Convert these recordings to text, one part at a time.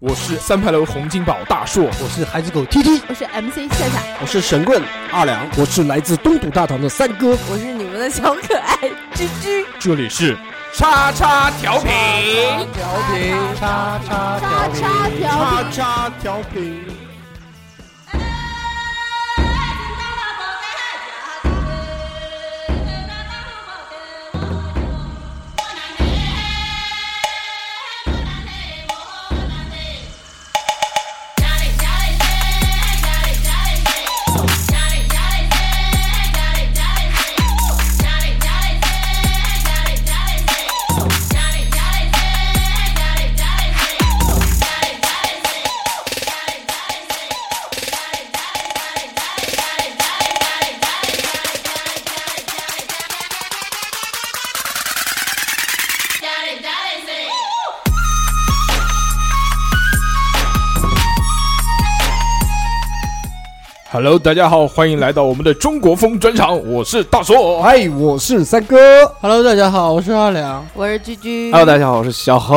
我是三牌楼洪金宝大硕，我是孩子狗 T T，我是 MC 夏夏，我是神棍二两，我是来自东土大唐的三哥，我是你们的小可爱居居，这里是叉叉调频，调频，叉叉叉叉调叉叉调频。 Hello，大家好，欢迎来到我们的中国风专场，我是大硕。嗨，哎我是三哥， Hello，大家好，我是二两。我是居居。大家好，我是小猴。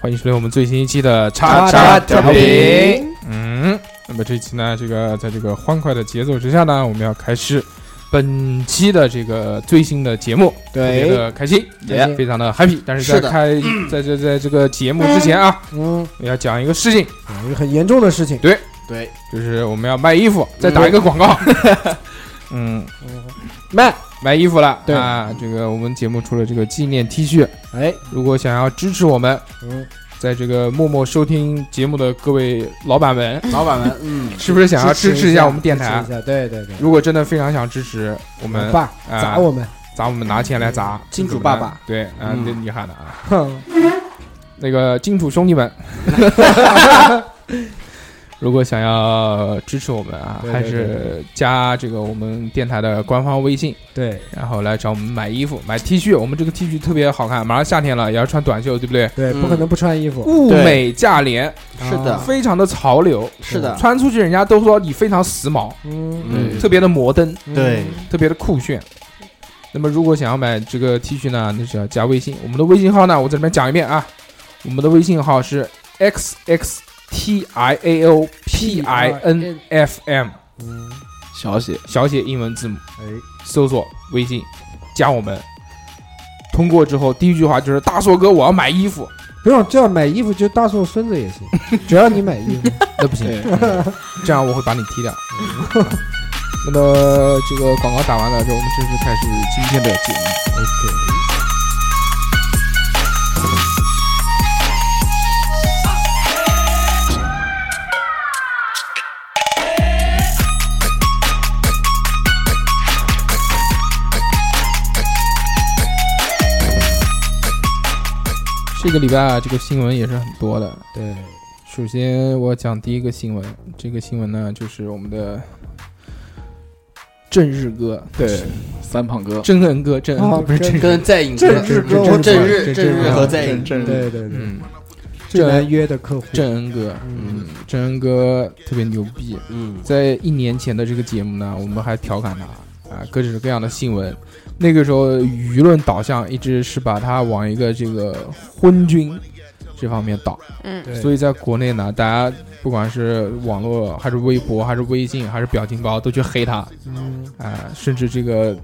欢迎收听我们最新一期的叉叉叉叉调调频频。嗯，那么这一期呢，这个在这个欢快的节奏之下呢，我们要开始本期的这个最新的节目，特别对，的开心，耶非常的 happy。但是是在的开在这在这个节目之前啊，嗯，我要讲一个事情，有一个很严重的事情，对，就是我们要卖衣服，再打一个广告。嗯，卖，买衣服了，对啊，这个我们节目出了这个纪念 T 恤，哎，如果想要支持我们，嗯，在这个默默收听节目的各位老板们，老板们，嗯，是不是想要支持一下我们电台支持？一下对对对，如果真的非常想支持我们，爸啊砸我们，砸我们拿钱来砸，金主爸爸，对，啊，嗯那你喊的啊，哼，那个金主兄弟们，如果想要支持我们啊，对对还是加这个我们电台的官方微信，对然后来找我们买衣服，买 T 恤，我们这个 T 恤特别好看，马上夏天了，也要穿短袖，对不对？对，嗯不可能不穿衣服，物美价廉，嗯是的，非常的潮流，是的，穿出去人家都说你非常时髦，嗯，嗯，特别的摩登，对，特别的酷炫。那么如果想要买这个 T 恤呢，那是要加微信，我们的微信号呢，我在这边讲一遍啊，我们的微信号是 x x t i a o p i n f m，嗯，小写，小写英文字母，哎，搜索微信，加我们。通过之后，第一句话就是大硕哥，我要买衣服。不用这样买衣服，就大寿孙子 也行，只要你买衣服，那不行，这样我会把你踢掉。那么这个广告打完了之后，我们正式开始今天的节目。这个礼拜啊，这个新闻也是很多的。对，嗯首先，我讲第一个新闻。这个新闻呢，就是我们的正日哥，对，三胖哥，正恩哥，正恩哥、哦哦不是正日哥跟在影郑日哥我正日郑郑正日日和在影，对对对，嗯，最难约的客户，正恩哥，嗯嗯，正恩哥特别牛逼。嗯，在一年前的这个节目呢，我们还调侃他啊，各种各样的新闻。那个时候舆论导向一直是把他往一个这个昏君这方面导，嗯，对，所以在国内呢，大家不管是网络还是微博还是微信还是表情包，都去黑他啊、嗯，甚至这个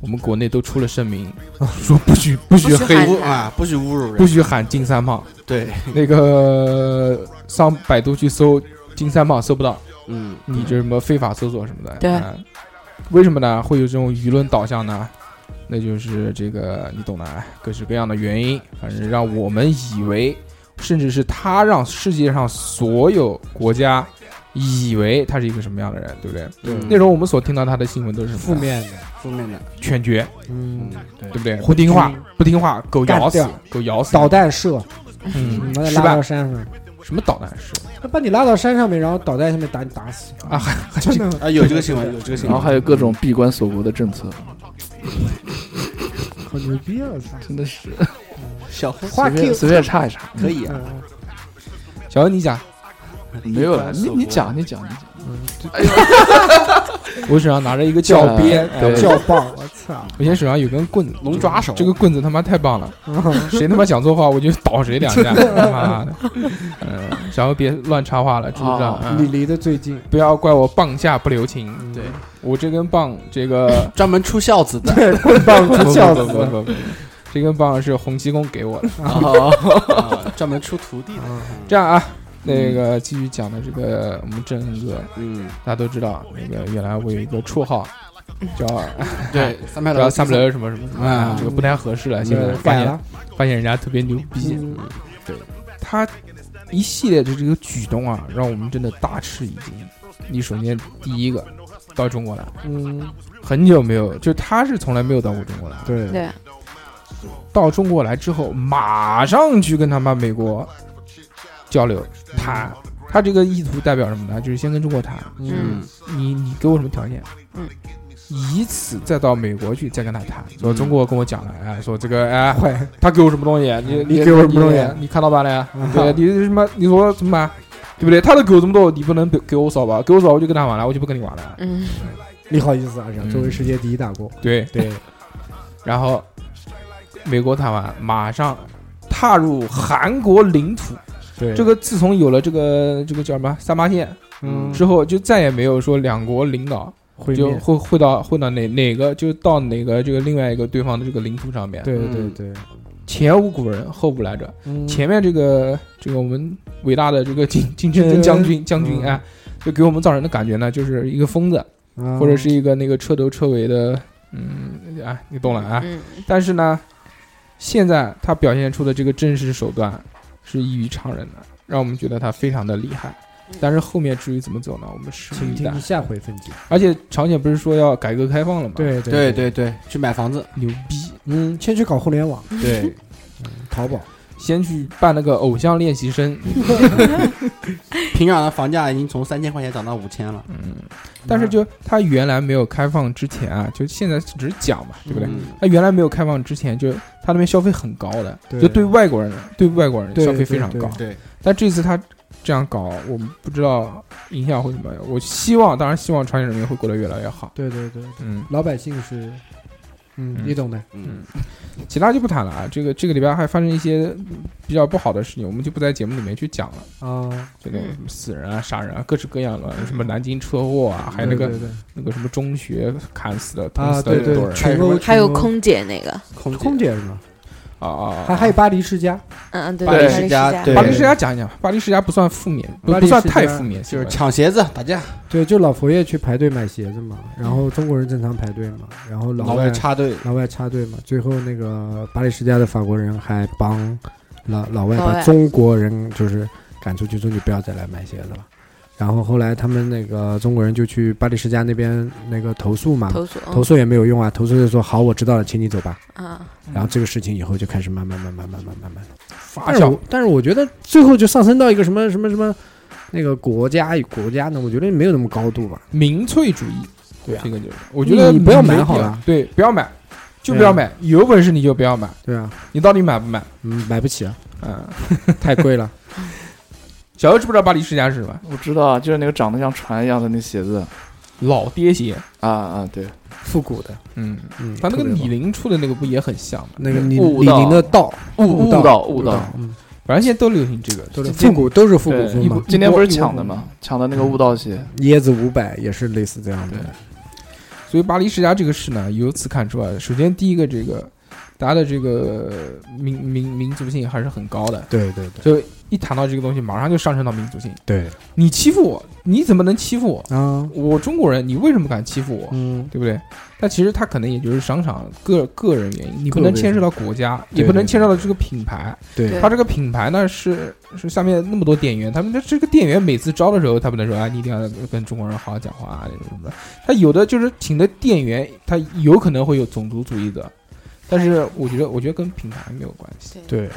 我们国内都出了声明， 说不许不许不黑许，不啊，不许侮辱不人，许喊金三胖。嗯对，那个上百度去搜金三胖搜不到，嗯，你这什么非法搜索什么的。对啊为什么呢？会有这种舆论导向呢？那就是这个你懂的，哎各式各样的原因，反正让我们以为，甚至是他让世界上所有国家以为他是一个什么样的人，对不对？对，那时候我们所听到他的新闻都是嗯负负面的，负面的，犬绝，嗯，对对不对？不听话，不听话，狗咬死干掉，狗咬死，导弹射，嗯，把你是拉吧到？山上，什么导弹是？他把你拉到山上面，然后导弹下面打你打死啊，真 的啊，有这个新闻，有这个新然后闻，还有各种闭关锁国的政策，好牛逼啊！我操真的是小猴话 随便 Q 随便查一查，可以啊，嗯小欧，你讲，没有了，你你讲你讲你讲，我手上拿着一个教鞭，对教哎叫爆，我操是啊，我现在手上有根棍子，龙爪手嗯这个棍子他妈太棒了，谁他妈讲错话我就倒谁 两下，他妈的，嗯，然后别乱插话了，知不知道哦？你嗯离得最近，不要怪我棒下不留情，对，我这根棒这个专门出孝子的。棍棒不出不孝不不子，不不，这根棒是洪七公给我的。啊，专门出徒弟的。嗯这样啊，那个继续讲的这个我们正恩哥，嗯，大家都知道，那个原来我有一个绰号叫 对，三百叫楼，三不楼，了什么什么什么，啊啊这个不太合适了，现在嗯发改现了，发现人家特别牛逼，嗯他一系列的这个举动啊，让我们真的大吃一惊。你首先第一个到中国来，嗯，很久没有，就他是从来没有到过中国来，对，对，到中国来之后，马上去跟他妈美国交流谈。他这个意图代表什么呢？就是先跟中国谈，嗯，你你给我什么条件？嗯，以此再到美国去再跟他谈。说中国跟我讲了，哎，说这个哎， 他给我什么东西？啊你嗯你给我什么东西你你看到吧了？嗯对，你什么？你说怎么办？对不对？他都给我这么多，你不能给给我少吧？给我少，我就跟他玩了，我就不跟你玩了。嗯，你好意思啊，嗯作为世界第一大国，对，对，然后美国谈完，马上踏入韩国领土。对，这个自从有了这个这个叫什么三八线嗯之后，就再也没有说两国领导会就面，会会到会到哪哪个就到哪个这个另外一个对方的这个领土上面，对对嗯对，前无古人后无来者，嗯前面这个这个我们伟大的这个金 金正恩将军将军嗯哎，就给我们造成的感觉呢，就是一个疯子啊或者是一个那个彻头彻尾的，嗯，哎，你懂了啊。嗯，但是呢，现在他表现出的这个真实手段是异于常人的，让我们觉得他非常的厉害。但是后面至于怎么走呢，我们拭目嗯请以待听。下回分解，而且朝鲜不是说要改革开放了吗？，对对，对对，去买房子。牛逼！嗯，先去搞互联网，对，淘宝，先去办了个偶像练习生， 嗯平壤的房价已经从三千块钱涨到五千了。嗯，但是就他原来没有开放之前啊，就现在只是讲嘛，对不对？嗯他原来没有开放之前，就他那边消费很高的，对就对外国人对外国人对消费非常对高。对，但这次他这样搞，我们不知道影响会怎么样。我希望，当然希望朝鲜人民会过得越来越好。对对对，对嗯，老百姓是，嗯，嗯你懂的，嗯，其他就不谈了啊。这个这个礼拜还发生一些比较不好的事情，我们就不在节目里面去讲了。啊，这个嗯什么死人啊、杀人啊，各式各样的，什么南京车祸啊，还有那对个对对那个什么中学砍死的、捅啊，死对的很对多，人群殴还有群殴空姐那个，空空姐姐是吗？啊啊！还还有巴黎世家，嗯，对，巴黎巴世黎家对巴黎世家讲一讲吧，巴黎世家不算负面，不巴不黎世家算太负面，就是抢鞋子打架，对，就老佛爷去排队买鞋子嘛，然后中国人正常排队嘛，然后老老外外插队。老外插队嘛，最后那个巴黎世家的法国人还帮老老外老外把中国人就是赶出去，说你不要再来买鞋子了。然后后来他们那个中国人就去巴黎世家那边那个投诉嘛，投诉，嗯投诉也没有用啊，投诉就说好，我知道了，请你走吧。啊，然后这个事情以后就开始慢慢慢慢慢慢慢慢地发但是酵我。但是我觉得最后就上升到一个什么什么什么那个国家与国家呢，我觉得没有那么高度吧。民粹主义，对啊这个就是我觉得你不要没买必好了啊对，不要买，就不要买，有本事你就不要买，对啊，你到底买不买？嗯，买不起啊，嗯，太贵了。小优知不知道巴黎世家是什么？我知道啊，就是那个长得像船一样的那鞋子老爹鞋，啊啊，对，复古的，嗯，嗯，他那个特别李棒宁出的那个不也很像吗？那个李悟李道宁的道悟道道悟道，嗯，反正现在都流行这个，都是这复古，都是复古对风嘛。今天不是抢的吗？抢的那个悟道鞋，椰子五百也是类似这样的，所以巴黎世家这个事呢，由此看出啊，首先第一个这个大家的这个民民民族性还是很高的，对对对就一谈到这个东西，马上就上升到民族性。对你欺负我，你怎么能欺负我？啊，我中国人，你为什么敢欺负我？嗯，对不对？但其实他可能也就是商场个个人原因，你不个能人牵涉到国家，对也不能牵涉到这个品牌。对对他这个品牌呢是是下面那么多店员，他们的这个店员每次招的时候，他不能说啊，你一定要跟中国人好好讲话啊，那种什么的。他有的就是请的店员，他有可能会有种族主义者，但是我觉得我觉得跟品牌没有关系。对，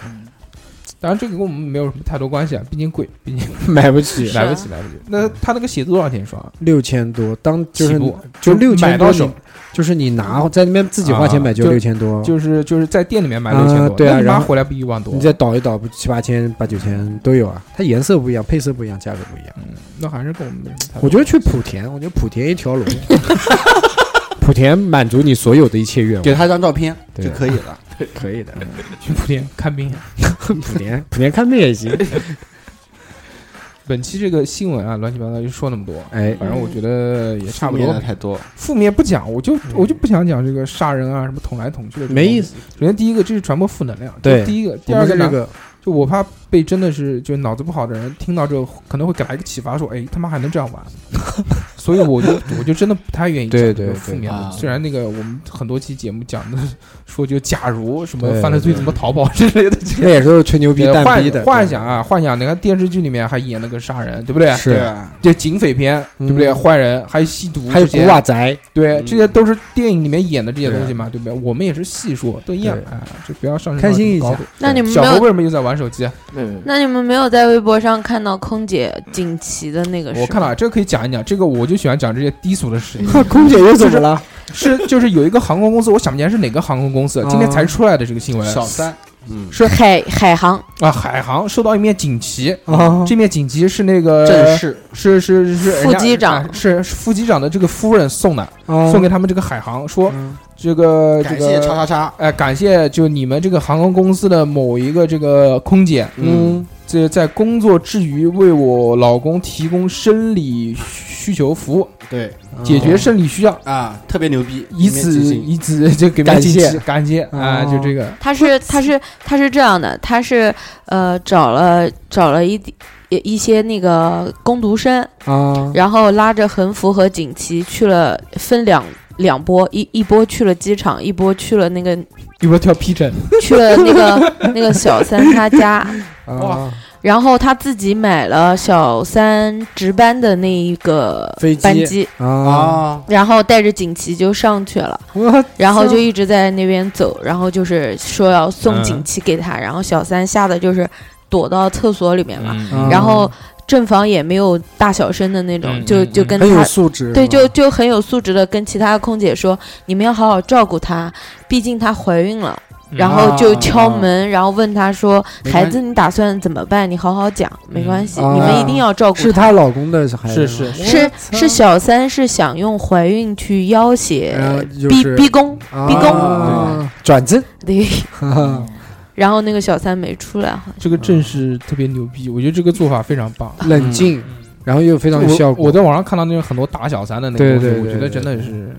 当然这个跟我们没有什么太多关系啊，毕竟贵，毕竟买不起是啊来不起来不起。那他那个鞋子多少钱一双啊？六千多，当就起是步就六买千到多手你，就是你拿在那边自己花钱啊买就就六千多，就是就是在店里面买啊六千多，对啊那你妈然后回来不一万多？你再倒一倒，不七八千、八九千都有啊。它颜色不一样，配色不一样，价格不一样。嗯，那还是跟我们没什么太多。我觉得去莆田，我觉得莆田一条龙，莆田满足你所有的一切愿给望，他一张照片对就可以了。可以的。去莆田看病。莆田，莆田看病也行。本期这个新闻啊，乱七八糟就说那么多，哎，反正我觉得也差不负面多的。太多，负面不讲，我就我就不想讲这个杀人啊，什么捅来捅去的，嗯没意思。思。首先第一个，这是传播负能量，这对是第一个，第我二们个是呢这，个就我怕被真的是就脑子不好的人听到之后，可能会给他一个启发，说，哎，他妈还能这 样玩，所以我就我就真的不太愿意讲这对对个对负面啊的。虽然那个我们很多期节目讲的说，就假如什么对犯了罪对怎么逃跑之 类的， 那也是吹牛逼对蛋幻逼的幻想啊，幻想！你看电视剧里面还演了个杀人，对不对？是嗯对吧这警匪片，对不对？坏人，还有吸毒，还有这古些惑仔，对，嗯这些都是电影里面演的这些东西嘛，对不对？我们也是细说，都一样对啊，就不要上升到开心一这种高下度。嗯那你们小没猴有？为什么又在玩手机？啊没没没那你们没有在微博上看到空姐锦旗的那个？我看了，，啊这个可以讲一讲。这个我就喜欢讲这些低俗的事情。 空姐又怎么了？是，就是有一个航空公司，我想不起来是哪个航空公嗯司，今天才出来的这个新闻。小三，嗯，是海海航，啊，海航收到一面锦旗，啊这面锦旗是那个正式是是是人副家机长啊是是副机长的这个夫人送的，啊送给他们这个海航，说嗯这个呃这感谢叉个，叉叉，哎，感谢就你们这个航空公司的某一个这个空姐，嗯，这在工作之余为我老公提供生理需求服务，对哦解决生理需要，啊，特别牛逼，以此里面进行以此就给感面锦旗谢感谢啊，哦就这个他是他是他是这样的，他是呃找了找了一一一些那个工读生，啊，然后拉着横幅和锦旗去了，分两两波，一一波去了机场，一波去了那个有没有跳皮疹？去了那个 那个小三他家，哇，然后他自己买了小三值班的那一个飞机班机，啊，啊，然后带着锦旗就上去了，我然后就一直在那边走，然后就是说要送锦旗给他，然后小三吓得就是躲到厕所里面嘛，嗯然后正房也没有大小声的那种，嗯就嗯就嗯跟很有他素质，对，就就很有素质的跟其他的空姐说，你们要好好照顾她，毕竟她怀孕了。嗯然啊后就敲门，然后问她说：“没关孩子，你打算怎么办？你好好讲，没关系，啊你们一定要照顾是她老公的孩子是吗，是是是是小三是想用怀孕去要挟、然后就逼是逼宫，啊逼宫转正，对。 哈哈然后那个小三没出来，好像这个正是特别牛逼，我觉得这个做法非常棒。冷静，然后又非常有效我果我。在网上看到那种很多打小三的那个对东西，对我对觉得对真的是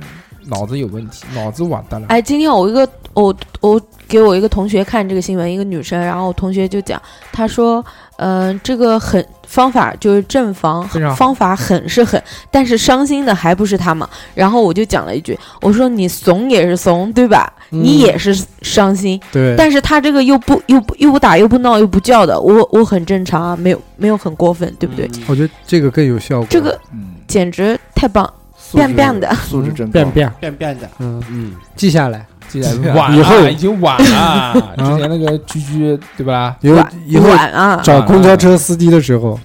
脑子有问题，脑子完蛋了。哎，今天我一个我我给我一个同学看这个新闻，一个女生，然后我同学就讲，她说，嗯、这个很方法就是正房非常好方法狠是狠，但是伤心的还不是他嘛。然后我就讲了一句，我说你怂也是怂，对吧？嗯你也是伤心，对，但是他这个又不又不又不打又不闹又不叫的，我我很正常啊，没有没有很过分，对不嗯对？我觉得这个更有效果。这个嗯，简直太棒，素质棒棒的。素质真高嗯变。变，变变的，嗯，嗯，记下来。哎记下这来样晚了， 以后已经晚 了。嗯之前那个居居对吧？以后晚 以后晚啊，找公交车司机的时候，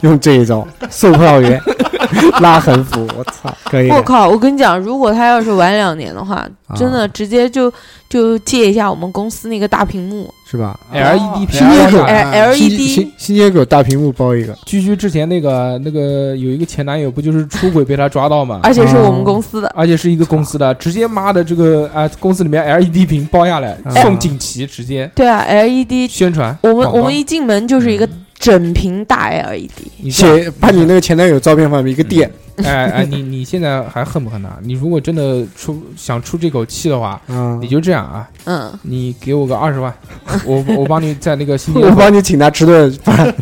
用这一招售票员拉横幅，我操，可以的。我靠！我跟你讲，如果他要是晚两年的话，啊真的直接就就借一下我们公司那个大屏幕是吧？啊 LED 屏幕上哎 L E 新新 LED，新街口大屏幕包一个，居居之前那个那个有一个前男友不就是出轨被他抓到嘛？而且是我们公司的。而且是一个公司的，直接妈的这个啊、公司里面 LED 屏包下来、嗯送锦旗，直接对啊，LED，宣传。我们广告我们一进门就是一个整屏大 E LED。你这样写把你那个前男友照片放一个点，哎哎，你你现在还恨不恨他？你如果真的出想出这口气的话，嗯你就这样啊，嗯，你给我个二十 万，我我帮你在那个新街我口，帮你请他吃顿饭，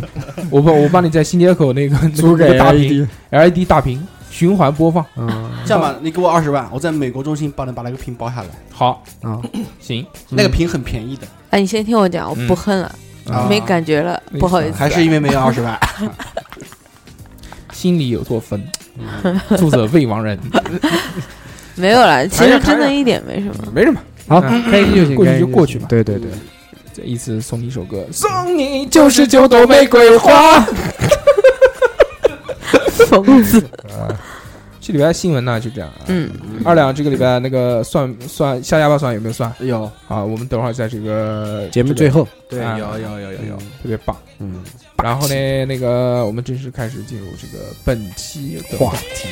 我帮我帮你在新街口那个那个租那给 E 个大屏 LED， LED 大屏循环播放。嗯啊这样吧，你给我二十万，我在美国中心帮你把那个屏包下来，好，啊，行，那个屏很便宜的，哎，你先听我讲，我嗯不恨了，啊没感觉了，不好意思啊，还是因为没有二十万，心里有座坟，嗯住着未亡人，没有了。其还实是真的一点没什么。没什么。好，嗯开心就行，过去开心就过去行吧对嗯对对，这一次送你一首歌，送你九十九朵玫瑰花。疯子，这礼拜新闻呢就这样啊。嗯，二两这个礼拜那个算算下下巴算有没有算？有，啊，我们等会儿在这个节目这最个后，对，啊有有有有有，特别棒。嗯，然后呢，那个我们正式开始进入这个本期的话题。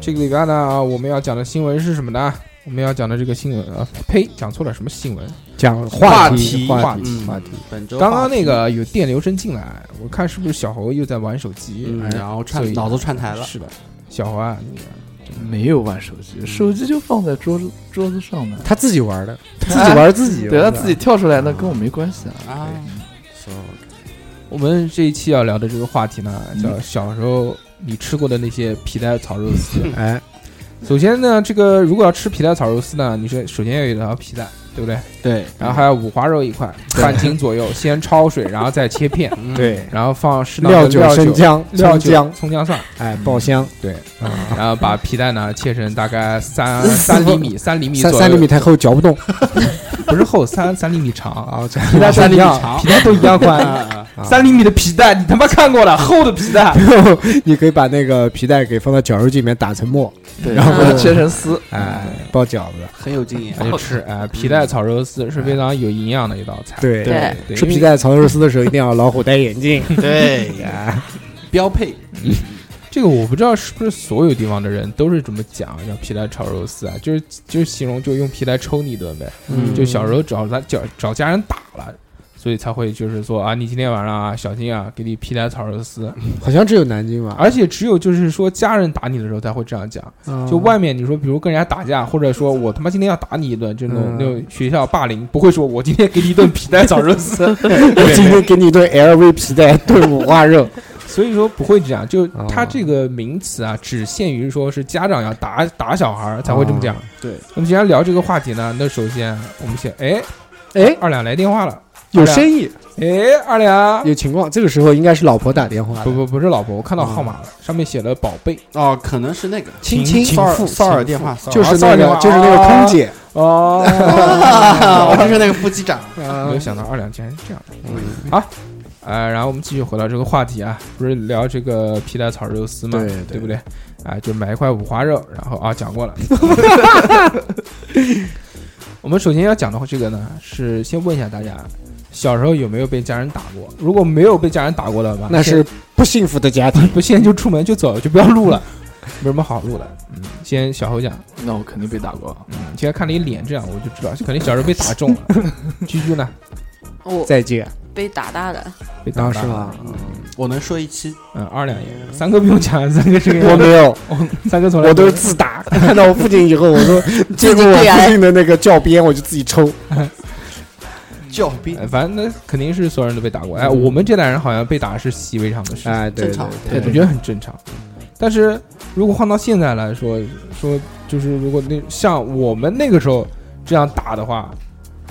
这个礼拜呢，啊我们要讲的新闻是什么呢？我们要讲的这个新闻啊，呸，讲错了，什么新闻？讲话题，题话话题嗯话题。本周刚刚那个有电流声进来，我看是不是小猴又在玩手机？哎嗯，然后所串以脑子串台了，是的，小猴啊，你没有玩手机，手机就放在桌子桌子上呢。他自己玩的，自己玩自己，对我他操自己跳出来的，跟我没关系啊。啊，我们这一期要聊的这个话题呢，叫小时候你吃过的那些皮带炒肉丝。 哎，首先呢，这个如果要吃皮带炒肉丝呢，你是首先要有一条皮带，对不对？对，然后还有五花肉一块，半斤左右，先焯水，然后再切片，嗯，对，然后放适当的料酒、生姜，料料啊酒姜，葱姜蒜，哎，爆香，对，然后把皮带呢切成大概三三厘米、三厘米左三右，三厘米太厚嚼不动不是厚，三三厘米长啊，啊，这皮带 三都厘一米样，皮带都一样 宽，啊啊三厘米的皮带你他妈看过了，厚的皮带，你可以把那个皮带给放到绞肉机里面打成沫，对，然后把它 切成丝，哎，包饺子， 很有经验那，就吃哎，皮带炒肉丝是非常有营养的一道菜，对对对，吃因为皮带炒肉丝的时候一定要老虎戴眼镜，对，哎标配，这个我不知道是不是所有地方的人都是这么讲，叫皮带炒肉丝啊，就是就是形容就用皮带抽你一顿呗。嗯就小时候找他找找家人打了，所以才会就是说啊，你今天晚上啊小心啊，给你皮带炒肉丝。嗯好像只有南京吧，而且只有就是说家人打你的时候才会这样讲，嗯就外面你说比如跟人家打架，或者说我他妈今天要打你一顿，就那种嗯那种学校霸凌，不会说我今天给你一顿皮带炒肉丝，我今天给你一顿 LV 皮带炖五花肉，所以说不会这样，就哦它这个名词啊，只限于说是家长要打打小孩儿才会这么讲哦。对，那么既然聊这个话题呢，那首先我们先，哎 哎，二两来电话了，有生意，哎二两，有情况，这个时候应该是老婆打电话不的，不不是老婆，我嗯看到号码了，上面写了宝贝，哦，可能是那个亲亲亲骚妇扰骚扰电话，骚扰就是那啊个就是那个空姐，哦，啊，我就是那个副机长， 没有想到二两竟然是这样的。嗯好，呃，然后我们继续回到这个话题啊，不是聊这个皮带炒肉丝嘛，对对对不对？啊，就买一块五花肉，然后啊，讲 过了。我们首先要讲的这个呢，是先问一下大家，小时候有没有被家人打过？如果没有被家人打过的话，那是不幸福的家 庭，先不现在就出门就走，就不要录了，没什么好录的。嗯，先小侯讲，那我肯定被打过。嗯，现在看你脸这样，我就知道，肯定小时候被打中了。居居 呢？我再见，被打大的，被打啊是大了吗？我能说一期，嗯，二两也，三哥不用讲，三哥是个我没有，三哥从来我都是不自打。 看到我父亲以后，我说接过我对啊父亲的那个教鞭，我就自己抽。教兵哎，反正那肯定是所有人都被打过。哎，我们这代人好像被打是习以为常的事情，嗯哎，对正常对我对，觉得很正常。但是如果换到现在来说，说就是如果那像我们那个时候这样打的话，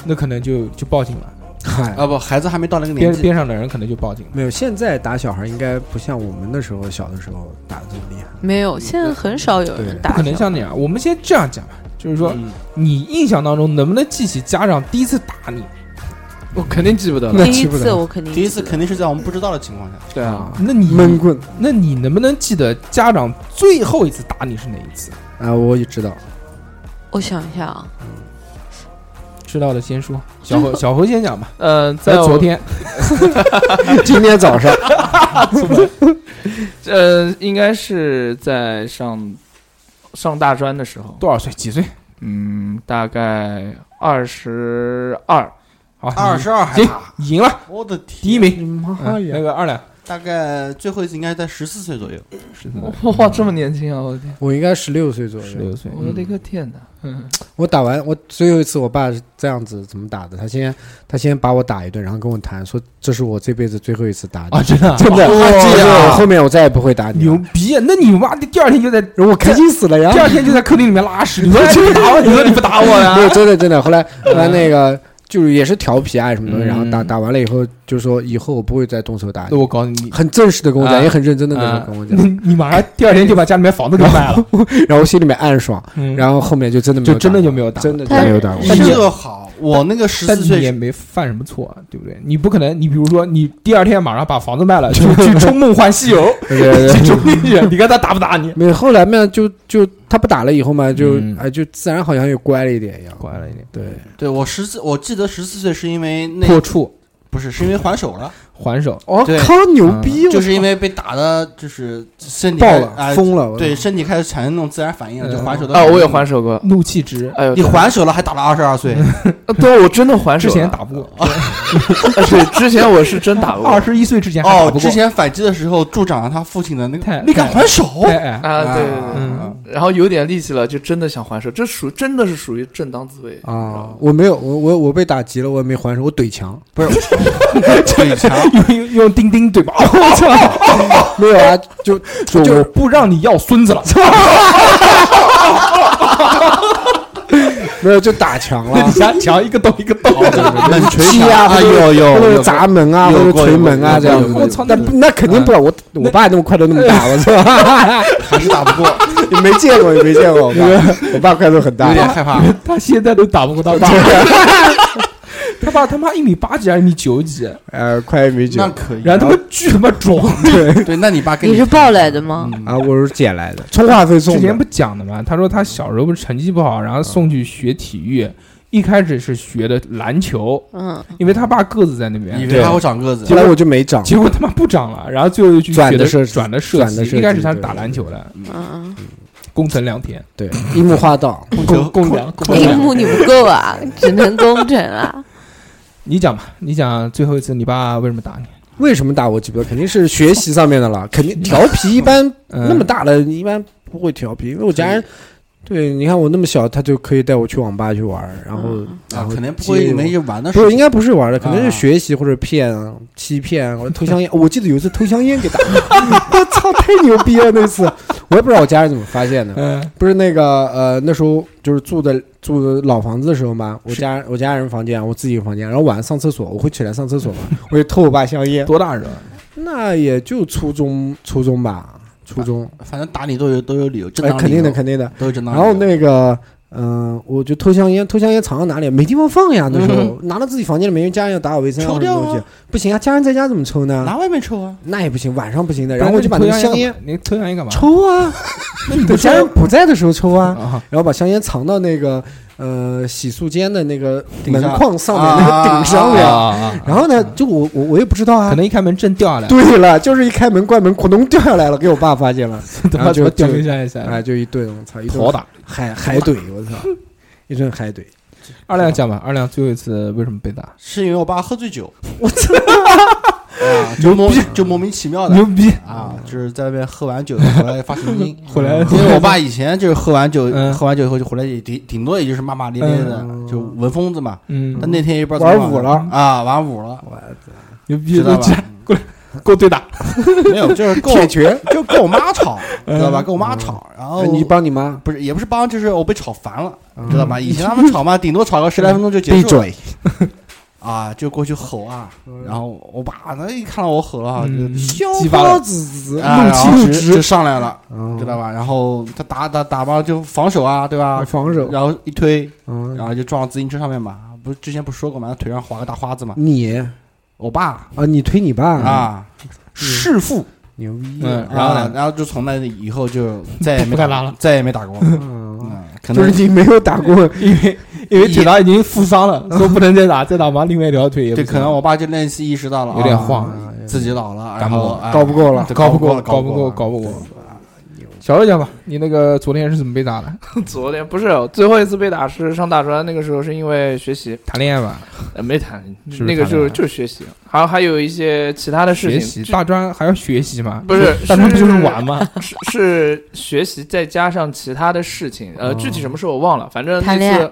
那可能就就报警了， 嗨，啊，不，孩子还没到那个年边纪，边上的人可能就报警了。没有，现在打小孩应该不像我们那时候小的时候打的这么厉害。没有，现在很少有对人不打可能小孩。像那样，我们先这样讲吧，就是说嗯你印象当中能不能记起家长第一次打你？我肯定记不得了。那第一记不次得我肯定第一次记得肯定是在我们不知道的情况下，对啊，那你闷棍那你能不能记得家长最后一次打你是哪一次？啊，我也知道， 我想一下啊，知道的先说，小侯小侯先讲吧。嗯，在在我哎昨，天，今天早上呃，应该是在上上大专的时候，多少岁？几岁？嗯，大概二十二，好，二十二还行打，你赢了，我的天，第一，名。妈嗯那呀！个二两，大概最后一次应该是在十四岁左右，哇，这么年轻啊！我的天，哎我应该十六岁左十右，六岁，我的个天哪！嗯，我打完我最后一次，我爸是这样子怎么打的？他先他先把我打一顿，然后跟我谈说这是我这辈子最后一次打你啊，，真的啊 真的，哇他这样我后面我再也不会打你牛了，逼！啊那你妈的第二天就在第我开心死了呀！二天就在客厅里面拉屎，你说你不打我，你说你不啊打我 没有，呀？真的真的。后来后来那个就是也是调皮啊什么东西，嗯然后打打完了以后就说以后我不会再动手打那 你，我告诉你，很正式的跟我讲，啊也很认真的那啊种跟我讲，你你 马上第二天就把家里面房子给卖了，然后我心里面暗爽， 嗯然后后面就真的没有就真的打就没有打。真的就但没有打过，但是这个好，我那个十但四你也岁，没犯什么错啊，对不对？你不可能，你比如说，你第二天马上把房子卖了，去去冲《梦幻西游》对 对对去冲进去，你看他打不打你？没有，后来嘛，就就他不打了以后嘛，就嗯哎，就自然好像又乖了一点一样。乖了一点，对，对我十四，我记得十四岁是因为那破处不是是因为还手了，还手，我对嗯靠，哦牛逼！就是因为被打的，就是身体爆开始了，啊，疯了，我对，身体开始产生那种自然反应了，就嗯还手的 啊，我也还还，手过，怒气值。哎呦，你还手了还打了二十二岁，啊对，我真的还啊手之了，前打不过，啊，对，之前我是真 打过，二十一岁之前还打哦，不过之。前反击的时候助长了他父亲的那太个，你敢还手？哎哎，啊，对对对。嗯然后有点力气了，就真的想还手，这属真的是属于正当自卫啊，我没有，我我我被打急了，我也没还手，我怼墙，不是，腿强，用用用钉钉对吧？哦我操！没有啊， 就说就我不让你要孙子了，没有就打墙了 你，想抢一个洞一个哦洞。冷击锤啊啊，不是有或有者有砸门啊，有或者过捶有过门啊，有这样过子。有我操，那那那肯定不了，我我爸那么快都那么 大，我操，还是打不过，你没见过，你没见过，我 爸，我爸块头很大有，点害怕。 他现在都打不过他爸， 他爸他妈一米八几还是一米九几？呃，快一米九那可以，然后他妈巨他妈壮，对，那你爸跟你是抱来的吗？嗯啊，我是捡来的，充话费送之前的，不讲的嘛，他说他小时候不是成绩不好，然后送去学体育，一开始是学的篮球，嗯，因为他爸个子在那边以，对为他会长个子后，来我就没长，结果他妈不长了，然后最后就去转学的的射转的转的射击，一开始击他是对打对篮球对的，嗯攻城良田， 对，樱木花道，攻攻良攻嗯，樱良。木你不够啊，只能工程啊。你讲吧，你讲最后一次你爸为什么打你？为什么打我记不得，肯定是学习上面的了，肯 定调皮一般嗯呃那么大了，一般不会调皮，因为我家人，对，你看我那么小，他就可以带我去网吧去玩儿，然后嗯然啊，后可能不会接你我们一玩的时不候是，应该不是玩的，可能啊是学习或者骗啊、欺骗啊，或者偷香烟。我记得有一次偷香烟给打， 我操，太牛逼了那次！我也不知道我家人怎么发现的，嗯，不是那个呃，那时候就是住的住的老房子的时候嘛，我家我家人房间，我自己房间，然后晚上上厕所，我会起来上厕所嘛， 我就偷我爸香烟，多大人？那也就初中初中吧，初中，反正打你都有都有理由，正哎，当肯定的理由肯定的。都有正当然理由。后那个，嗯、我就偷香烟，偷香烟藏到哪里？没地方放呀，那时候、拿到自己房间里面，因为家人要打扫卫生抽什么掉东西啊，不嗯行啊，家人在家怎么抽呢？拿外面抽啊，那也不行，晚上不行的。然后我就把那个香烟干嘛，你抽香烟干嘛？抽啊，那你我不家人 不在的时候抽啊，啊？然后把香烟藏到那个呃洗漱间的那个顶门上框上面啊嗯那个顶上面。啊然后呢，就我我我也不知道啊可。能一开门正掉下来，对了，就是一开门关门，咕咚掉下来了，给我爸发现了，他然后妈就就掉就下来下哎，来，就一顿，我操，一讨顿打。海海怼，我操，一顿海怼。二亮讲吧，二亮最后一次为什么被打？是因为我爸喝醉酒， 我操，就莫就莫名其妙的牛逼！。啊，就是在外面喝完酒回来发神经嗯回来因为我爸以前就是喝完酒，嗯喝完酒以后就回来也顶顶多也就是骂骂咧咧的，嗯就文疯子嘛。嗯但，那天也不知道玩怎么五的了啊，玩五了，牛逼！知道吧？给我对打，没有，就是 跟铁我拳，就跟我妈吵，嗯知道吧？跟我妈吵，然后你帮你妈，不是也不是帮，就是我被吵烦了，嗯知道吧？以前他们吵嘛，顶多吵个十来分钟就结闭束了嘴！啊，就过去吼啊。然后我爸那一看到我吼了啊，嗯就小激发了包子，啊然后怒气就上来了，嗯知道吧？然后他打打打吧，就防守啊，对吧？哦防守，然后一推，嗯，然后就撞到自行车上面嘛。不是之前不是说过嘛，腿上划个大花子嘛。你我爸啊，你推你爸，啊，弑父，牛逼，啊嗯，然然后后呢，呢？然后就从那以后就再也不没敢打拉了再也没打过。嗯，嗯，可就能是你没有打过，因为因为腿打已经负伤 了，说不能再打，再打嘛，另外一条腿也对，不可行能我爸就那次意识到了，有点啊晃啊，自己老了，干然不后过哎搞不过了，对搞搞不过过，了，搞不过，过，搞不过。小六讲吧，你那个昨天是怎么被打的？ 昨天不是最后一次被打是上大专，那个时候是因为学习，谈恋爱吧，呃，没谈，是不是那个谈时恋爱候就是学习，还有还有一些其他的事学情，习就大专还要学习吗？不是大专不就是是玩吗？是是学习再加上其他的事情，呃，哦具体什么时候我忘了，反正谈恋爱那次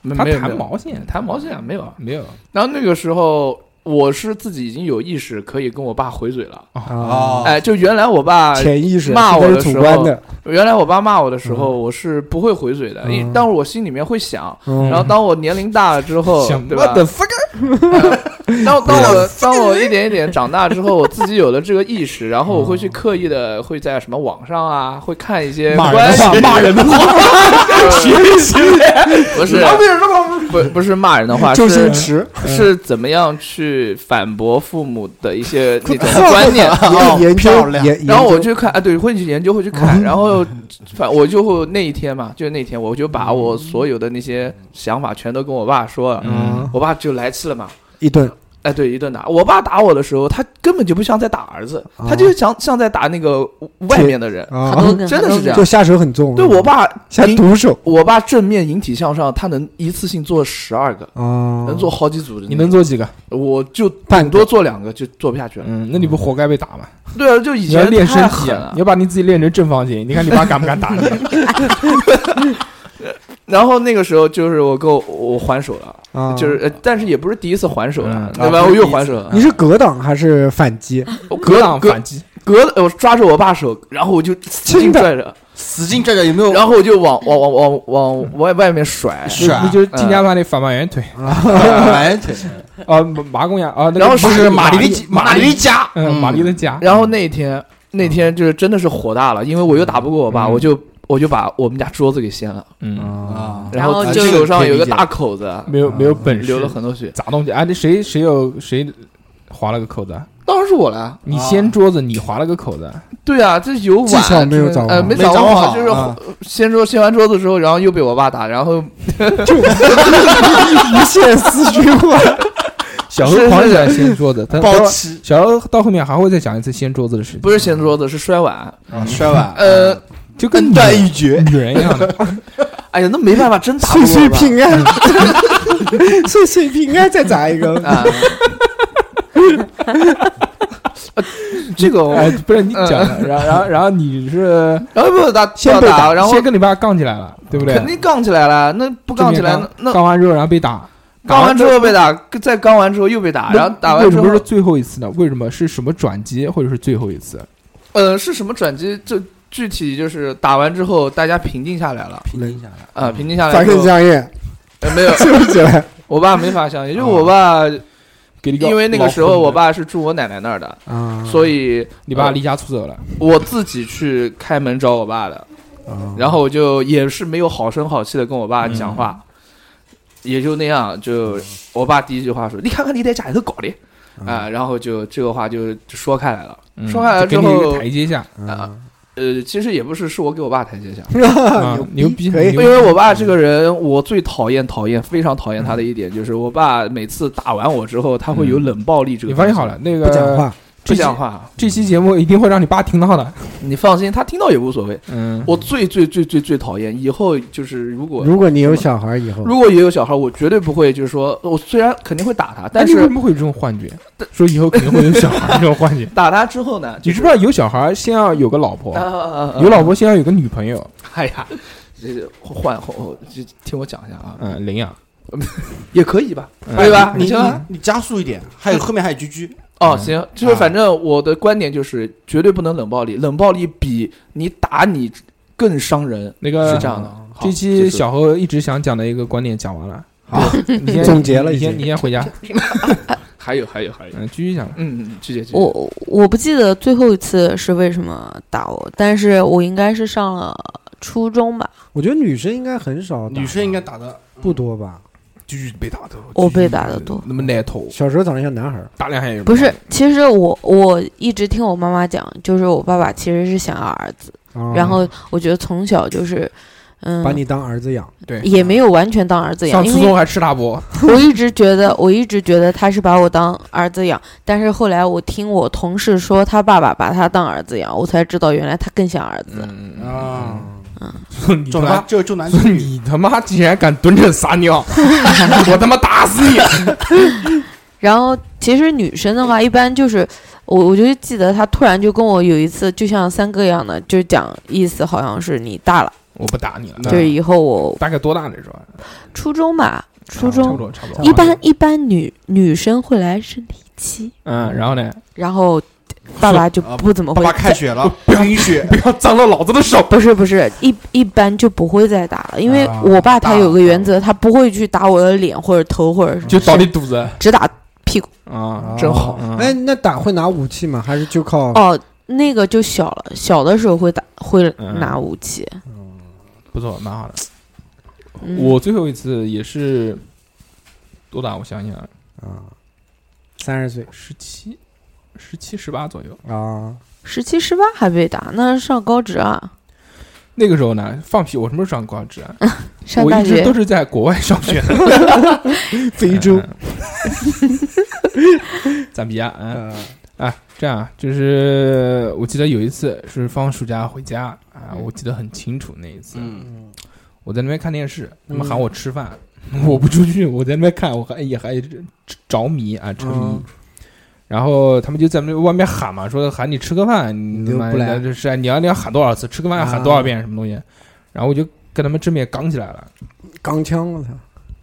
没他没有弹没有毛线，弹毛线没有啊。没有然后那个时候我是自己已经有意识可以跟我爸回嘴了，啊，哦哎，就原来 我啊爸潜意识骂我这的都是时主候观的，原来我爸骂我的时候，嗯我是不会回嘴的，因嗯但是我心里面会想，嗯然后当我年龄大了之 后想，哦对吧？ what the fuck？当当我当我一点一点长大之后，我自己有了这个意识，然后我会去刻意的会在什么网上啊，会看一些嗯骂关人系的话，骂人的话， 学习不是不不是骂人的话，周星是驰，是怎么样去反驳父母的一些那种观念。啊研研漂究亮研，然后我研究去看啊，对，会去研究，会去嗯看， 然后反我就会那一天嘛，就那天，我就把嗯我所有的那些想法全都跟我爸说了，嗯我爸就来气了嘛，一顿哎，对，一顿打。我爸打我的时候，他根本就不像在打儿子，啊他就像像在打那个外面的人。很多啊，根，真的是这样就下手很重，对我爸下引，毒手我爸正面引体向上，他能一次性做十二个，啊，能做好几组的哦那种。你能做几个？我就半顶多做两个就做不下去了。嗯，那你不活该被打吗？对啊，就以你要前练身太体狠啊，了你。要把你自己练成正方形。你看你爸敢不敢打 你？然后那个时候就是我跟我我还手了，啊， 就是呃但是也不是第一次还手了嗯，对吧？啊我不是又第一还次手了你，是格挡还是反击？我隔格挡隔反击，隔我抓着我爸手，然后我就使劲亲的拽着，使劲拽着有没有？然后我就往往往往往外外面甩，你甩你就是金嗯家曼那反马圆腿哎，对啊，马麻公鸭啊，那个然后是马马丽丽的马丽加，嗯，马丽的家，然后那天那天就是真的是火大了，因为我又打不过我爸，嗯我就我就把我们家桌子给掀了，嗯，啊啊，然后后就手上有一个大口子，没有没有本事，流嗯了很多血，砸东西。哎，那谁谁有谁划了个口子啊？当然是我了。你掀桌子，你划了个口子， 对啊，这有碗技巧没有就是掌握呃，没没掌掌握好，好就是啊先说掀完桌子之后，然后又被我爸打，然后一线丝循环， 小是何是狂喜欢掀桌子，他他包吃小何到后面还会再讲一次掀桌子的事情，不是掀桌子是摔碗，啊，摔碗，呃，就跟恩女断义绝，女人一样 的。哎呀，那没办法，真打不岁过岁我平爸安，岁岁平安，再 砸一个，啊。呃这个我哎，不是你嗯讲的，然后然后然后你 是然后被我打先被被我打，然后先跟你爸杠起来了，对不对？肯定杠起来了。那不杠起来，那那杠完之后然后被打，杠完之后被打，再杠完之后又被打，那啊然后打完为之什后么是，最后一次呢？为什么是什么转机，或者是最后一次？呃，是什么转机？这具体就是打完之后大家平静下来了，平静下来，啊，嗯平静下来反之正后，相应，呃没有，对 不起来，我爸没法想，也就是我爸，给哦你个因为那个时候老我婆子，嗯爸是住我奶奶那儿的，啊，所以你爸呃离家出走了，我自己去开门找我爸嗯的，啊然后我就也是没有好声好气的跟我爸嗯讲话，也就那样。就我爸第一句话说：“你看看你在家里头搞的啊。”然后就这个话就就说开来了。嗯说话就给之你一后个台阶下，啊呃，其实也不是，是我给我爸台阶下， 啊牛逼，可以因牛逼为我爸这个人，我最讨厌、讨厌、非常讨厌嗯他的一点就是，我爸每次打完我之后，他会有冷暴力这个。你放心好，了，那个不讲，话，不讲话，啊这期节目一定会让你爸听到的。你放心，他听到也无所谓。嗯，我最最最最最讨厌，以后就是如果如果你有小孩以后，如果也有小孩，我绝对不会就是说，我虽然肯定会打他，但哎你为什是么会有这种幻觉？说以后肯定会有小孩这种幻 觉。打他之后呢，你就知是不知道有小孩先要有个老婆啊，啊啊啊啊有老婆先要有个女朋友，哎呀，这个换换，就听我讲一下啊，嗯，领养，也可以吧，嗯对吧？你行吧？你加速一点，还有后面还有居居，哦，嗯行，就是反正我的观点就是绝对不能冷暴力，冷暴力比你打你更伤人，那是个这样的。好这结期束嗯小何一直想讲的一个观点讲完了，好， 你先总结了你已经先你先回家，还有还有还有，嗯，继续讲。嗯，嗯，继续继续。哦我我不记得最后一次是为什么打我，但是我应该是上了初中吧，我觉得女生应该很少打，女生应该打的不多吧？继续被打的，我被打的多。那么奶头，小时候长得像男孩儿，打两下也不是，其实我我一直听我妈妈讲，就是我爸爸其实是想要儿子，啊然后我觉得从小就是，嗯，把你当儿子养，对，也没有完全当儿子上养，初因中啊为还吃大伯， 我一直觉得我一直觉得他是把我当儿子养，但是后来我听我同事说他爸爸把他当儿子养，我才知道原来他更像儿子。嗯，啊，说 你他重妈男，这重男说轻女，你他妈竟然敢蹲着撒尿， 我他妈打死你！然后其实女生的话，一般就是我，我就记得她突然就跟我有一次，就像三哥一样的，就讲意思好像是你大了，我不打你了，就是以后我大概多大那时候啊？初中吧，初差不中多差不多。一般一般女女生会来生理期，嗯，然后呢？然后爸爸就啊不怎么爸会爸开学了，啊不要允许， 不要脏了老子的手。不是不是，一一般就不会再打了，因为啊我爸他打有个原则，他不会去打我的脸或者头或者什么，就倒你肚子只打屁股。啊，真好嗯哎，那打会拿武器吗？还是就靠哦，那个就小了，小的时候会打会嗯拿武器。不错，蛮好的。嗯我最后一次也是多大？我想想，啊？三十岁十七、十七、十八左右。啊，十七十八还被打，那是上高职啊，那个时候呢，放屁！我什么时候上高职啊？上我大一直都学。是在国外上学的。非洲嗯赞比亚，嗯， 呃啊，这样啊就是我记得有一次是放暑假回家嗯啊，我记得很清楚那一次，嗯，我在那边看电视，嗯他们喊我吃饭， 我不出去，我在那边看，我还也还着迷啊，沉迷。嗯然后他们就在那外面喊嘛，说喊你吃个饭，你你他又妈不来嗯的就是啊你要你要喊多少次，吃个饭要喊多少遍什么东西，然后我就跟他们正面刚起来了，钢枪，我操！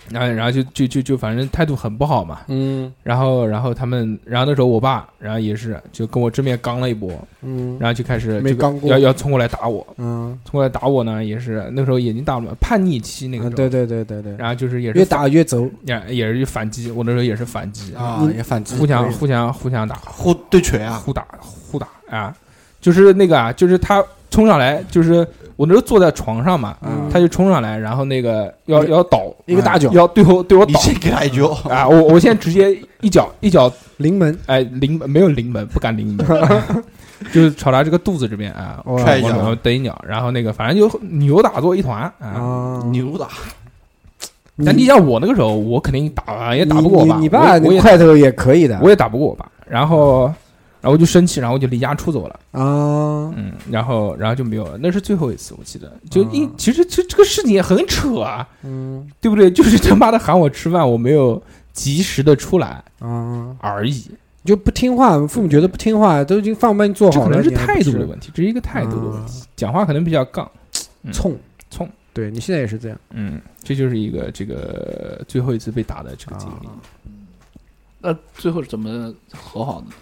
然后然后就就就就反正态度很不好嘛，嗯然后然后他们，然后那时候我爸，然后也是就跟我正面刚了一波，嗯然后就开始没这个刚过要要冲过来打我，嗯，冲过来打我呢也是那时候眼睛大了，叛逆期那个时候嗯啊对，对对对对，然后就是也是越打越走，也也是反击，我那时候也是反击，啊，也反击，互相互相互相打，互对锤啊，互打互打啊，就是那个啊，就是他冲上来，就是我那时候坐在床上嘛，嗯他就冲上来，然后那个要一个要倒嗯一个大脚要对我对我你倒先给他一脚，啊，我我现在直接一脚一脚临门哎，临门没有临门，不敢临 门，就是朝他这个肚子这边啊，哇踹一然后脚，蹬一脚，然后那个反正就扭打作一团啊。啊！扭打，但你像我那个时候，我肯定打也打不过我你爸，我你爸我那也块头也可以的，我也打不过我爸，然后然后我就生气，然后我就离家出走了，啊，嗯，然后然后就没有了，那是最后一次，我记得就一其实这这个事情也很扯啊，嗯对不对？就是他妈的喊我吃饭，我没有及时的出来啊，而已，就不听话，父母觉得不听话，都已经饭帮你做这好可了，能是你还不态度的吃啊问题，这是一个态度的问题，讲话可能比较杠。嗯冲冲，对你现在也是这样，嗯，这就是一个这个最后一次被打的这个经历，那最后是怎么和好的呢？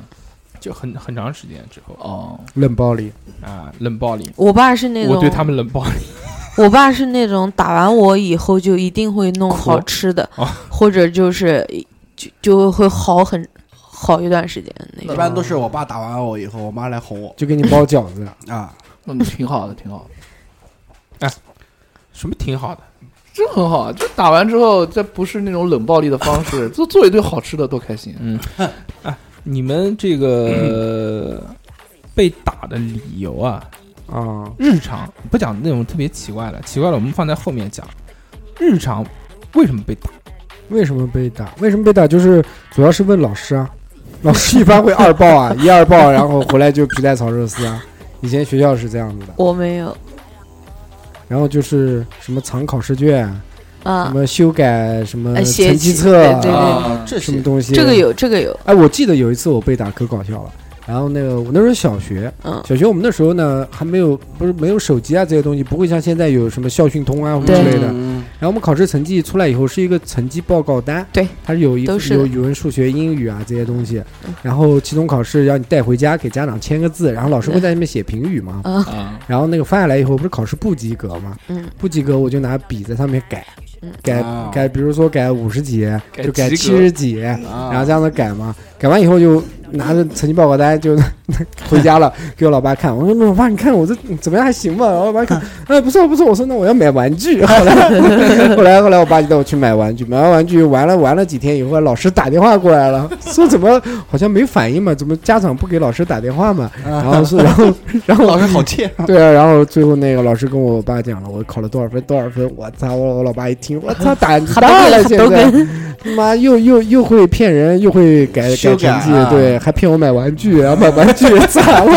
就很很长时间之后哦，冷暴力，啊，冷暴力，我爸是那种，我对他们冷暴力，我爸是那种打完我以后就一定会弄好吃的，哦或者就是就就会好很好一段时间那一种。般都是我爸打完我以后，我妈来哄我就给你包饺子，啊，那么挺好的，挺好的，什么挺好的，这很好啊！就打完之后，这不是那种冷暴力的方式，就做一顿好吃的，多开心啊！嗯，啊，你们这个被打的理由啊，啊，日常不讲那种特别奇怪的，奇怪的我们放在后面讲，日常为什么被打？为什么被打？为什么被打？就是主要是问老师啊，老 师一般会二报啊， 一二报，然后回来就皮蛋炒肉丝啊。以前学校是这样子的，我没有然后就是什么藏考试卷，什啊，么修改什么哎写成绩起册对对啊，啊这什么些东西，这个有，这个有，哎，我记得有一次我被打可搞笑了。然后那个我那时候小学，嗯小学我们那时候呢还没有不是没有手机啊这些东西，不会像现在有什么校讯通啊或者之类的。嗯然后我们考试成绩出来以后是一个成绩报告单，对，它是有一都是有的语文、数学、英语啊这些东西嗯。然后期中考试要你带回家给家长签个字，然后老师会对在上面写评语嘛。啊，啊，然后那个发下来以后不是考试不及格嘛，嗯不及格我就拿笔在上面改嗯，改啊改，比如说改五十几，改就改及七格十几，啊，然后这样子改嘛，改完以后就拿着成绩报告单就 回家了，给我老爸看。我说：“老爸，你看我这怎么样，还行吧？”然后我爸看，哎，不错不错。我说：“那我要买玩具。” 后来后来后来，我爸就带我去买玩具，买完玩具玩了玩了几天以后，老师打电话过来了，说怎么好像没反应嘛？怎么家长不给老师打电话嘛？然后说，然后然后老师好欠， 对啊，然后最后那个老师跟我爸讲了，我考了多少分多少分，我操！我我老爸一听，我操，胆子大了，现在他妈又又又会骗人，又会改修改改成绩，啊对，还骗我买玩具，然后买玩具砸我，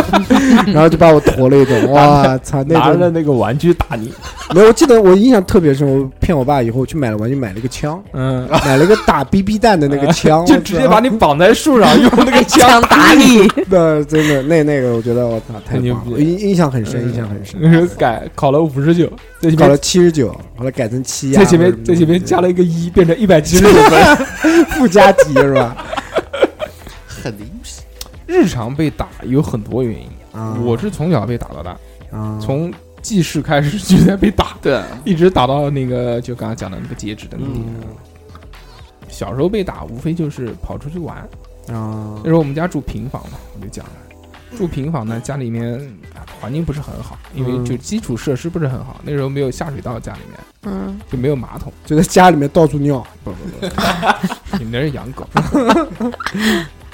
然后就把我驮了一顿，哇操！那种那个玩具打你，没有，我记得我印象特别深，我骗我爸以后去买了玩具，买了一个枪，嗯，买了一个打 BB 弹的那个 枪，就我直接操把你绑在树上，用那个 枪枪打你，那真的那那个，我觉得我操太太牛棒逼嗯了，了印印象很深，印象很 深。改考了五十九，在前搞面了七十九，后来改成七啊呀，在前面在前面加了一个一，变成一百七十九分。附加题是吧？很离谱，日常被打有很多原因， 啊，我是从小被打到大，啊，从记事开始就在被打，对，啊一直打到那个就刚刚讲的那个截止的那个。嗯小时候被打无非就是跑出去玩，啊那时候我们家住平房嘛，我就讲了。住平房呢，家里面啊环境不是很好，因为嗯就基础设施不是很好。那时候没有下水道，家里面嗯，就没有马桶。就在家里面到处尿，不不不， 你们那是养狗。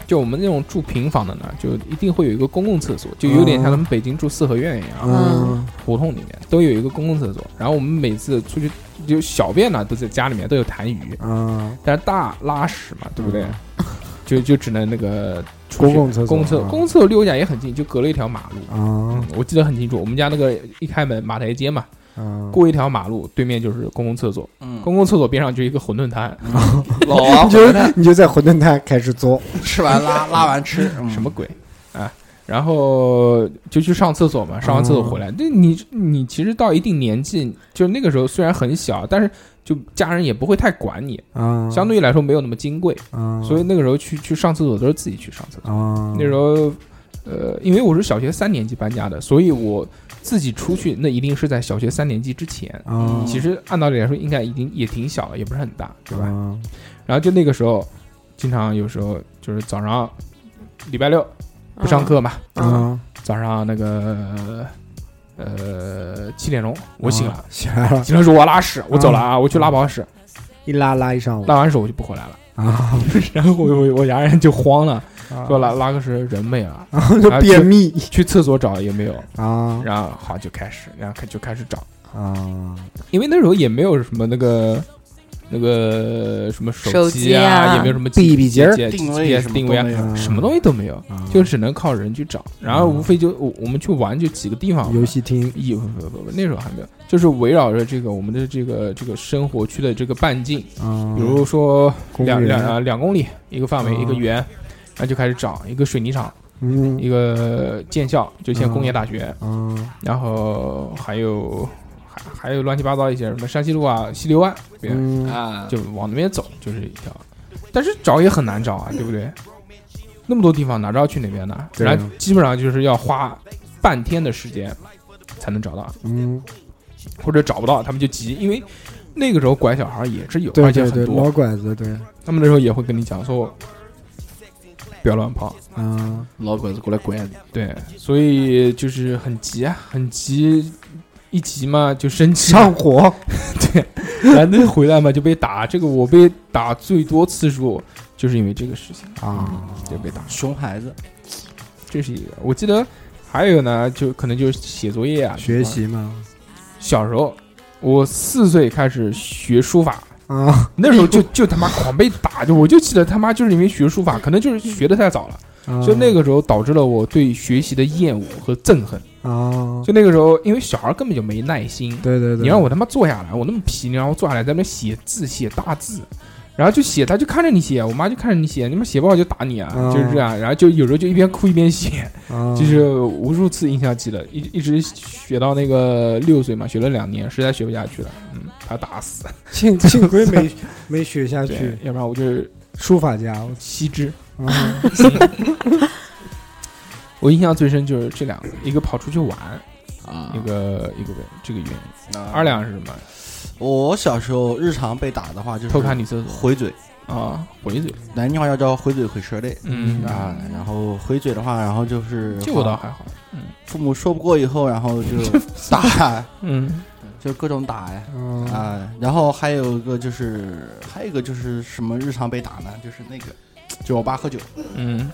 就我们那种住平房的呢，就一定会有一个公共厕所，就有点像他们北京住四合院一样，嗯胡同里面都有一个公共厕所。然后我们每次出去就小便呢，都在家里面都有痰盂，啊但是大拉屎嘛，对不对？ 就就只能那个出嗯公去共厕所公厕啊公厕离我家也很近，就隔了一条马路。啊我记得很清楚，我们家那个一开门马台街嘛，啊，过一条马路对面就是公共厕所，嗯，公共厕所边上就一个馄饨摊，嗯老王你哦就你就在馄饨摊开始做，吃完拉拉完吃，嗯什么鬼啊？然后就去上厕所嗯嘛，上完厕所回来，那、你你其实到一定年纪，就那个时候虽然很小，但是就家人也不会太管你，啊，相对于来说没有那么金贵，啊，所以那个时候去去上厕所都是自己去上厕所。啊，那时候，呃，因为我是小学三年级搬家的，所以我自己出去那一定是在小学三年级之前。啊，其实按道理来说，应该已经也挺小了，也不是很大，嗯对吧？啊然后就那个时候，经常有时候就是早上礼拜六不上课嘛，嗯，啊，早上那个呃七点钟我醒了，醒来了，醒了说我要拉屎，我走了啊，我去拉泡屎， 一拉拉一上午拉完屎我就不回来了。 啊，然后我我我家人就慌了，说说拉拉个屎人没了，然 后就便秘去厕所找也没有，啊然后好就开始，然后就开始找，啊因为那时候也没有什么那个。那个什么手手机机啊，啊也没有什么 BB 机儿定定位什么定位啊都没有啊什么东西都没有，啊，就只能靠人去找。然后无非就我我们去玩就几个地方玩，游戏厅也不不不不，那时候还没有，就是围绕着这个我们的这个这个生活区的这个半径，啊，比如说公两两园啊两公里一个范围啊一个圆，然后就开始找一个水泥厂，嗯一个建校，就现在工业大学，啊然后还有还还有乱七八糟一些什么山西路啊、西流湾这边，嗯啊，就往那边走，就是一条，但是找也很难找啊，对不对？那么多地方哪知道去哪边呢？对啊然后基本上就是要花半天的时间才能找到，嗯，或者找不到他们就急，因为那个时候拐小孩也是有，对而且对对，很老多。拐子对他们那时候也会跟你讲说，不要乱跑。啊老鬼子过来拐你，对，所以就是很急啊，很急，一急嘛就生气嘛，上火难得回来嘛就被打。这个我被打最多次数就是因为这个事情啊，就被打。熊孩子，这是一个。我记得还有呢，就可能就是写作业啊，学。习嘛小时候，我四岁开始学书 法，啊那时候就就他妈狂被打，就我就记得他妈就是因为学书法，可能就是学的太早了，就那个时候导致了我对学习的厌恶和憎恨。啊，就那个时候，因为小孩根本就没耐心，对对对，啊你让我他妈坐下来，我那么皮，你让我坐下来在那写字写大字，然后就写，他就看着你写，我妈就看着你写，你妈写不好就打你啊，嗯就是这样，然后就有时候就一边哭一边写，啊就是无数次印象记得，一一直学到那个六岁嘛，学了两年，实在学不下去了，嗯，把他打死，幸幸亏没没学下对去，，要不然我就书法家吸 之。啊我印象最深就是这两个，一个跑出去玩，啊一个嗯一个这个原因。啊二两是什么？我小时候日常被打的话就是偷看女厕所回嘴，嗯啊，回嘴，南京话要叫回嘴回舌类嗯啊。然后回嘴的话，然后就是这我倒还好，嗯父母说不过以后，然 后就打，嗯就各种打呀啊啊。然后还有一个就是，还有一个就是什么日常被打呢？就是那个，就我爸喝酒，嗯，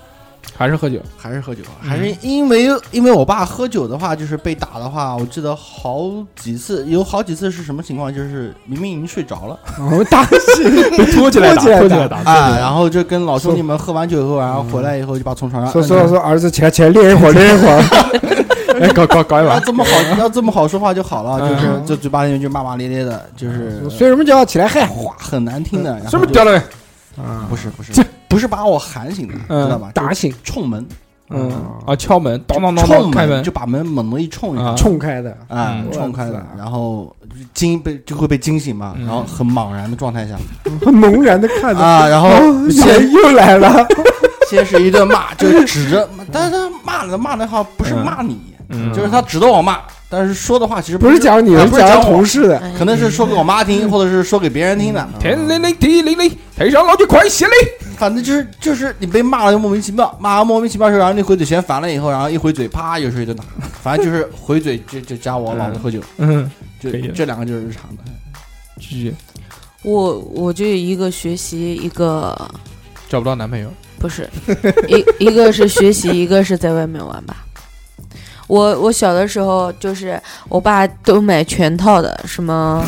还是喝酒，还是喝酒，嗯还是因为因为我爸喝酒的话，就是被打的话，我记得好几次，有好几次是什么情况？就是明明已经睡着了啊我们打起拖起来打拖起来打啊，然后就跟老兄弟们喝完酒以后，然后回来以后就把从床上嗯说摁说着说儿子起来起来练一会儿练一会儿， 哎，搞搞搞一 要把，啊这么好，要这么好说话就好了，就是嗯这嘴巴里面就骂骂咧咧的，就是睡什么觉啊起来嗨话很难听的，然什后么就掉了？啊不是不是不是把我喊醒的，知道吧？打醒就冲门，嗯啊，敲门，当当当当，冲开门就把门猛地一冲一下啊，冲开的啊嗯，冲开我了操，然后惊被就会被惊醒嘛，嗯然后很茫然的状态下很茫然的看着，啊，然后哦，先人又来了，先是一顿骂，就指着，但是他骂的骂的话不是骂你，嗯就是他指着我骂，但是说的话其实不是讲你啊的，不是讲讲我同，事嗯的，嗯哎可能是说给我妈听，或者是说给别人听的，天灵灵地灵灵，台上老就快些嘞！反正就是就是你被骂了就莫名其妙，骂完莫名其妙之后，然后你回嘴嫌烦了以后，然后一回嘴啪又是一顿打，反正就是回嘴就就加我老子喝酒，嗯，就可以这两个就是日常的。继续我我就一个学习，一个找 不到男朋友，不是，一一个是学习，一个是在外面玩吧。我我小的时候就是我爸都买全套的，什么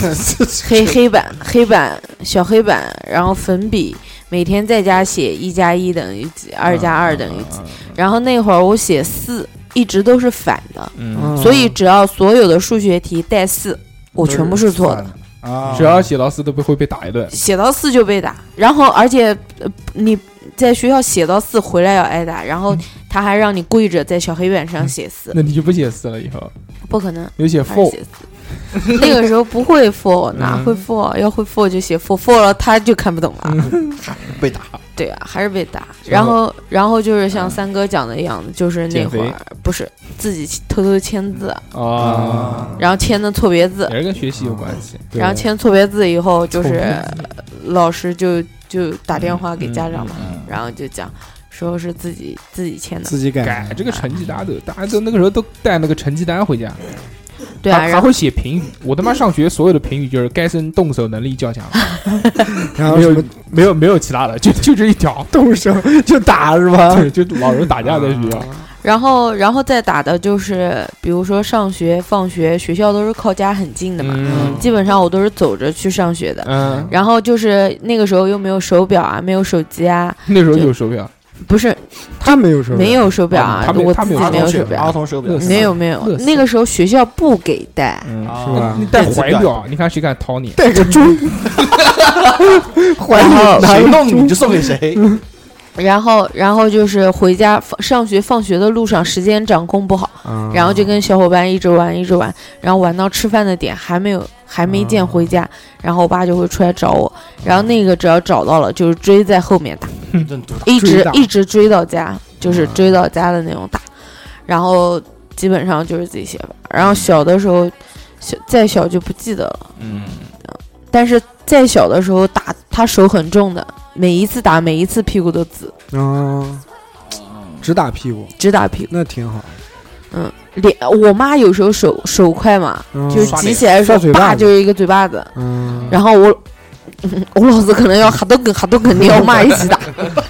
黑黑板、黑板、小黑板，然后粉笔，每天在家写一加一等于几，二加二等于嗯几。啊然后那会儿我写四，一直都是反的，啊嗯，所以只要所有的数学题带四，我全部是错的。啊，只要写到四都被会被打一顿。写到四就被打，然后而且、呃你在学校写到四回来要挨打，然后他还让你跪着在小黑板上写四，嗯那你就不写四了，以后不可能，你就写还是 four 嗯写四。那个时候不 会 for，哪会 for？要会 for 就写 for，for 了他就看不懂了。嗯 被打，对啊，还是被打。然后，然后就是像三哥讲的一样，就是那嗯减会肥儿不是自己偷偷签字，啊，然后签的错别字，也是跟学习有关系。对然后签错别字以后，就是错老师就就打电话给家长嘛，嗯嗯嗯然后就讲说是自己自己签的，自己改。改这个成绩，大家都大家都那个时候都带那个成绩单回家，对啊，还然还后会写评语。我他妈上学所有的评语就是该生动手能力较强，啊然后没什有么。没有没有其他的，就就这一条动手 就打是吧？啊对，就老人打架在学校，然后然后再打的就是，比如说上学、放学，学校都是靠家很近的嘛，嗯基本上我都是走着去上学的。嗯，然后就是那个时候又没有手表啊，没有手机啊，那时候有手表，不是他没有说没有手表啊他，们我他自们己有没有手儿表，童手表乐，没有没有乐，死那个时候学校不给带，嗯，啊是吧？嗯你戴怀表，你看谁敢掏你？带个钟，怀然后里拿谁个弄你钟就送给谁，然后，然后就是回家放上学、放学的路上时间掌控不好，啊嗯然后就跟小伙伴一直玩，一直玩，然后玩到吃饭的点还没有还没见回家，嗯然后我爸就会出来找我，然后那个只要找到了就是追在后面打，真毒一追嗯直打一直追到家，就是追到家的那种打，然后基本上就是自己写吧。然后小的时候，小再小就不记得了，嗯，但是再小的时候打他手很重的，每一次打每一次屁股都紫，嗯，只打屁股，只打屁股。那挺好。脸，我妈有时候手手快嘛，嗯就是刷急脸起来的时刷嘴候，巴叭子就是一个嘴巴子，嗯，然后我。 嗯我老子可能要哈都跟哈都跟你要骂一 起打，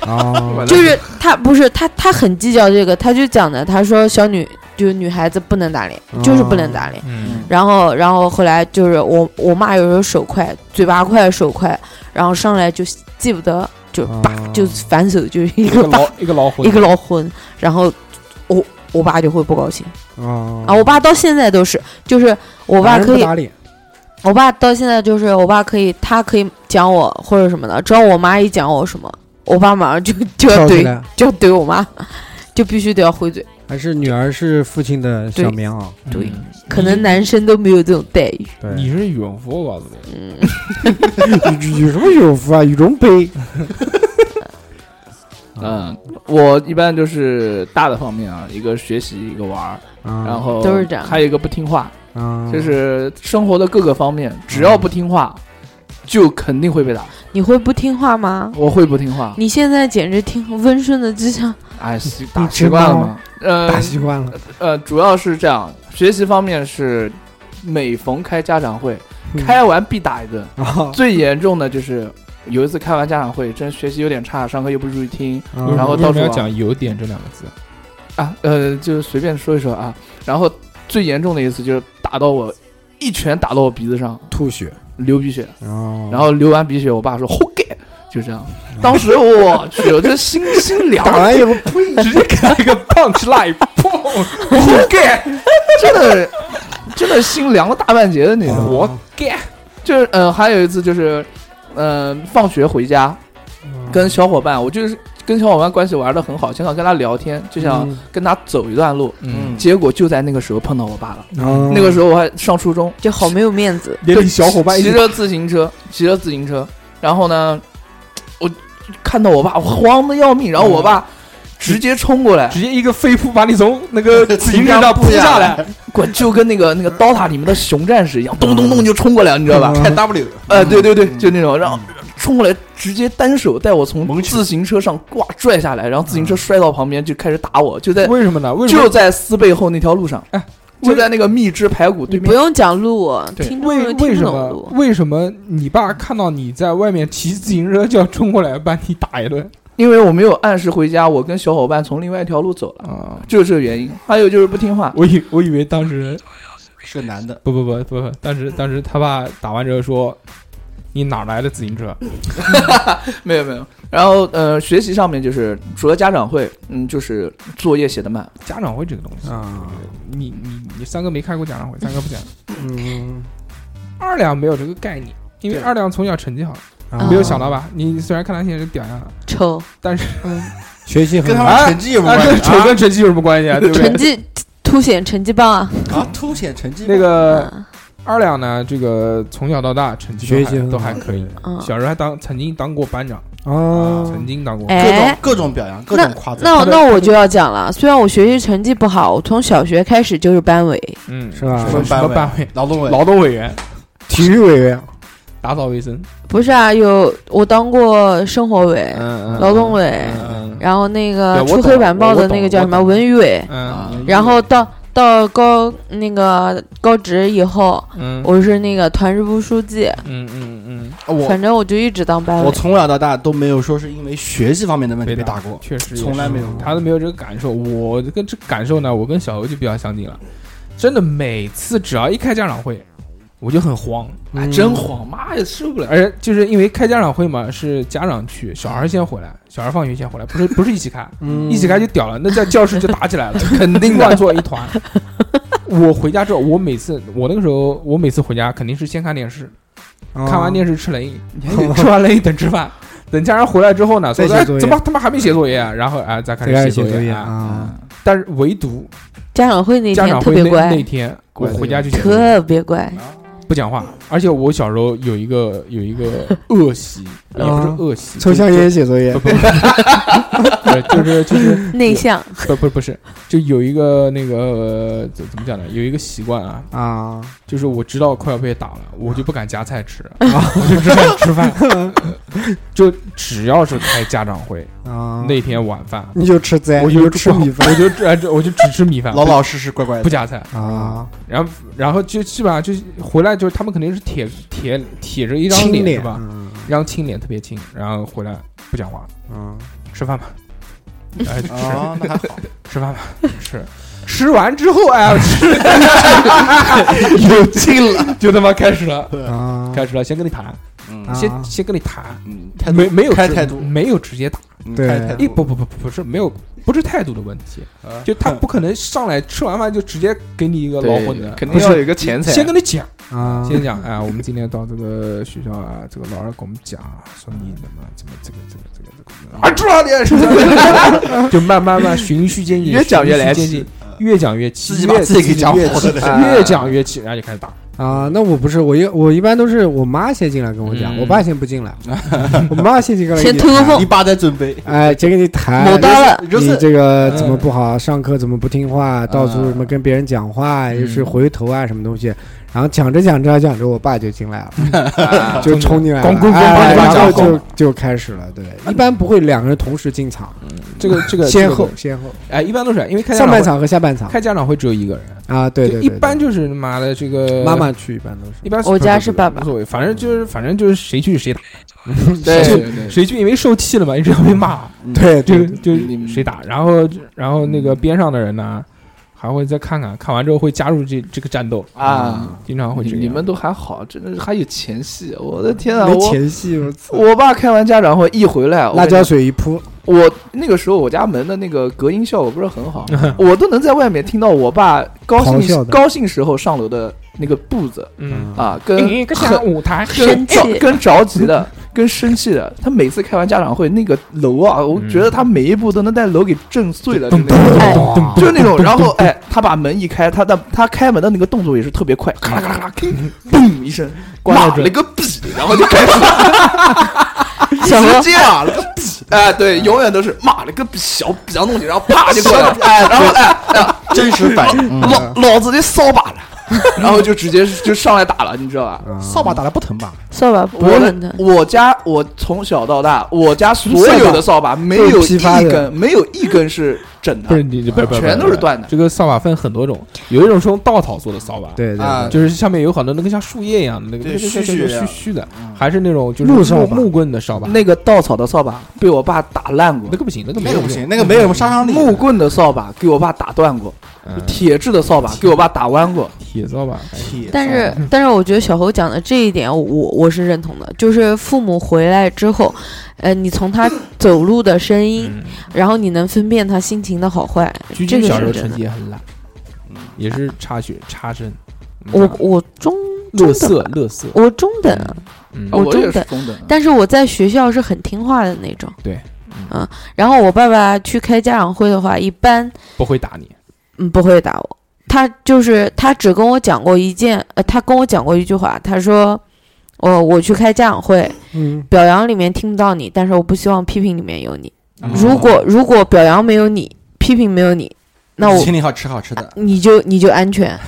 哦， 就是他不是他他很计较这个，他就讲的，他说小女就女孩子不能打脸，就是不哦能打脸。嗯，然后然后后来就是我我妈有时候手快，嘴巴快手快，然后上来就记不得，就叭哦就反手就是一一个个叭老一个老虎一，个老昏，然后我我爸就会不高兴哦啊，我爸到现在都是，就是我爸打人不可以打脸，我爸到现在就是，我爸可以，他可以讲我或者什么的，只要我妈一讲我什么，我爸马上就就要跳起怼，来。就要怼我妈， 就必须得要回嘴。还是女儿是父亲的小棉袄，对可能男生都没有这种待遇。对，你是羽绒服，我告诉你，嗯，有有什么羽绒服啊？羽绒杯，嗯，我一般就是大的方面啊，一个学习，一个玩儿，然嗯然后都是这样还有一个不听话，啊，就是生活的各个方面，只要不听话，就肯定会被打。你会不听话吗？我会不听话，你现在简直听温顺的就像哎，习打习惯了吗？呃打习惯了，呃，主要是这样，学习方面是每逢开家长会，嗯开完必打一顿。啊呃最严重的就是有一次开完家长会，真学习有点差，上课又不注意听嗯然后为什到么处要玩讲有点这两个字，啊，呃，就随便说一说啊。然后最严重的一次就是打到我，一拳打到我鼻子上，吐血，流鼻血，哦然后流完鼻血，我爸说活该，就这样。当时我去，我这心心凉，打完以后，呸，直接给他一个 punch line，砰，活该，真的真的心凉了大半截的那啊哦种。我该，就是呃，还有一次就是，呃，放学回家跟小伙伴，我就是跟小伙伴关系玩的很好，想想跟他聊天，就想嗯跟他走一段路。嗯，结果就在那个时候碰到我爸了。哦那个时候我还上初中，就好没有面子。连你小伙伴一骑起着自行车，骑着自行车，然后呢，我看到我爸，我慌的要命，然后我嗯爸直接冲过来，直接一个飞扑把你从那个自行车上扑下来，滚，就跟那个那个刀塔里面的熊战士一样，咚咚咚就冲过来了，你知道吧？嗯开 W，呃，对对嗯对，就那种，然后冲过来，直接单手带我从猛取自行车上挂拽下来，然后自行车摔到旁边就开始打我，就嗯 在嗯为什么呢？为什就么？在撕背后那条路上哎，就在那个蜜汁排骨对不面。用讲路哦，对听众为又为听什不懂么路。为什么你爸看到你在外面骑自行车就要冲过来把你打一顿？因为我没有按时回家，我跟小伙伴从另外一条路走了，啊！就是这个原因。还有就是不听话， 我以我以为当时是个男的，不不不不不，当时当时他爸打完折说：“你哪来的自行车没有没有。然后呃，学习上面就是除了家长会，嗯，就是作业写得慢，？”家长会这个东西，啊，你你你三哥没开过家长会，三哥不讲。嗯，二两没有这个概念，因为对二两从小成绩好，啊没有想到吧？你虽然看他现在是屌啊样了，臭，但是学习很跟他好，们哎成绩有什么关啊跟系成跟成绩有什么关系啊？ 对不对成？绩凸显成绩棒啊！啊？啊凸显成绩吗那个嗯二两呢，这个从小到大成绩学都习还很都好还可以，嗯嗯，小时候还当曾经当过班长，啊，曾经当过。各种哎，各种表扬，各那种夸赞，那他的那我就要讲了，虽然我学习成绩不好，我从小学开始就是班委，嗯，是吧什么什么班委、劳动委劳动委员、体育委员，打扫卫生，不是啊，有我当过生活委、嗯嗯劳动委，嗯然后那对个我出懂黑板报我的懂那个叫我什么懂文娱委，嗯啊然后到到高那个高职以后，嗯我是那个团支部书记，嗯嗯我反正我就一直当班我委。从小到大都没有说是因为学习方面的问题被被打打过嗯，，确实也是从来没有过。他都没有这个感受。我跟这感受呢，我跟小欧就比较相近了。真的，每次只要一开家长会，我就很慌，哎，嗯真慌，妈也受不了。而就是因为开家长会嘛，是家长去，小孩先回来，小孩放学先回来，不是不是一起开，嗯一起开就屌了，那 在教室就打起来了，肯定乱作一团。我回家之后，我每次我那个时候，我每次回家肯定是先看电视，哦看完电视吃冷 饮，嗯吃完冷饮等吃饭，等家人回来之后呢，说再写哎作业怎么他妈还没写作业啊？然后啊再开再开始始写作作业啊。啊，但是唯独家长会那家天长特会别那那乖，天，我乖的回家就写作业特别乖，不讲话，而且我小时候有一个有一个恶 习，也不啊是恶习，抽香就烟写作业不， 不不，就是就是内 向。不不不是，就有一个那个怎怎么讲呢？有一个习惯啊，啊，就是我知道快要被打了，我就不敢夹菜 吃，啊我就只敢吃饭。 就只要是开家长会啊，那天晚饭，你就吃斋，我你就就吃米饭我就只哎这我就只吃米饭，老老实实乖乖不的。夹菜。啊，然后然后就基本上就是回来就是他们肯定是铁铁铁着一张清脸脸是吧？嗯一张青脸特别青，然后回来不讲话，嗯，吃饭吧。哎，吃啊，那还好，吃饭吧，吃，吃完之后，哎呀，吃 有劲了，就他妈开始了，啊，开始了，先跟你谈，嗯啊先先跟你谈，嗯，态度没没有开直态度，没有直接打，嗯对开态度一不不不不是没有不是态度的问题，啊就他不可能上来吃完饭就直接给你一个对老混的，肯定要有一个前菜。先跟你讲，啊，先讲，哎，我们今天到这个学校啊，这个老师给我们讲，说你怎么怎么这个这个这个这个，啊，知道你是吧就慢慢慢循序渐进，越讲越循序来渐气进，越讲越气，自己把越自己给讲越火气了啊越讲越气，然后就开始打。啊，那我不是，我一我一般都是我妈先进来跟我嗯讲，我爸先不 进来，我妈先进来先跟你偷个谈缝一巴在准备，哎，先跟你谈，某大了就你是这个怎么不好？上课怎么不听话？到处嗯什么跟别人讲话，嗯又是回头啊，什么东西？然后讲着讲着讲着，我爸就进来了，啊就冲进来咣咣了，咣哎咣咣然后咣就就开始了。对，一般不会两个人同时进场，这个这个先，这后个先后，哎，一般都是因为开家长上半会，场和下半场开家长会只有一个人，啊，对就对，一对般对就是妈的这个妈。妈去，一般都是一般我家是爸爸无所谓，反正就是反正就是谁去谁打，对就对对谁去因为受气了嘛，一直要被骂，对就对就你们谁打，然后然后那个边上的人呢，还会再看看，看完之后会加入这这个战斗，啊，经常会这你样。你们都还好，真的是还有前戏。我的天啊，没我前戏，我操，我爸开完家长会一回来，我辣跟你椒水一扑，我那个时候我家门的那个隔音效果不是很好，我都能在外面听到我爸高咆哮兴的高兴时候上楼的那个步子嗯，啊，一 跟个很小舞台， 跟生着气跟着急的，跟生气的。他每次开完家长会，那个楼啊，我觉得他每一步都能带楼给震碎了，就那种。哎就是那种，然后哎，他把门一开，他的他开门的那个动作也是特别快，咔啦咔啦咔啦，嘣一声，关到妈这了个逼，然后就 开始哎小 何直接骂了个逼，哎，对，永远都是骂了个逼，小逼样东西，然后啪就过来了，哎，然后哎，真实反嗯应，嗯老老子的扫把了，然后就直接就上来打了，你知道吧？啊扫把打的不疼吧？扫把不我是的很疼，我家我从小到大，我家所有的扫把没都有是一批发的根没有一根是整不是的，你，你不是不是全都是。不断的。这个扫把分很多种，有一种是用稻草做的扫把，，对对啊对，就是下面有很多那个像树叶一样的那个，对那个须那个须那的嗯个须须的，还是那种就是木木扫把木棍的扫把，那个稻草的扫把被我爸打烂过那，个不行，那个没那有个不行，那个没有什么杀伤力。木棍的扫把给我爸打断过，用，嗯铁质的扫把给我爸打弯过。铁扫把，铁但是， 但是我觉得小侯讲的这一点我，我是认同的。就是父母回来之后，呃，你从他走路的声音，嗯然后你能分辨他心情的好坏，鞠这婧个小时是候真成的绩。也很烂，也是插学插生，我我中乐中色等吧乐色，我中等，啊嗯，啊我我也中是等中等，但是我在学校是很听话的那种。对嗯，然后我爸爸去开家长会的话，一般不会打你，嗯不会打我，他就是他只跟我讲过一件，呃，他跟我讲过一句话，他说我我去开家长会，嗯，表扬里面听不到你，但是我不希望批评里面有你。嗯如果如果表扬没有你，批评没有你，那我请你好吃好吃的，你就你就安 全。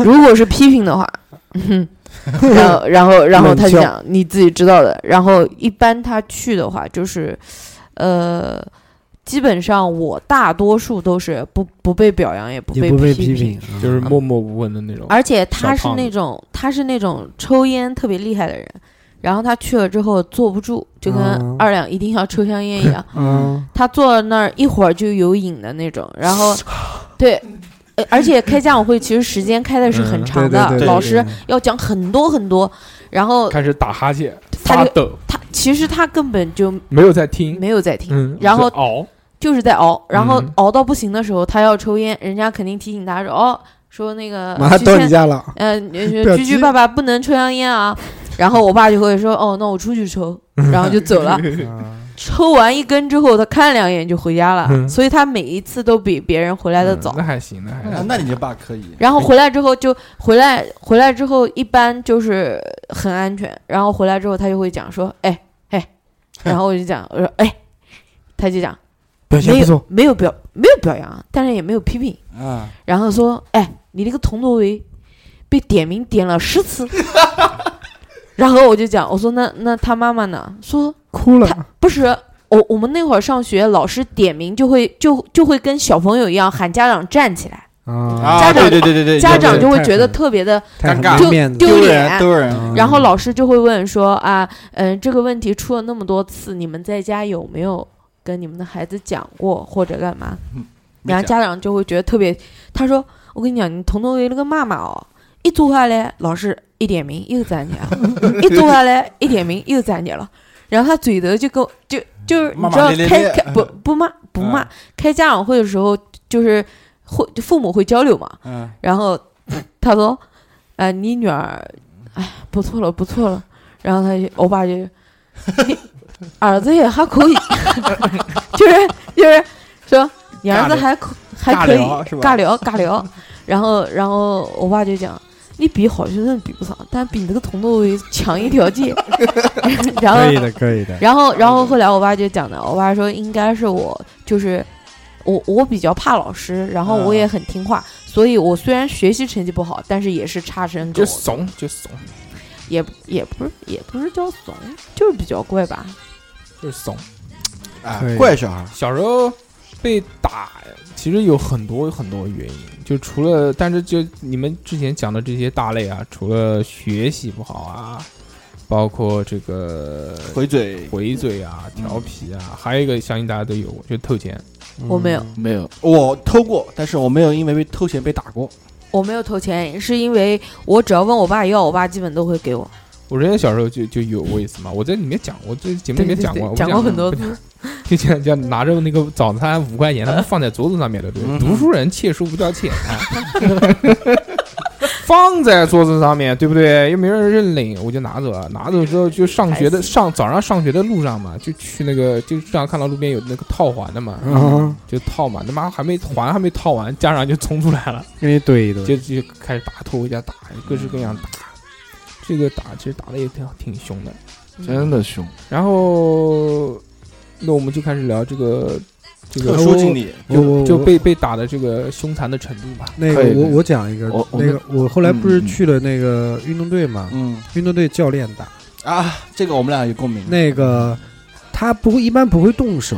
如果是批评的话，嗯哼然后然后然后他就冷笑讲你自己知道的。然后一般他去的话，就是呃，基本上我大多数都是不不被表扬，也不也被不被批批评，啊嗯就是默默无闻的那种。而且他是小胖子那种他是那种抽烟特别厉害的人，然后他去了之后坐不住，就跟嗯二两一定要抽香烟一样，嗯，他坐那儿一会儿就有瘾的那种。然后，对，呃而且开家长会其实时间开的是很嗯长对的，对对，老师呃要讲很多很多，然后开始打哈欠、他发就抖，他其实他根本嗯就没有在听，没有在听，嗯，然后是熬，就是在熬，然后嗯熬到不行的时候，他要抽烟，人家肯定提醒他说哦。说那个马上之到前你家了， 呃，你不要居居急爸爸不能抽香烟啊。然后我爸就会说：“哦，那我出去抽。”然后就走了。啊抽完一根之后，他看两眼就回家了，嗯所以他每一次都比别人回来的嗯早那。还行，那还啊行。那你这爸可以。啊然后回来之后就回来，回来之后一般就是很安全。然后回来之后他就会讲说：“哎哎。”然后我就讲：“我说哎。”他就讲表没现不有错，没有表没有表扬，但是也没有批评。啊，然后说：“哎，你那个同桌位被点名点了十次。” 然后我就讲：“我说那那他妈妈呢？说哭了，不是我我们那会儿上学，老师点名就会就就会跟小朋友一样喊家长站起来，啊，啊，家对长对对对对，对家对长就会觉得太狠了特别的，太尴尬没面子就了，丢丢人脸丢人，嗯然后老师就会问说啊，嗯、这个问题出了那么多次，你们在家有没有跟你们的孩子讲过或者干嘛？”嗯然后家家长就会觉得特别，他说：“我跟你讲，你彤彤为了个妈妈哦，一坐下来老师一点名又 站起来了，啊一坐下来一点名又站起来了。”然后他嘴头就跟我就就是你骂知骂道咧咧开咧开不不骂不骂、嗯开家长会的时候就是会父母会交流嘛，嗯，然后他说：“啊、你女儿，哎，不错了，不错了。”然后他就，我爸就，你儿子也还可以， 就是就是说你儿子还可还可以尬聊是吧尬聊尬聊。然后然后我爸就讲。你比好学生比不上，但比那个同座位强一条街。 然后可以的，可以的，然后，然后后来我爸就讲的，我爸说应该是我就是我我比较怕老师，然嗯后我也很听话，所以我虽然学习成绩不好，但是也是差生跟就我怂，就怂，也也不是也不是叫怂，就是比较怪吧。就是怂。可哎，以怪小孩，小时候被打，其实有很多很多原因，就除了，但是就你们之前讲的这些大类啊，除了学习不好啊，包括这个回嘴，回嘴啊、调皮啊，还有一个相信大家都有过，就偷钱。我没有嗯，没有，我偷过，但是我没有因为被偷钱被打过。我没有偷钱，是因为我只要问我爸要，我爸基本都会给我。我之前小时候就就有过一次嘛，我在里面讲，我这节目里面讲过，对对对我讲讲过很多次。就讲讲拿着那个早餐五块钱，他们放在桌子上面的，对不对，嗯读书人窃书不叫窃啊，放在桌子上面，对不对？又没人认领，我就拿走了。拿走之后就上学的还行上早上上学的路上嘛，就去那个就正好看到路边有那个套环的嘛，啊，就套嘛，他妈还没环还没套完，家长就冲出来了，给你怼一顿，就就开始打，拖回家打，各式各样打。这个打其实打的也挺挺凶的，嗯真的凶。然后，那我们就开始聊这个这个特殊经历，我我就就我被被打的这个凶残的程度吧。那个可以我可以我讲一个我，我那们个我后来不是嗯嗯去了那个运动队嘛，嗯，运动队教练打，啊，这个我们俩有共鸣。那个他不会一般不会动手，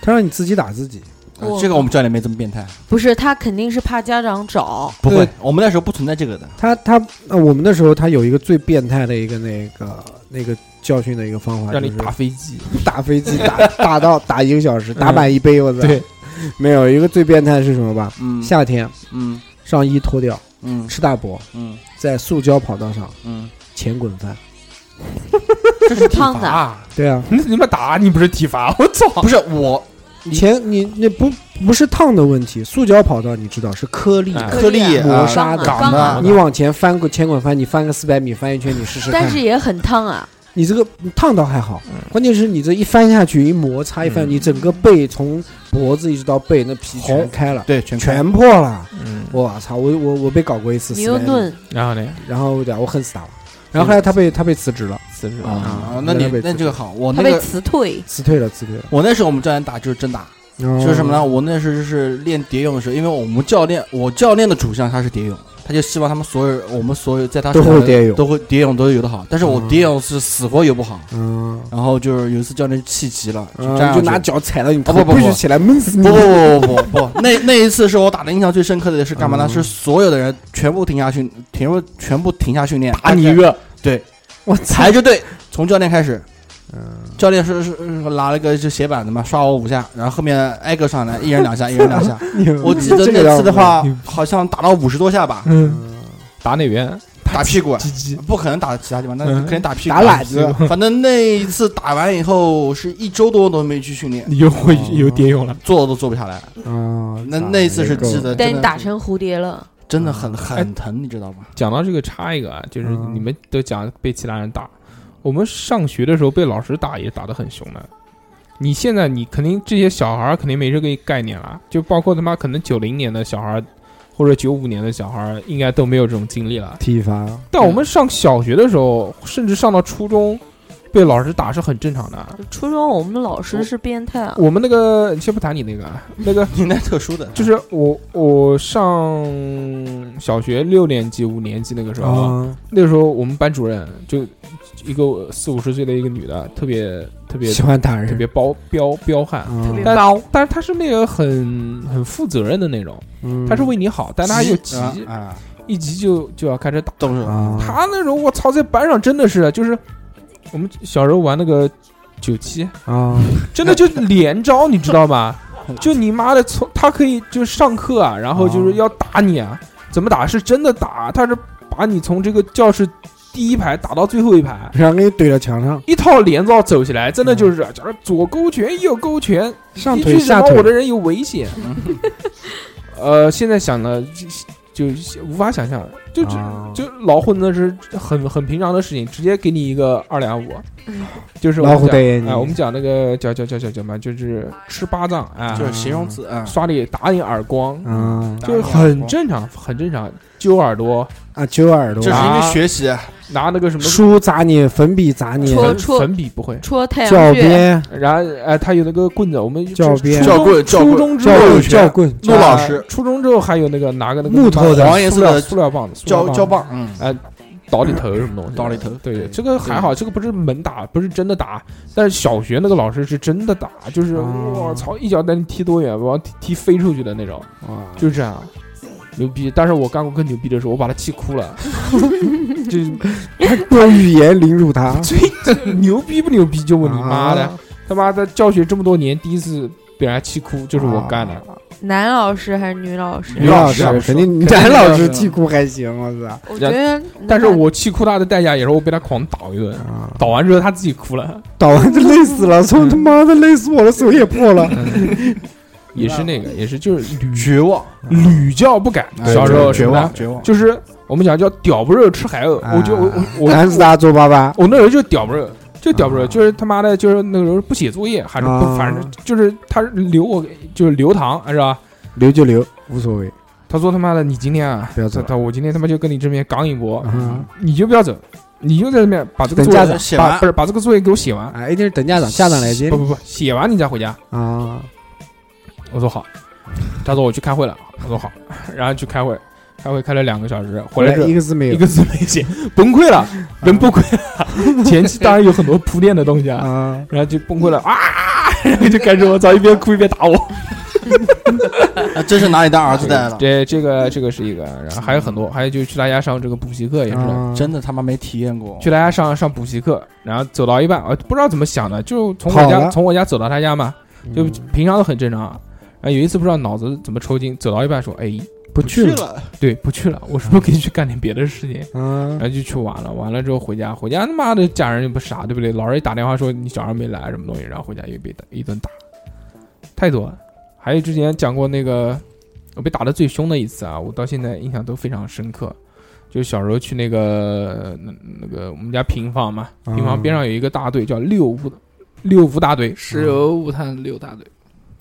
他让你自己打自己。呃这个我们教练没这么变态，不是他肯定是怕家 长找，不会对，我们那时候不存在这个的。他他呃，我们那时候他有一个最变态的一个那个那个教训的一个方法，让你啊就是打飞机，打飞机打 打到打一个小时，打满一杯，我操！对，没有一个最变态是什么吧？嗯夏天嗯上衣脱掉，嗯吃大脖，嗯在塑胶跑道上嗯，前滚翻。这是胖子啊，啊，对啊，那你们打你不是体罚？我操！哦不是我前你那不不是烫的问题，塑胶跑道你知道是颗粒哎的，颗粒啊磨砂的钢啊港的钢啊你往前翻个前滚翻，你翻个四百米，翻一圈，你试试看但。是也很烫啊，你这个烫倒还好，嗯关键是你这一翻下去，一摩擦一翻，你整个背从脖子一直到背，那皮全红开了，对全全破了。嗯，我操！我我我被搞过一次牛400米顿然后呢？然后对啊我恨死他了。然后后来他被他被辞职了，辞职啊啊，啊，那你那被那这个好，我他那被个辞退，辞退了，辞退了。我那时候我们教练打就是真打，哦就是什么呢？？我那时候就是练蝶泳的时候，因为我们教练，我教练的主项他是蝶泳，他就希望他们所有人我们所有在他都会手上蝶泳都会蝶泳都游得好。但是我嗯蝶泳是死活游不好，嗯，然后就是有一次教练气急了，就嗯站上就去哦拿脚踩了你头，不不不必须起来闷死你！不不不不不不，那那一次是我打的印象最深刻的是干嘛呢？嗯是所有的人全部停下训，全部全部停下训练，打你一个，对，我操！排着队，从教练开始。嗯教练是是是拿了个就斜板的嘛，刷我五下，然后后面挨个上来，一人两下，一人两下。我记得那次的，话，好像打到五十多下吧，嗯，打哪边？打屁股，鸡鸡，不可能打其他地方，那嗯肯定打屁股。打懒子，反正那一次打完以后，是一周多都没去训练，你又会哦有蝶泳了。坐都坐不下来。啊，那那一次是记得，但真你的打成蝴蝶了，真的很哎很疼，你知 道吗？讲到这个插一个啊，就是嗯你们都讲被其他人打，我们上学的时候被老师打也打得很凶的。你现在你肯定这些小孩儿肯定没这个概念了，就包括他妈可能九零年的小孩儿或者九五年的小孩儿应该都没有这种经历了。体罚，嗯但我们上小学的时候，甚至上到初中，被老师打是很正常的。初中我们老师是变态啊，我们那个先不谈你那个啊，那个你那特殊的，就是我我上小学六年级五年级那个时候，嗯啊那时候我们班主任就一个四五十岁的一个女的，特别特别喜欢打人，嗯特别包彪彪悍，嗯特别但但是她是那个很很负责任的那种，嗯她是为你好，但她又急，啊啊，一急就就要开始打。懂事。啊，她那时候我操，在班上真的是就是我们小时候玩那个九七，啊，真的就连招，你知道 吗？就你妈的从他可以就上课啊，然后就是要打你啊，怎么打？是真的打，他是把你从这个教室第一排打到最后一排，然后给你怼到墙上，一套连招走起来，真的就是就是左勾拳右勾拳，嗯上一腿句什下么我的腿，人有危 险。呃，现在想了就就无法想象，就就啊就老虎那是很很平常的事情，直接给你一个二两五嗯，就是我老虎讲带眼啊，我们睛，讲那个叫叫叫叫叫嘛，就是吃巴掌啊，就是形容词啊，刷你打你耳光，啊就是很正常，很正常。揪耳朵，啊，揪耳朵这，是因为学习，拿那个什么书砸你，粉笔砸你，戳粉粉笔不会，戳太教阳穴，鞭，然后哎，他有那个棍子，我们教鞭初中教棍教初棍中之教后棍，有教棍，陆老师啊初中之后还有那个拿个那个木头的塑料黄颜色的塑料棒子，塑料胶胶棒棒，嗯，子倒里头什么东西，倒里头对对这个还好，这个不是猛打，不是真的打，但是小学那个老师是真的打，就是啊哦我操，一脚带你踢多远，往踢踢飞出去的那种。哇，就是这样，牛逼！但是我干过更牛逼的时候，我把他气哭了。就是用语言凌辱啊 他，最牛逼不牛逼？就问你妈的啊，！他妈的教学这么多年，第一次被人家气哭，就是我干的。啊男老师还是女老师？女老女老师师肯定，肯男定老是师气哭还行，我操！我觉得，但是我气哭他的代价也是我被他狂打一嗯顿，啊，打完之后他自己哭了。打完就累死了，操他妈的累死我了，手也破 了。也是那个，也是就是屡绝望，屡教不改。啊哎小时候绝什么呢望，，绝望，就是我们讲叫屌不热吃海鸥，啊我就我我男我子大做爸爸，我那时候就屌不热，就屌不热，啊就是他妈的，就是那个时候不写作业，还是不，啊反正就是他留我，就是留堂是吧？留就留，无所谓。他说他妈的，你今天啊，不要走他了他我今天他妈就跟你这边刚一波，啊你就不要走，你就在这边把这个等作家业长写把完不，是把这个作业给我写完，啊，一定是等家长，家长来接不你不不，写完你再回家。啊。我说好，他说我去开会了，我说好，然后去开会，开会开了两个小时，回回来之后一个字没 有一个字没写，崩溃了，人崩溃了。 前期当然有很多铺垫的东西啊，啊，然后就崩溃了啊， 然后就开始我操，一边哭一边打我。啊，真是拿你当儿子带了，对，这个这个是一个，然后还有很多，还有就是去他家上这个补习课也是的，啊真的他妈没体验过。去他家上上补习课，然后走到一半，啊，不知道怎么想的，就从我跑家了从我家走到他家嘛，就嗯平常都很正常啊。然后有一次不知道脑子怎么抽筋，走到一半说，哎，不去了了，对，不去了，我是不是可以去干点别的事情？啊然，后哎就去玩了，完了之后回家，回家他妈的家人又不傻，对不对？老人一打电话说你小孩没来什么东西，然后回家又被打一顿打，太多了。还有之前讲过那个我被打的最凶的一次啊，我到现在印象都非常深刻。就小时候去那个那那个我们家平房嘛，嗯平房边上有一个大队叫六五六福大队，石油物探六大队，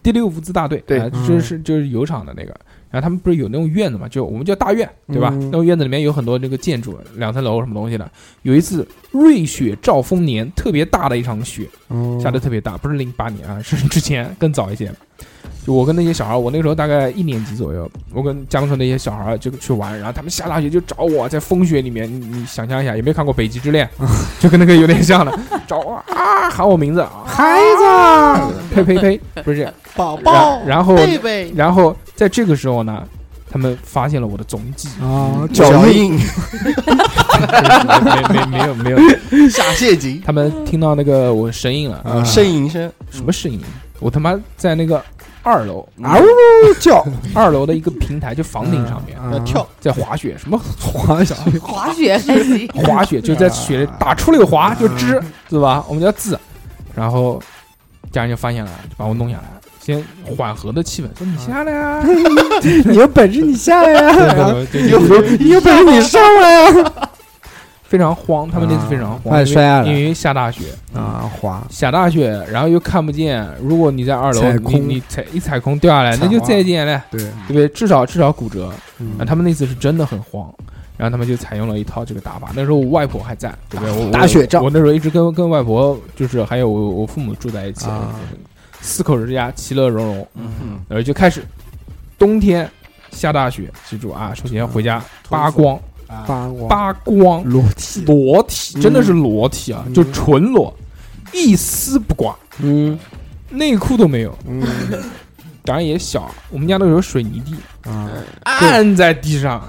第六福字大队，对啊嗯就是就是油厂的那个。然后他们不是有那种院子嘛，就我们叫大院，对吧？嗯那种院子里面有很多这个建筑，两层楼什么东西的。有一次瑞雪兆丰年，特别大的一场雪，嗯下的特别大，不是零八年啊，是之前更早一些。就我跟那些小孩，我那个时候大概一年级左右，我跟江城那些小孩就去玩，然后他们下大雪就找我，在风雪里面，你你想象一下，有没有看过《北极之 恋》？就跟那个有点像的，找我啊，喊我名字，啊，孩子，呸呸呸，不是这样，宝然宝，然后贝贝，然后在这个时候呢，他们发现了我的踪迹，啊，脚脚印，印没没没有 没有， 下陷阱，他们听到那个我声音了，啊呻吟声，什么声音？我他妈在那个二楼啊呜叫，二楼的一个平台，就房顶上面啊要跳，在滑雪，什么滑下去，滑雪还行，滑雪就在雪里打出溜滑，就啊支对吧？我们叫字，然后家人就发现了，就把我弄下来，先缓和的气氛，说你下来啊，你有本事你下来 呀，然后就你有你有本事你上来呀，非常慌，他们那次非常啊慌，因摔下来为因为下大雪，啊滑，下大雪，然后又看不见。如果你在二楼踩，你空你踩一踩空掉下来，惨那了就再见了，对，对不对？至少至少骨折。嗯啊，他们那次是真的很慌，然后他们就采用了一套这个打法。那时候我外婆还在，对不对？我我打啊雪仗我那时候一直跟跟外婆，就是还有我我父母住在一起啊，四口之家，其乐融融。嗯，然后就开始冬天下大雪，记住啊，首先回家扒光啊，发光，扒光裸体，裸体，真的是裸体啊，嗯就纯裸，一丝不挂。嗯内裤都没有，嗯当然也小。我们家那时候水泥地，啊按在地上。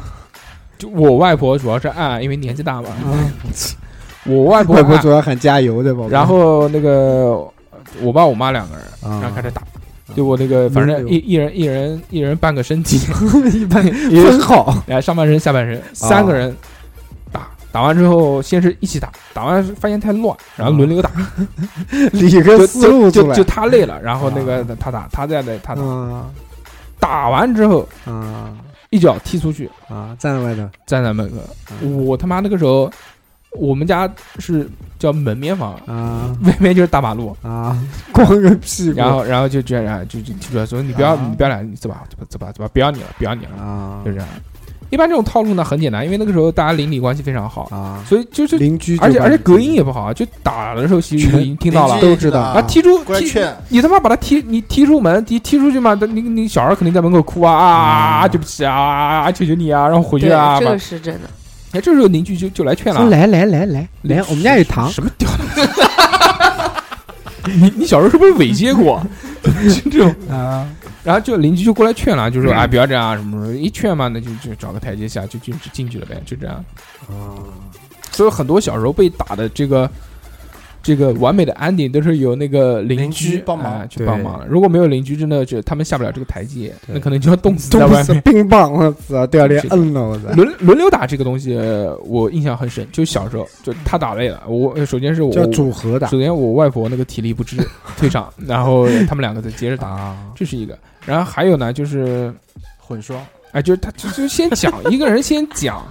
就我外婆主要是按，因为年纪大嘛。啊，我外婆外婆按主要喊加油对吧？然后那个我爸我妈两个人，然后啊开，始打。就我那个，反正轮一流一人一人一人半个身体， 一般啊也分好，来上半身下半身三个人打。打完之后，先是一起打，打完发现太乱，然后轮流打， 理就个啊思就路出就来就，他累了，然后那个他打，他在那他打，啊打完之后啊一脚踢出去，啊，站在外头，站在门口。啊我他妈那个时候，我们家是叫门面房，啊外面就是大马路。啊， 光个屁股，然后，然后就这样，就就提出来说：“你不要，啊你不要来，你走吧，走吧，走吧，走吧，不要你了，不要你了。啊”就这样。一般这种套路呢很简单，因为那个时候大家邻里关系非常好，啊，所以就是，邻居就而且把而且你隔音也不好啊，就打的时候其实已经听到了邻居都知道啊啊，踢出过来踢，劝，你他妈把他踢，你踢出门，踢踢出去嘛，你你小孩肯定在门口哭啊啊，啊对不起啊，求求你啊，让我回去对，啊。这把个是真的。哎，这时候邻居就就来劝了说啊，来来来来来，我们家有糖，什么屌的？你你小时候是不是猥亵过？ 就这种啊，然后就邻居就过来劝了，就说啊不要这样啊什么什么，一劝嘛，那就就找个台阶下就就就进去了呗，就这样。啊所以很多小时候被打的这个这个完美的安定都是由那个邻邻居帮忙啊去帮忙了。如果没有邻居，真的就他们下不了这个台阶，对那可能就要冻死在冻外死面。冰棒，我操，掉脸摁了，我操，轮轮流打这个东西，我印象很深，就小时候就他打累了，我首先是我叫组合打首先我外婆那个体力不支退场，然后他们两个再接着打，啊，这是一个。然后还有呢，就是混双，哎，就是他就就先讲 一个人先讲，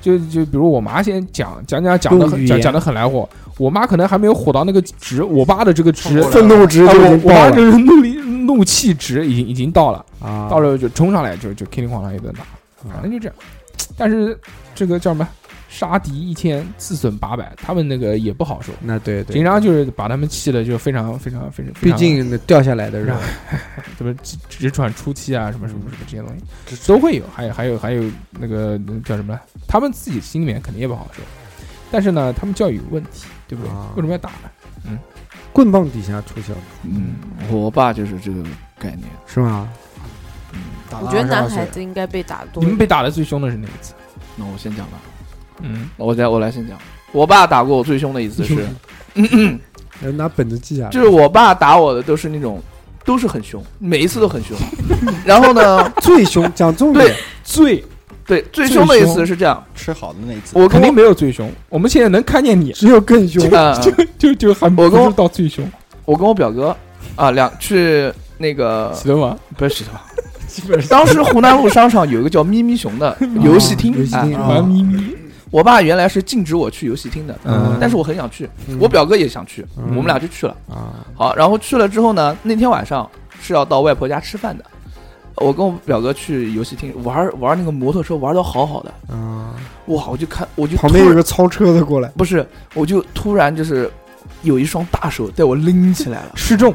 就就比如我妈先讲讲讲讲用的很语讲言讲的很来火，我妈可能还没有火到那个值，我爸的这个值。冲啊过愤怒值就已我经我爆妈了就是怒力怒气值已经已经到了，啊，到了就冲上来就就叮叮哐啷一顿打，反正就这样。但是这个叫什么？杀敌一千，自损八百，他们那个也不好受。那对平对，常就是把他们气的就非常非常非常，非毕常竟掉下来的人，什么直直喘初期啊，什么什么什么这些东西都会有，还有还有还有那个叫什么来，他们自己心里面肯定也不好受，但是呢，他们教育有问题，对不对？啊为什么要打呢？棍棒底下出小，嗯，我爸就是这个概念。是吗？打啊我了觉得22男岁孩子应该被打多你。们被打的最凶的是哪一次？那我先讲吧，嗯，我来我来先讲。我爸打过我最凶的一次是，哎拿本子记下来，就是我爸打我的都是那种，都是很凶，每一次都很凶。然后呢，最凶，讲重点对，最对，最凶的一次是这样，吃好的那一次，我跟肯我定没有最凶，我们现在能看见你，只有更凶。啊就就 就还不我跟我是到最凶，我跟我表哥啊两去那 个知道吗？不是洗头发，当时湖南路商场有一个叫咪咪 熊的游戏厅，嗯游戏哎厅啊玩咪咪，我爸原来是禁止我去游戏厅的，嗯但是我很想去，嗯我表哥也想去，嗯我们俩就去了。啊，好，然后去了之后呢，那天晚上是要到外婆家吃饭的。我跟我表哥去游戏厅玩玩那个摩托车，玩的好好的，啊，哇！我就看，我就旁边突有然个超车的过来，不是，我就突然就是有一双大手带我拎起来了，失重，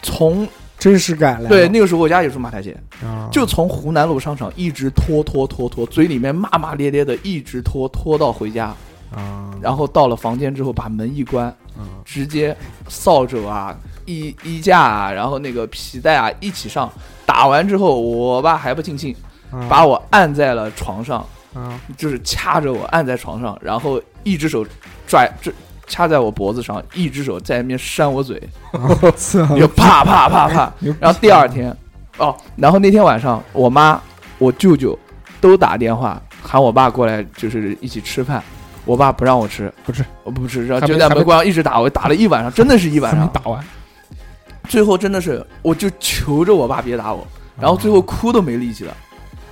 从真实感来了。对那个时候我家有双马台鞋，啊，就从湖南路商场一直拖拖拖拖，嘴里面骂骂咧咧的，一直拖拖到回家，啊，然后到了房间之后把门一关，啊直接扫帚啊、衣衣架啊，然后那个皮带啊一起上。打完之后，我爸还不尽兴，啊把我按在了床上，啊就是掐着我按在床上，然后一只手拽这掐在我脖子上，一只手在那边扇我嘴，我啊操就啪啪啪啪。牛逼然后第二天，哦，然后那天晚上，我妈、我舅舅都打电话喊我爸过来，就是一起吃饭。我爸不让我吃，不吃，我不吃，然后还没就在还门没关上一直打我，打了一晚上，真的是一晚还没上。打完，最后真的是，我就求着我爸别打我，啊然后最后哭都没力气了，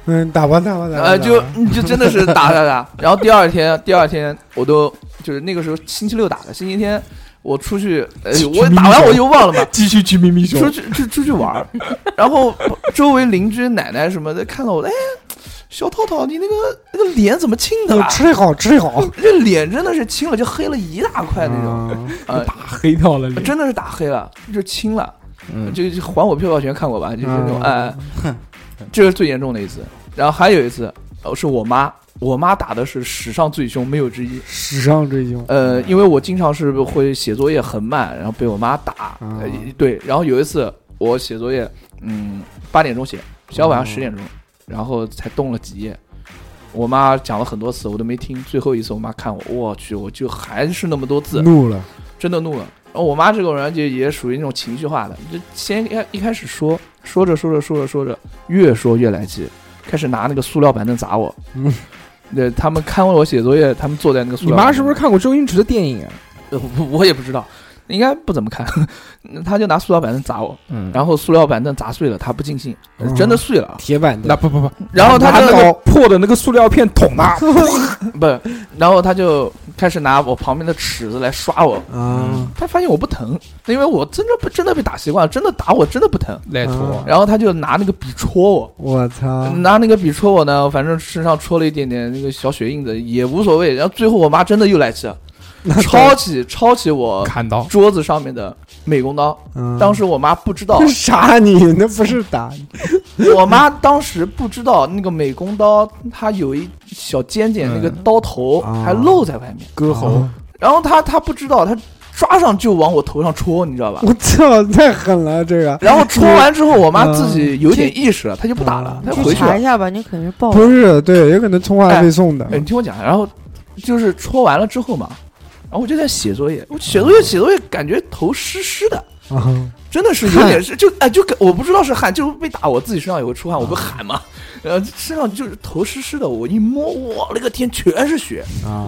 嗯，打吧打吧打吧，呃，就打吧你就真的是打打打。然后第二天，第二天我都就是那个时候星期六打的，星期天我出去，呃去，我打完我就忘了嘛，啊继续去咪咪熊出，去出出去 玩儿，然后周围邻居奶奶什么的看到我，哎，小涛涛，你那个那个脸怎么青的嗯啦？吃得好吃得好，这脸真的是青了，就黑了一大块那种，啊呃，打黑掉嗯了脸，真的是打黑了，就青了。嗯，就就还我票票权看过吧，就是那种嗯哎， 这是最严重的一次。然后还有一次，呃是我妈，我妈打的是史上最凶，没有之一。史上最凶呃，因为我经常是会写作业很慢，然后被我妈打。啊呃对，然后有一次我写作业，嗯，八点钟写，写到晚上哦十点钟，然后才动了几页。我妈讲了很多次，我都没听。最后一次，我妈看我，我去，我就还是那么多字，怒了，真的怒了。然后我妈这种人就也属于那种情绪化的，就先一开一开始说说着说着说着说着，越说越来气，开始拿那个塑料板凳砸 我。嗯，对他们看我写作业，他们坐在那个塑你料。妈是不是？看过周星驰的电影啊？呃我 我也不知道，应该不怎么看。 他就拿塑料板凳砸我，嗯然后塑料板凳砸碎了，他不尽兴，嗯真的碎了。铁板那的，不不不，然后他拿就那个破的那个塑料片捅他，不，然后他就开始拿我旁边的尺子来刷我。啊，他发现我不疼，因为我真的不真的被打习惯了，真的打我真的不疼。赖啊托。然后他就拿那个笔戳我，我操，拿那个笔戳我呢，反正身上戳了一点点那个小血印子也无所谓。然后最后我妈真的又来气了，抄起抄起我砍刀，桌子上面的美工刀。嗯当时我妈不知道这， 杀你，那不是打， 我妈当时不知道那个美工刀它有一小尖尖，嗯那个刀头嗯啊还露在外面。割喉，然后她她不知道，她抓上就往我头上戳，你 知道吧？我操，太狠了这个。然后戳完之后，我妈嗯自己有点意识了，她就不打了，她嗯去回去了查一。下吧，你可能是报不是，对，有可能充话费送的。哎，你听我讲，然后就是戳完了之后嘛，然后我就在写作业，我写作业写作业，感觉头湿湿的，啊，真的是有点是就哎就感我不知道是汗，就是被打，我自己身上也会出汗，我嗯不喊嘛，然后身上就是头湿湿的，我一摸，我勒个天，全是血！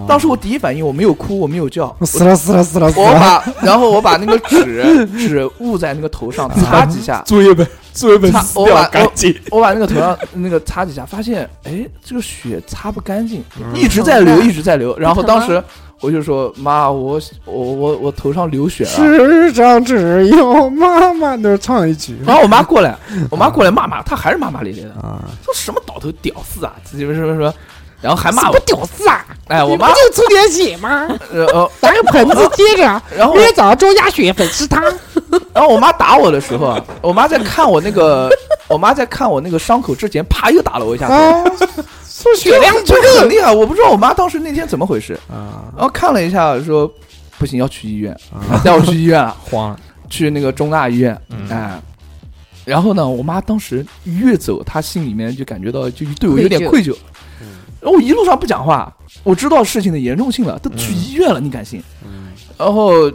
当时我第一反应我没有哭，我没有叫。我死了死了死了死我了！把，然后我把那个纸 纸捂在那个 头上擦几下，作业本，作业本擦撕我掉把干净。我把那个头上那个擦几下，发现哎，这个血擦不干净，嗯一直在流，疼啊一直在流。然后疼啊当时我就说：“妈，我我我我头上流血 了。世上只有妈妈的唱一曲” 然后我妈过来，我妈过来骂骂，她还是骂骂咧咧的，啊，说什么倒头屌丝啊，自己什么什么。然后还骂什么我，屌丝啊！哎，我你不妈，就出点血吗？ 呃呃，拿个盆子接着， 然后明天早上粥鸭血粉吃汤。然后我妈打我的时候啊，我妈在看我那个，我妈在看我那个伤口之前，啪又打了我一下头，啊，数学血量量不就够很厉害，我不知道我妈当时那天怎么回事，啊，然后看了一下说不行要去医院，啊带我去医院了，慌了，去那个中大医院，嗯哎。然后呢，我妈当时越走，她心里面就感觉到就对我愧疚有点愧疚。嗯然后我一路上不讲话，我知道事情的严重性了，都去医院了，你敢信？嗯然后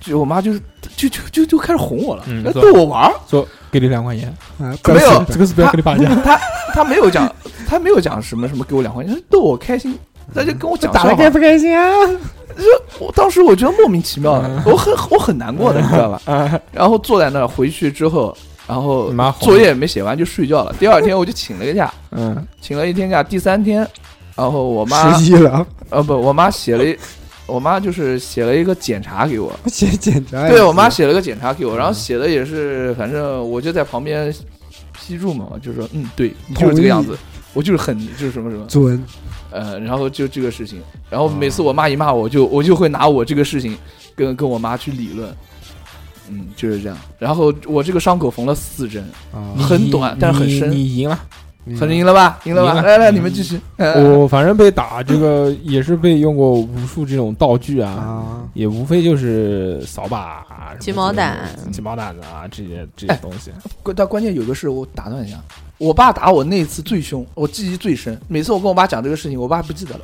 就我妈就是就就就就开始哄我了嗯，哎是逗我玩儿。说给你两块钱，啊！没有这个是不要跟你打 架，她她没有讲， 她没有讲什么什么给我两块钱，逗我开心。她就跟我讲打笑的话开不开心啊？嗯我当时我觉得莫名其妙的，啊我很我很难过的，你知道吧？然后坐在那儿，回去之后，然后你妈哄作业也没写完就睡觉了。第二天我就请了个假，嗯，请了一天假。第三天，然后我妈一了，呃不，我妈写了一，我妈就是写了一个检查给我。写检查。对我妈写了个检查给我，然后写的也是，反正我就在旁边批注嘛，就是说，嗯，对你就是这个样子，我就是很就是什么什么，准呃，然后就这个事情，然后每次我妈一骂我就，我就会拿我这个事情跟跟我妈去理论，嗯，就是这样。然后我这个伤口缝了四针，啊很短但是很你深你赢了，很赢了吧？嗯赢了吧？嗯赢了来来，你们继续。呃我反正被打这 个也是被用过无数这种道具啊，啊！也无非就是扫把、啊什么鸡毛掸鸡毛掸子啊这些这些哎东西，关但关键有个事，我打断一下，我爸打我那次最凶，我记忆最深。每次我跟我爸讲这个事情，我爸不记得了，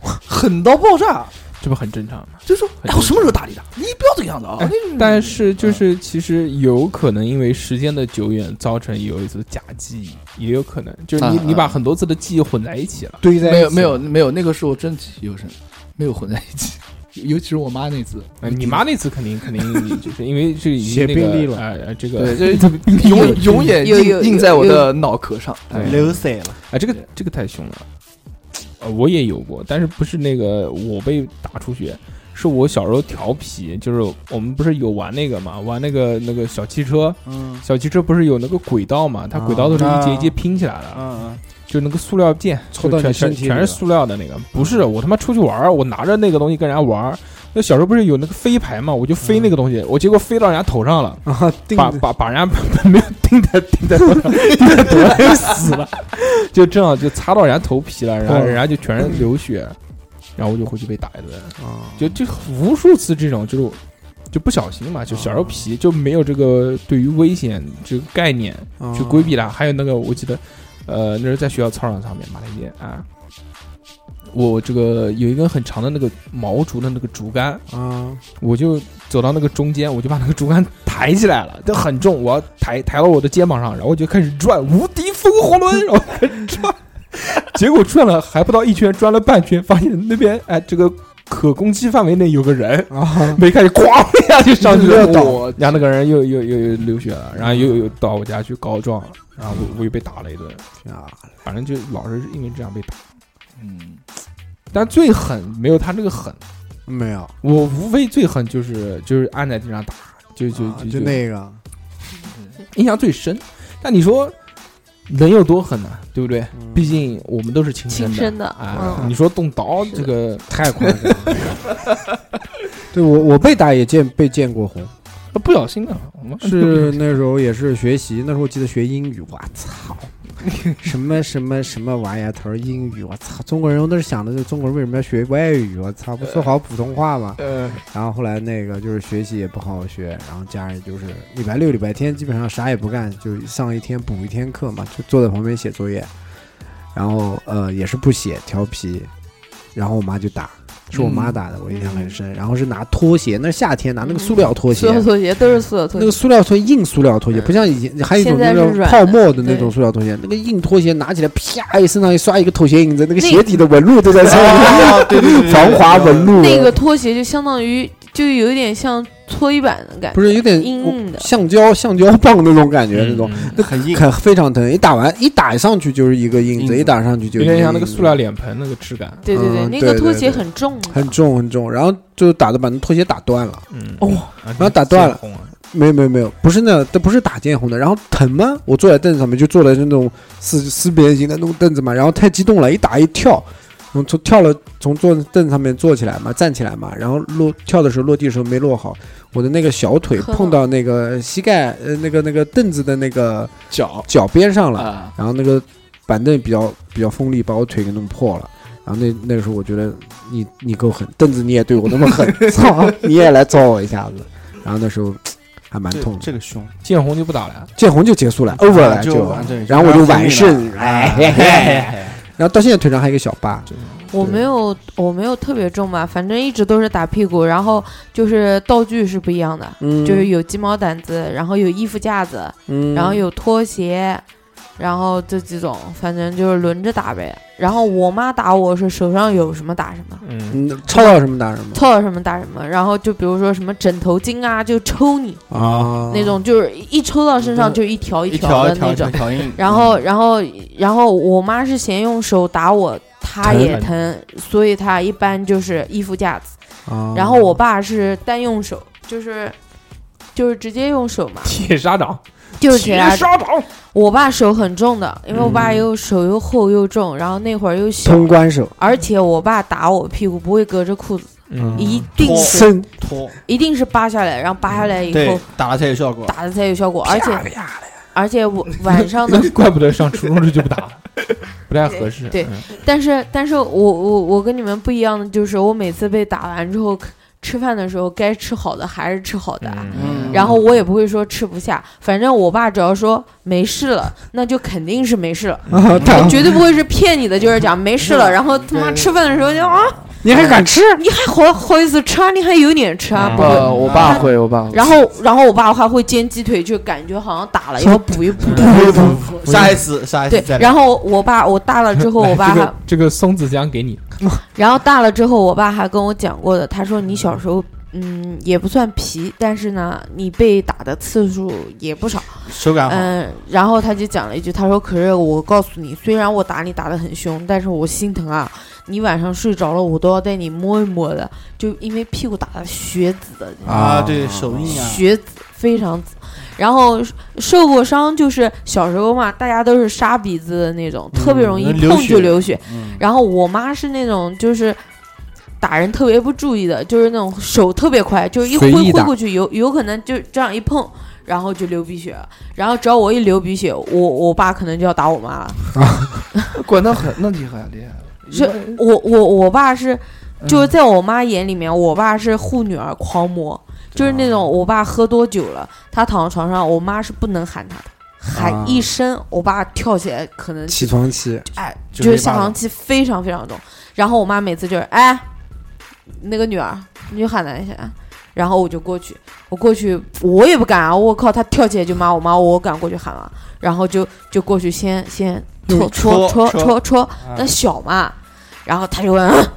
狠到爆炸，这不很正常吗？就说：“很哎，我什么时候打你的？你不要这个样子啊！”哎但是就是其实有可能因为时间的久远，造成有一次假记忆，也有可能就是你啊你啊把很多次的记忆混在一起了。哎堆在啊没有没有没有，那个时候真记忆犹深，没有混在一起。尤其是我妈那次，呃你妈那次肯定肯定就是因为是已经写那个病历了哎哎这个对，这永永远有有印印在我有的脑壳上。哎对流血了，啊这个这个太凶了，呃我也有过，但是不是那个我被打出血。是我小时候调皮，就是我们不是有玩那个嘛，玩那个那个小汽车，嗯小汽车不是有那个轨道嘛，它轨道都是一节一节拼起来的，嗯就那个塑料件，戳到就全你身全体里全是了嗯塑料的那个，不是我他妈出去玩儿，我拿着那个东西跟人家玩儿。那小时候不是有那个飞盘嘛，我就飞那个东西，嗯我结果飞到人家头上了，啊，定把把把人家 没有钉在钉在头 上，钉在头上就死了， 就这样就擦到人家头皮了，然后哦人家就全是流血，然后我就回去被打一顿，啊就就无数次这种就是就不小心嘛，就小时嗯候皮就没有这个对于危险这个概念，啊去规避它。还有那个，我记得，呃，那是在学校操场上面，马台街啊，我这个有一根很长的那个毛竹的那个竹竿，啊我就走到那个中间，我就把那个竹竿抬起来了，就很重，我要抬抬到我的肩膀上，然后我就开始转，无敌风火轮，然后开始转， 结果转了还不到一圈，转了半圈，发现那边哎这个。可攻击范围内有个人，啊！没看见，哐一下就上去了热，倒我然后那个人又又又又流血了，然后又又到我家去告状，然后我我又被打了一顿，啊反正就老是因为这样被打。嗯，但最狠没有他那个狠，没有，我无非最狠就是就是按在地上打，就就啊就就那个印象最深。但你说能有多狠呢、对不对？嗯毕竟我们都是亲亲生生的，啊，嗯你说动刀是这个太夸张了。对我我被打也见被见过红，不小心啊的，我们 是嗯那时候也是学习，那时候我记得学英语，我操，什么什么什么玩意儿头儿英语，我操，中国人都是想的，就是中国人为什么要学外语？我操，不说好普通话 吗？呃，然后后来那个就是学习也不好好学，然后家里就是礼拜六、礼拜天基本上啥也不干，就上一天补一天课嘛，就坐在旁边写作业，然后呃也是不写，调皮，然后我妈就打，是我妈打的，我印象很深。然后是拿拖鞋，那夏天拿那个塑料拖鞋所，有拖鞋都是所有拖那鞋个，塑料拖鞋硬塑料拖鞋，不像以前还有一种那现在种是软的泡沫的那对种塑料拖鞋，那个硬拖鞋拿起来啪一身上一刷一个头鞋印子，那个鞋底的纹路都在上面，对对对，防滑纹路。那个拖鞋就相当于就有一点像搓衣板的感觉，不是有点硬硬的橡胶橡胶棒那种感觉，那种嗯很硬，很非常疼，一打完一打上去就是一个印印子子，一打上去就有是一点像那印个子塑料，脸盆那个质感，对对对，嗯那对个对拖鞋对很重的，很重很重，然后就打的把那拖鞋打断了，嗯哦啊后打断了这个红啊没有没有没有，不是那，这不是打溅红的，然后疼吗？我坐在凳子上面就坐的那种四四边形的那种凳子嘛，然后太激动了，一打一跳，然后从跳了从坐凳子上面坐起来嘛，站起来嘛，然后落跳的时候落地的时候没落好，我的那个小腿磕到碰到那个膝盖呃那个那个凳子的那个脚脚边上了，啊，然后那个板凳比较比较锋利，把我腿给弄破了。然后那那个时候我觉得你你够狠，凳子你也对我那么狠，操，你也来揍我一下子。然后那时候还蛮痛的，这个凶见红就不打了，见红就结束了，over 了啊就完对然后我就完就胜，哎哎，嘿嘿然后到现在腿上还有一个小疤，我对没有，我没有特别重吧，反正一直都是打屁股，然后就是道具是不一样的，嗯，就是有鸡毛掸子，然后有衣服架子，嗯，然后有拖鞋，然后这几种，反正就是轮着打呗。然后我妈打我是手上有什么打什么，嗯，嗯，抽到什么打什么凑到什么打什么。然后就比如说什么枕头巾啊，就抽你、啊那种，就是一抽到身上就一条一条条的条那一条种。条嗯印，然后，然后，然后我妈是嫌用手打我，她疼也疼，所以她一般就是衣服架子。啊。然后我爸是单用手，就是就是直接用手嘛，铁砂掌，就是啊铁铁砂砂掌，我爸手很重的，因为我爸嗯又手又厚又重，然后那会儿又小，通关手，而且我爸打我屁股不会隔着裤子，嗯一定是伸拖，一定是扒下来，然后扒下来以对后，打了才有效果。打的才有效果，而且啪的，而且我晚上呢，那怪不得上初中这就不打了，不太合适。对嗯，但是但是我我我跟你们不一样的就是，我每次被打完之后，吃饭的时候该吃好的还是吃好的。啊嗯然后我也不会说吃不下，反正我爸只要说没事了，那就肯定是没事了，啊，他疼，绝对不会是骗你的，就是讲没事了，然后他妈对吃饭的时候就啊你还敢吃？你还好好意思吃啊？你还有脸吃啊？嗯不会。呃，我爸会，我爸会。然后，然后我爸还会煎鸡腿，就感觉好像打了要补一补。下一次，下一次 对再，来。然后我爸我大了之后，我爸这还个这个松子江给你，然后大了之后，我爸还跟我讲过的，他说你小时候。嗯，也不算皮，但是呢，你被打的次数也不少。手感好，嗯，然后他就讲了一句，他说：“可是我告诉你，虽然我打你打得很凶，但是我心疼啊，你晚上睡着了，我都要带你摸一摸的，就因为屁股打的血紫的。”啊，对手印啊，学子非常紫，然后受过伤就是小时候嘛，大家都是沙鼻子的那种，特别容易一嗯能流碰血就流血。嗯，然后我妈是那种就是打人特别不注意的，就是那种手特别快，就是一挥随意挥打过去，有有可能就这样一碰。然后就流鼻血了，然后只要我一流鼻血，我我爸可能就要打我妈了。管得很，那厉害厉害。是我我我爸是，就是在我妈眼里面，我爸是护女儿狂魔，就是那种我爸喝多酒了，他躺在床上，我妈是不能喊他的，啊喊一声，我爸跳起来可能起床气，哎，就就是是一巴下掌床气非常非常重。然后我妈每次就是哎，那个女儿，你就喊她一下。啊然后我就过去，我过去我也不敢啊！我靠，她跳起来就骂我妈，我敢过去喊吗？然后就就过去先先戳戳戳戳戳，啊那小嘛，然后她就问， 嗯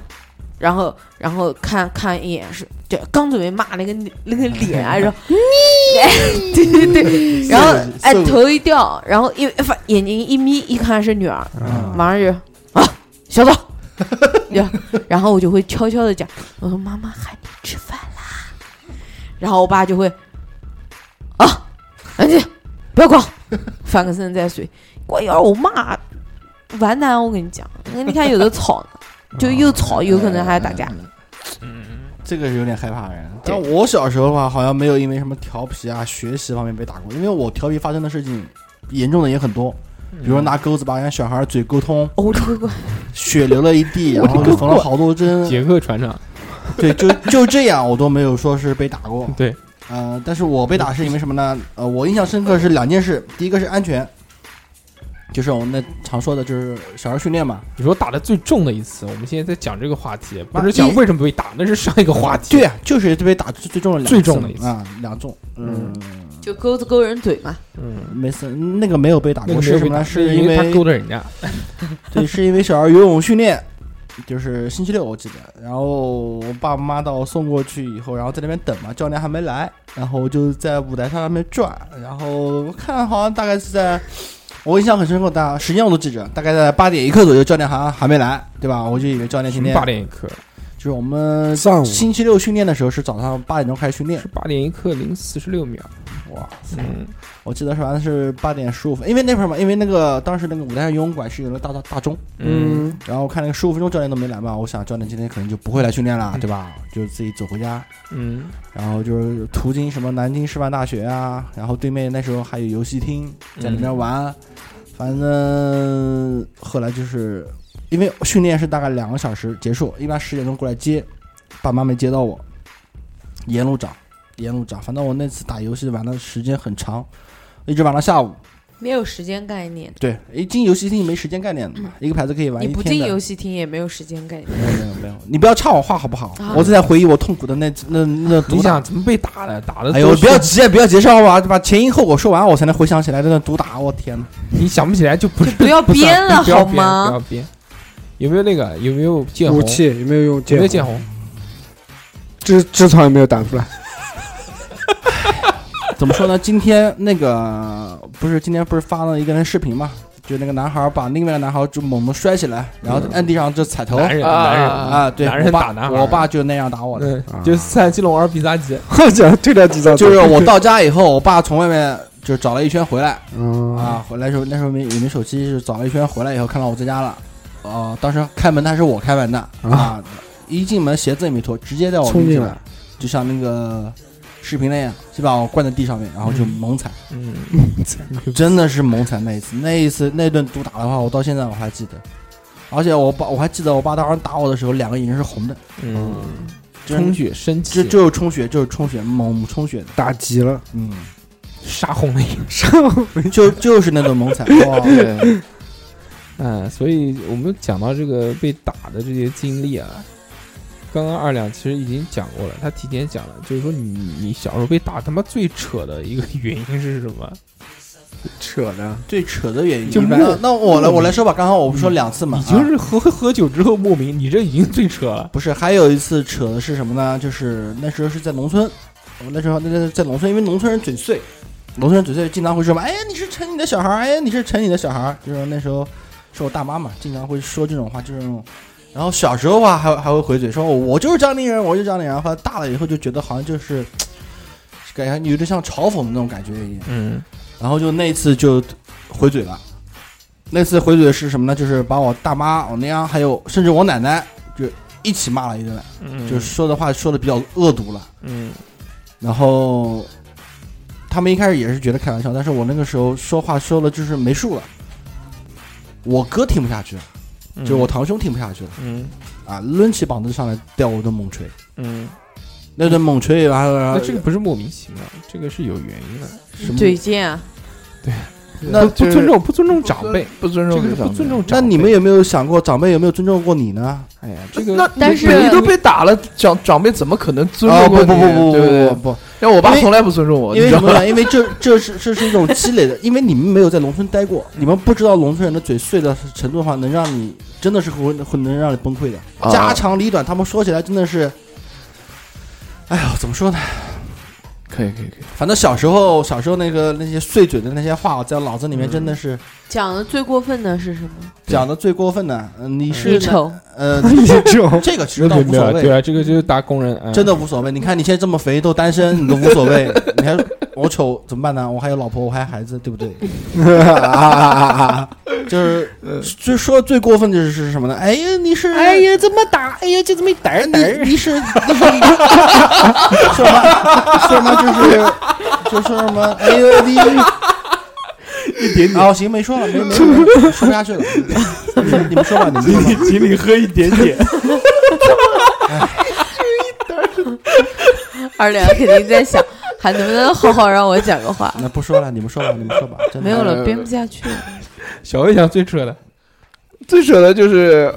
然后然后看看一眼是，就刚准备骂那个女那个脸啊，然后你， 对对对，然后哎瘦子头一掉，然后一反眼睛一眯，一看是女儿，马上就啊，小枣，然后然后我就会悄悄的讲，我说妈妈喊你吃饭啦，然后我爸就会啊，安静，不要管我，翻个身再睡，过一会儿我骂，完蛋，我跟你讲，你看有的吵呢，就又吵，有可能还打架，这个是有点害怕人。但我小时候的话，好像没有因为什么调皮啊、学习方面被打过，因为我调皮发生的事情严重的也很多，嗯比如说拿钩子把人家小孩嘴沟通，哦，这个血流了一地，然后就缝了好多针。杰克船长， 对，就就这样，我都没有说是被打 过。对，呃，但是我被打是因为什么呢？呃，我印象深刻是两件事，第一个是安全，就是我们那常说的，就是小孩训练嘛。你说打的最重的一次，我们现在在讲这个话题，不妈是讲一为什么被打，那是上一个话题。对，啊，就是被打最最重的两次最重的一次啊，两重。嗯，就钩子勾人嘴嘛，嗯，没事，那个没有被打那过个是没有什被么打，呢？是因因他为勾着人家，对，是因为小孩游泳训练，就是星期六我记得，然后我爸妈把我送过去以后，然后在那边等嘛，教练还没来，然后我就在舞台上那边转，然后我看好像大概是在，我印象很深刻，大时间我都记着，大概在八点一刻左右，教练好像还没来，对吧？我就以为教练今天八点一刻就是我们上午星期六训练的时候是早上八点钟开始训练是，八点一刻零四十六秒，哇塞！嗯，我记得是好像是八点十五分，因为那会儿嘛，因为那个当时那个舞台上游泳馆是有那个大大大钟，嗯，然后我看那个十五分钟教练都没来嘛，我想教练今天可能就不会来训练了，啊嗯对吧？就自己走回家，嗯然后就是途经什么南京师范大学啊，然后对面那时候还有游戏厅，在里面玩，反正后来就是因为训练是大概两个小时结束，一般十点钟过来接，爸妈没接到我，沿路找，沿路找，反正我那次打游戏玩的时间很长，一直玩到下午。没有时间概念，对，一进游戏厅没时间概念的嘛，一个牌子可以玩一你天不的。进游戏厅也没有时间概念。没有没有没有，你不要插我话好不好？啊我正在回忆我痛苦的那那那毒你打想怎么被打的？打的哎呦，不要急啊，不要急，让我把前因后果说完，我才能回想起来这段毒打。我天哪！你想不起来就不是就不要编了不要好编吗不要编，有没有那个？有没有见红武？器有没有用？有没有剑见红，红？痔痔疮有没有打出来？ 怎么说呢？今天那个不是今天不是发了一个人视频嘛？就那个男孩把另外一个男孩就猛猛摔起来，然后按地上就踩头。男人男人啊啊，对，嗯男我人爸打男孩我爸就那样打我的。嗯，就是塞基隆二比三级。我讲退掉几招，就是我到家以后，我爸从外面就找了一圈回来啊，啊，回来时候那时候没也没手机，就找了一圈回来以后看到我在家了。嗯哦，当时开门他是我开门的啊，一进门鞋子也没脱，直接在我冲面进前来，就像那个视频那样，就把我灌在地上面，然后就猛踩，嗯，真的是猛踩那一次，那一次那顿毒打的话，我到现在我还记得，而且我爸我还记得我爸当时打我的时候，两个眼睛是红的，嗯，就是充血生就气，就是充血，就是充血，猛充血的，打急了， 嗯，杀红了眼。就就是那顿猛踩，哇，对，嗯，所以我们讲到这个被打的这些经历啊，刚刚二两其实已经讲过了，他提前讲了，就是说你你小时候被打他妈最扯的一个原因是什么？扯的，最扯的原因就一般莫那那我来我来说吧，刚刚我不说两次嘛，你就啊嗯是喝喝酒之后莫名，你这已经最扯了。不是，还有一次扯的是什么呢？就是那时候是在农村，我那时候那那在农村，因为农村人嘴碎，农村人嘴碎经常会说嘛，哎呀你是城里的小孩儿，哎呀你是城里的小孩儿，就是那时候是我大妈嘛，经常会说这种话，就是那种。然后小时候啊，还还会回嘴说，我就是江宁人，我就是江宁人。后来大了以后就觉得好像就是，感觉有点像嘲讽的那种感觉一样。嗯，然后就那次就回嘴了。那次回嘴是什么呢？就是把我大妈、我娘，还有甚至我奶奶，就一起骂了一顿，嗯，就是说的话说的比较恶毒了。嗯然后他们一开始也是觉得开玩笑，但是我那个时候说话说的就是没数了。我哥听不下去了，嗯就是我堂兄听不下去了嗯啊，抡起膀子上来对我一顿猛捶，嗯那顿猛捶完了，然那后这个不是莫名其妙，这个是有原因的。什么？嘴贱啊！那不不尊重不尊重长辈，不尊这重个是不尊重。长那辈。啊你们有没有想过长辈有没有尊重过你呢？哎呀，这这个个那但是你都被打了，长长辈怎么可能尊啊重不过不你？不不对不对不不不，因为我爸因为从来不尊重我，因你为知什道么吗？ 呢？因为这这是这是一种积累的，因为你们没有在农村待过，你们不知道农村人的嘴碎的程度的话，能让你真的是会会能让你崩溃的。啊家长里短，他们说起来真的是，哎呦，怎么说呢？可以可以可以，反正小时候小时候那个那些碎嘴的那些话，在脑子里面真嗯的是讲的最过分的是什么？讲的最过分的。嗯，你你是丑， 呃，你这种这个其实没倒有 无没所有，对谓，啊，这个就是打工人，嗯真的无所谓。你看你现在这么肥都单身， 你都无所谓，你还我丑怎么办呢？我还有老婆，我还有孩子，对不 对？就是最说最过分的是是什么呢？哎呀，你是哎呀这么打，哎呀就这么打打，你你是你是说什么说什 么就是就说什么哎呀你 一点点哦行没说了没没没说不下去了，你们你们说吧你们 说吧，请你喝一点点，二两肯定在想，还能不能好好让我讲 个话？那不说了你们说吧你们说吧，真的没有了，编不下去了。小魏讲最扯的，最扯的就是，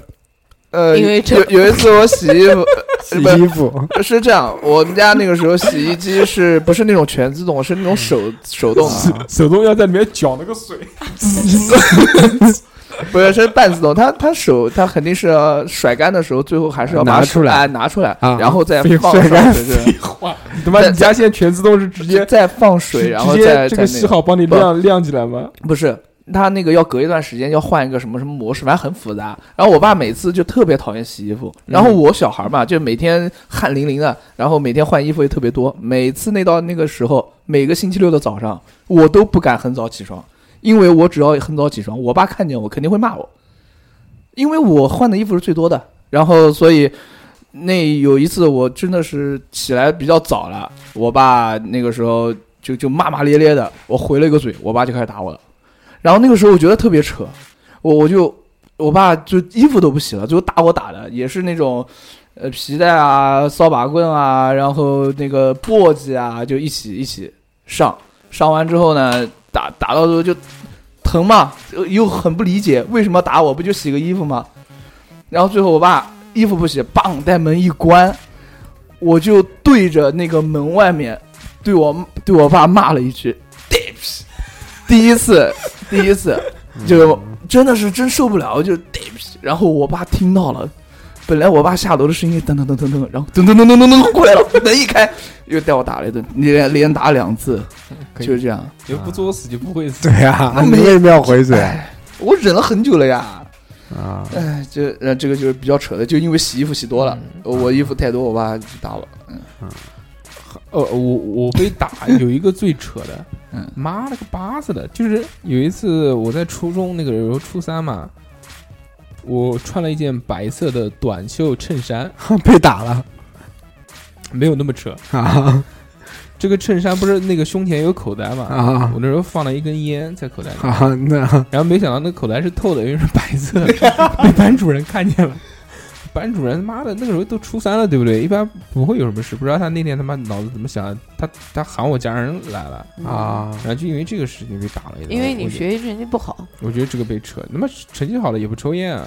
呃，因为这有有一次我洗衣服，洗衣服， 是这样，我们家那个时候洗衣机是不是那种全自动，是那种嗯手手动的，手动要在里面搅那个水，不是是半自动。它它手它肯定是要甩干的时候，最后还是要把拿手出来哎拿出来，啊然后再废放甩上干水，对你他妈在你家现在全自动是直接再放水，然后直接再这个再那洗好帮你不晾晾起来吗？不是，他那个要隔一段时间要换一个什么什么模式，反正很复杂。然后我爸每次就特别讨厌洗衣服，然后我小孩嘛，就每天汗淋淋的，然后每天换衣服也特别多。每次那到那个时候，每个星期六的早上，我都不敢很早起床，因为我只要很早起床，我爸看见我肯定会骂我，因为我换的衣服是最多的。然后，所以那有一次我真的是起来比较早了，我爸那个时候就就骂骂咧咧的，我回了一个嘴，我爸就开始打我了。然后那个时候我觉得特别扯，我我就我爸就衣服都不洗了，最后打我打的也是那种。呃，皮带啊，扫把棍啊，然后那个簸箕啊，就一起一起上。上完之后呢，打打到最后就疼嘛，呃又很不理解为什么要打我，不就洗个衣服吗？然后最后我爸衣服不洗，梆带门一关，我就对着那个门外面对我对我爸骂了一句 “dips”，第一次，第一次，就真的是真受不了，就 dips。然后我爸听到了，本来我爸下楼的声音噔噔噔噔噔，然后噔噔噔噔噔噔过来了，门一开又带我打了一顿，连连打两次，可以就是这样。你不作死就不会死。对啊，那你没为什么要回啊嘴哎我忍了很久了呀。啊？哎，这呃这个就是比较扯的，就因为洗衣服洗多了，我衣服太多，我爸就打我。呃，我我被打有一个最扯的嗯，妈了个巴子的，就是有一次我在初中那个时候初三嘛，我穿了一件白色的短袖衬衫， 被打了没有那么扯。啊这个衬衫不是那个胸前有口袋嘛？啊我那时候放了一根烟在口袋里，啊！那然后没想到那个口袋是透的，因为是白色的， 被班主任看见了。 班主任妈的，那个时候都初三了，对不对？一般不会有什么事，不知道他那天他妈脑子怎么想的，他他喊我家人来了，啊然后就因为这个事情被打了一顿。因为你我觉学习成绩不好，得，我觉得这个被扯。那么成绩好了也不抽烟啊？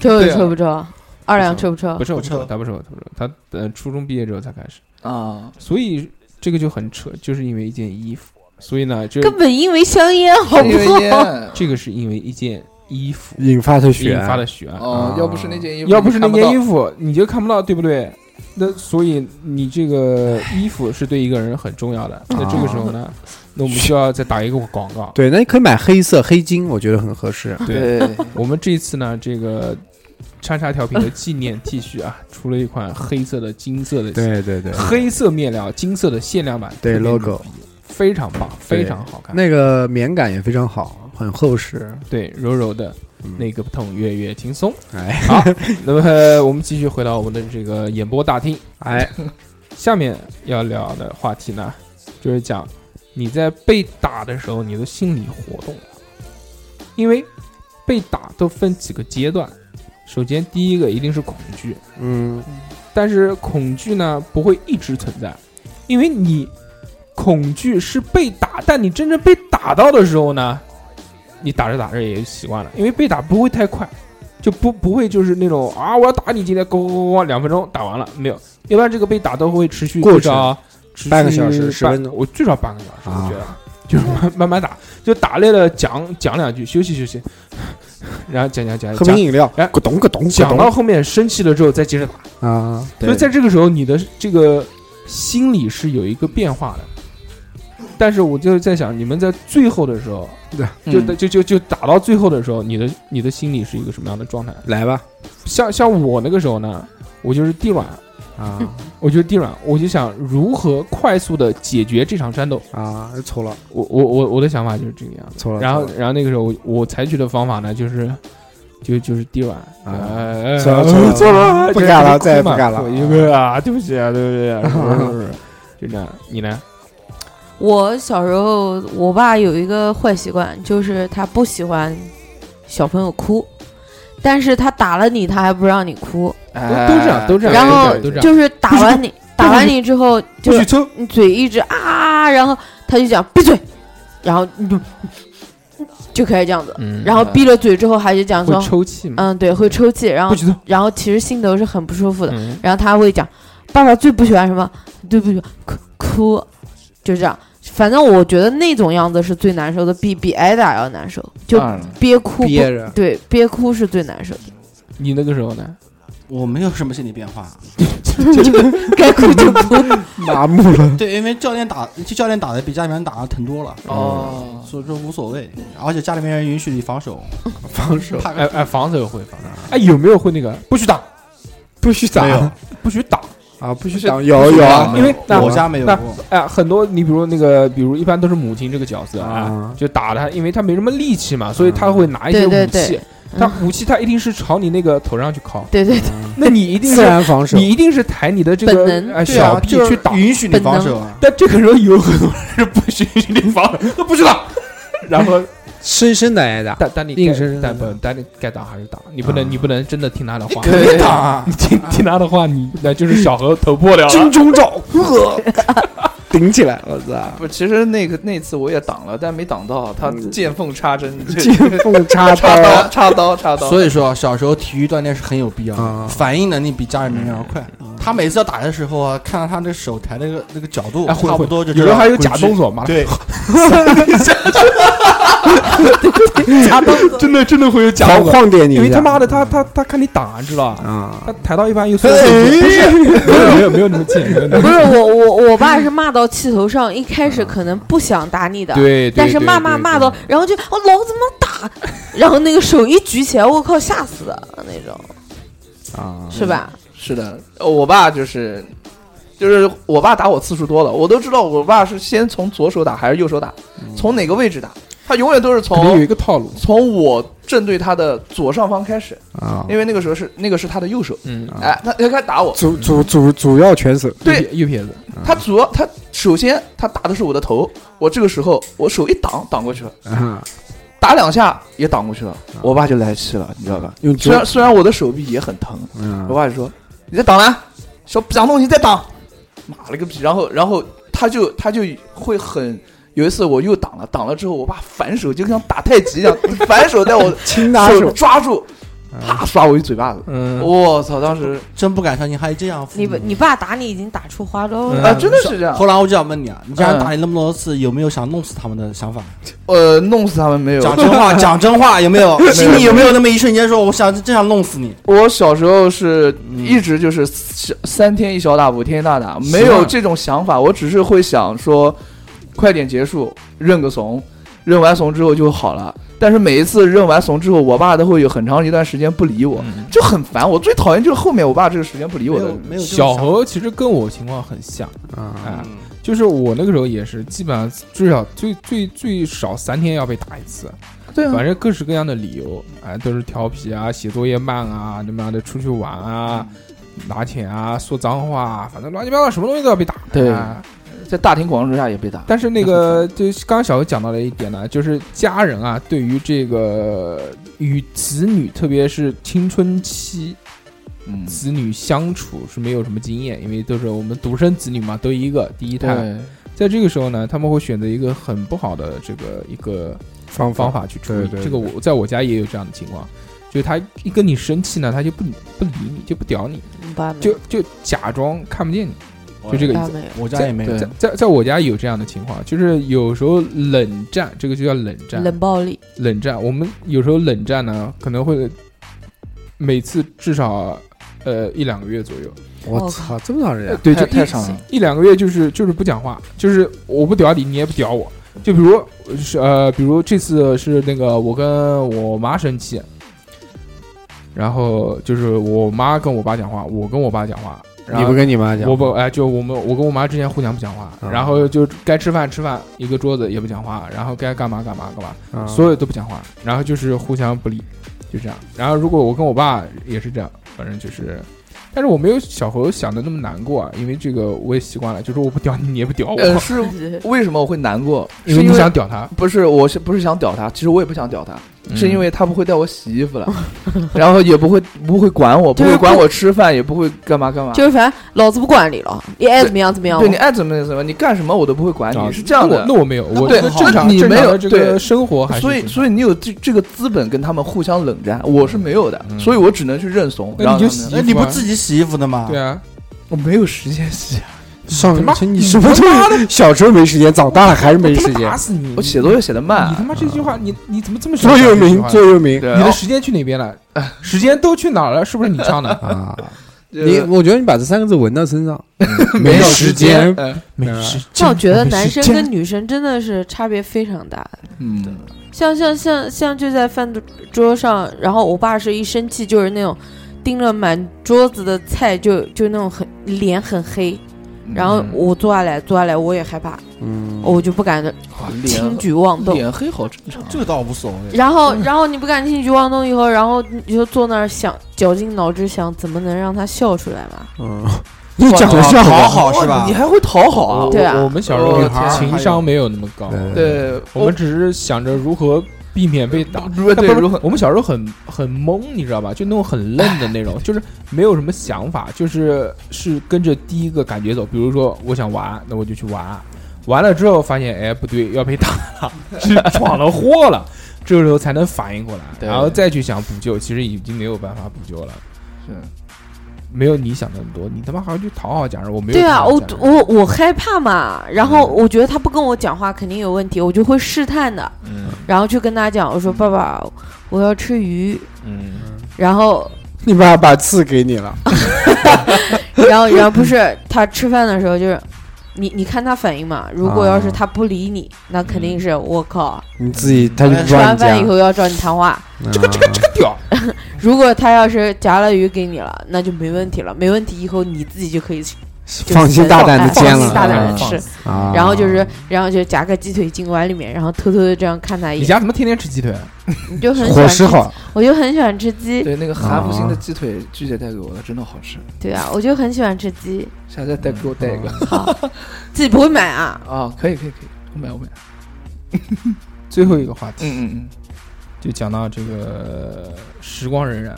抽对也啊抽不抽？二两不抽不抽不？抽，不抽他不抽，他不抽，他呃初中毕业之后才开始， 啊，所以这个就很扯，就是因为一件衣服。所以呢，这根本因为香烟，好因为不好？烟这个是因为一件衣服 引发的血引案发的血案。 啊哦，要不是那件衣服，要不是那件衣服，服，你就看不到，对不对？那所以你这个衣服是对一个人很重要的。那这个时候呢，那我们需要再打一个广告。对，那你可以买黑色黑金，我觉得很合适。对，对，我们这次呢，这个叉叉调频的纪念 T 恤啊，出了一款黑色的、金色的，， 对对对，黑色面料、金色的限量版，对特别 logo 牛逼非常棒，对非常好看。那个棉感也非常好，很厚实。对，柔柔的嗯，那个不痛，越越轻松。哎 好，那么我们继续回到我们的这个演播大厅。哎，下面要聊的话题呢，就是讲你在被打的时候，你的心理活动，因为被打都分几个阶段。首先，第一个一定是恐惧，嗯，但是恐惧呢不会一直存在，因为你恐惧是被打，但你真正被打到的时候呢，你打着打着也就习惯了，因为被打不会太快，就不不会就是那种啊我要打你，今天咣咣咣咣两分钟打完了没有，一般这个被打都会持续过至程少持续半个小时10半分钟我最少半个小时，啊我觉得。就是慢慢慢打，就打累了讲讲两句，休息休息， 然后讲讲讲喝讲瓶，饮料哎，咕咚咕咚咕讲咚到后面生气了之后再接着打，啊，所以在这个时候，你的这个心理是有一个变化的。但是我就在想，你们在最后的时候， 就嗯就就就打到最后的时候，你的你的心理是一个什么样的状态？来吧像像我那个时候呢，我就是地软，啊我就是地软，我就想如何快速的解决这场战斗。啊，错了我我我我的想法就是这个样子。错了，然后错了然后那个时候我我采取的方法呢，就是就就是地软，啊呃错了错了错了，不干了就是哭嘛再也不干了我一个啊，对不起啊，对 不起啊，就这样。你呢？我小时候，我爸有一个坏习惯，就是他不喜欢小朋友哭，但是他打了你，他还不让你哭，都这嗯样哎都这样然后都这样就是打完你，打完你之后，不就许是抽，你嘴一直啊，然后他就讲闭嘴，然后你就就开始这样子，嗯然后闭了嘴之后，还就讲会说，抽泣嘛？嗯，对，会抽泣，然后不许动。然后其实心头是很不舒服的，嗯然后他会讲，爸爸最不喜欢什么？对不起，哭哭，就这样。反正我觉得那种样子是最难受的，比比挨打要难受，就当然了憋哭不，憋着对，憋哭是最难受的，你那个时候呢？我没有什么心理变化。该哭就哭。麻木了，对，因为教练打，就教练打的比家里面打的疼多了，哦，啊所以说无所谓。而且家里面人允许你防守，防守怕哎个啊哎，防守会防守。哎，有没有会那个不许打，不许打没有不许打？ 啊，不许是挡，有有啊，因为那我家没有那过，哎、很多你比如那个，比如一般都是母亲这个角色啊啊，就打他，因为他没什么力气嘛，所以他会拿一些武器。对对对他武器他一定是朝你那个头上去靠，对对嗯那你一定自是然防守你，一定是抬你的这个本能哎对啊小，臂就是去打。允许你防守啊。但这个时候有很多人是不许你防的，那不知道。 然后深深的挨打。但但你硬该生生地但不但你该打还是打，你不能啊你不能真的听他的话，嗯可以打啊你，听听他的话，你那就是小何头破 掉了金。钟罩，呵， 顶起来，我操！不，其实那个那次我也挡了，但没挡到，他见缝插针，这见缝 插插刀刀，插刀，插刀。所以说啊小时候体育锻炼是很有必要的，啊反应能力比家人能要快。嗯他每次要打的时候啊，看到他那手抬那个那个角度，哎，会差不会多就知有道时候还有滚假去动作嘛，对，真的真的会有假狂动作，晃点你一因下，为他妈的他他他看你挡，知道吧？啊嗯他抬到一半 又缩回去，哎，没有 没有没有那么贱，没有那么对，不是我我我爸是骂到气头上，一开始可能不想打你的，嗯对，但是骂骂骂到，然后就哦老子妈打，然后那个手一举起来，我靠，吓死了那种，啊， 是吧？是的，呃我爸就是，就是我爸打我次数多了，我都知道我爸是先从左手打还是右手打，从哪个位置打，他永远都是可能有从一个套路，从我正对他的左上方开始，啊，因为那个时候是那个是他的右手，嗯啊哎，他他开始打我，主主主主要拳手，对右撇右撇子，他主要他首先他打的是我的头，我这个时候我手一挡挡过去了，啊，打两下也挡过去了，我爸就来气了，你知道吧？用左虽，然虽然我的手臂也很疼，嗯我爸就说：“你再挡了，小想东西再挡。”妈了个逼！然后然后他就他就会很有一次我又挡了，挡了之后我爸反手就像打太极一样，反手在我轻搭手手，抓住，啪刷我一嘴巴子。嗯，我操！当时 真不敢相信还这样。你爸你爸打你已经打出花招了，嗯啊，真的是这样。后来我就想问你啊，你家人打你那么多次，有没有想弄死他们的想法？呃，弄死他们没有？讲 真话，讲真话，有没有？心里有没有那么一瞬间说，我想真想弄死你？我小时候是一直就是小三天一小打，五天一大打，没有这种想法。我只是会想说，快点结束，认个怂，认完怂之后就好了。但是每一次认完怂之后，我爸都会有很长一段时间不理我，嗯就很烦。我最讨厌就是后面我爸这个时间不理我没的有，。没有这种小想法。嗯何其实跟我情况很像，啊哎，就是我那个时候也是，基本上至少最最最少三天要被打一次，对啊，反正各式各样的理由，哎，都是调皮啊，写作业慢啊，他妈的出去玩啊，嗯拿钱啊，说脏话啊，反正乱七八糟什么东西都要被打。对哎啊在大庭广众之下也被打。但是那个就刚刚小何讲到了一点呢，就是家人啊，对于这个与子女，特别是青春期嗯，子女相处是没有什么经验，因为都是我们独生子女嘛，都一个第一胎。对，在这个时候呢，他们会选择一个很不好的这个一个方方法去处理。对对对这个我在我家也有这样的情况，就是他一跟你生气呢，他就不不理你，就不屌你，你爸没有就就假装看不见你，就这个你意爸思。没有，我家也没有对。在在在我家有这样的情况，就是有时候冷战，这个就叫冷战。冷暴力，冷战，我们有时候冷战呢，可能会每次至少呃一两个月左右。我操，这么啊长时间，对，太就太一长了。一两个月就是就是不讲话，就是我不屌你，你也不屌我。就比如是呃，比如这次是那个我跟我妈生气，然后就是我妈跟我爸讲话，我跟我爸讲话，然你不后跟你妈讲，我不哎、就我们我跟我妈之间互相不讲话，啊然后就该吃饭吃饭，一个桌子也不讲话，然后该干嘛干嘛干嘛，嗯啊所有都不讲话，然后就是互相不理，就这样。然后如果我跟我爸也是这样，反正就是，但是我没有小猴想的那么难过啊，因为这个我也习惯了，就是我不屌你，你也不屌我，呃，是为什么我会难过？是因为因你为想屌他，嗯不是，我是不是想屌他？其实我也不想屌他，是因为为他不会带我洗衣服了， 然后也不会不会管我，不就是会不管我吃饭，也不会干嘛干嘛。就是反正老子不管你了，你爱怎么样怎么样对。你爱怎么怎么，你干什么我都不会管啊你，是这样的那。我那我没有，我对这个正常那你正常没有的这个对生活还是所以，正常所以你有这这个资本跟他们互相冷战，我是没有的，嗯所以我只能去认怂。那然后你就他们洗哎，你不自己洗衣服的吗？啊对啊，我没有时间洗，上他妈你什么都小时候没时间，长大了还是没时他妈间打，死你！我写作业写的慢你他啊。妈这句话，你你怎么这么喜座欢右这句铭话，座右铭对你的然后时间去哪边了？哎时间都去哪儿了？是不是你唱的？啊。就是你我觉得你把这三个字纹到身上，没 没有时时间间，，呃没嗯时但我 觉得没男时间生跟女生真的是差别非常大，嗯，像像像像就在饭桌上，然后我爸是一生气就是那种盯着满桌子的菜就，就那种很脸很黑。然后嗯我坐下来，坐下来我也害怕，嗯，我就不敢哇轻脸举妄动。脸嗯黑好正常啊，这倒无所谓。然后，然后你不敢轻举妄动以后，然后你就坐那儿想，绞尽脑汁想怎么能让他笑出来嘛。嗯，你讲的笑讨话，好是哇吧哦你？还会讨好啊我？对啊我们小时候我的哦天情商没有那么高，嗯，对，我们只是想着如何避免被打。如但不 对是如何我们小时候很很懵，你知道吧？就那种很愣的那 种，就是没有什么想法，就是是跟着第一个感觉走。比如说，我想玩，那我就去玩，完了之后发现，哎，不对，要被打了，是闯了祸 了。这时候才能反应过来，对然后再去想补救，其实已经没有办法补救了，是没有你想的那么多。你他妈还要去讨好家人，我没有对啊，讨好我家人我我害怕嘛，然后嗯我觉得他不跟我讲话肯定有问题，我就会试探的，嗯然后去跟他讲，我嗯说爸爸，我要吃鱼，嗯然后你爸把刺给你了，啊然后然后不是他吃饭的时候就是。你你看他反应嘛，如果要啊是他不理你，那肯定是我靠！你自己他就不吃让完你嗯讲，饭以啊嗯后要找你谈话，这个这个这个屌， 如果他要是夹了鱼给你了，那就没问题了。没问题，以后你自己就可以吃，嗯放心大胆的煎放心大胆了的吃。嗯，啊然后就是，然后就夹个鸡腿进碗里面，然后偷偷的这样看他一你眼。家怎么天天吃鸡腿？啊你就很喜伙欢食吃，好，我就很喜欢吃鸡。对那个韩福啊星的鸡腿，鞠姐带给我的，真的好吃，对啊，我就很喜欢吃 鸡。下次再给我带一个好，自己不会买啊。啊，可以可以可以，我买我买，最后一个话题，嗯嗯就讲到这个时光荏苒，嗯，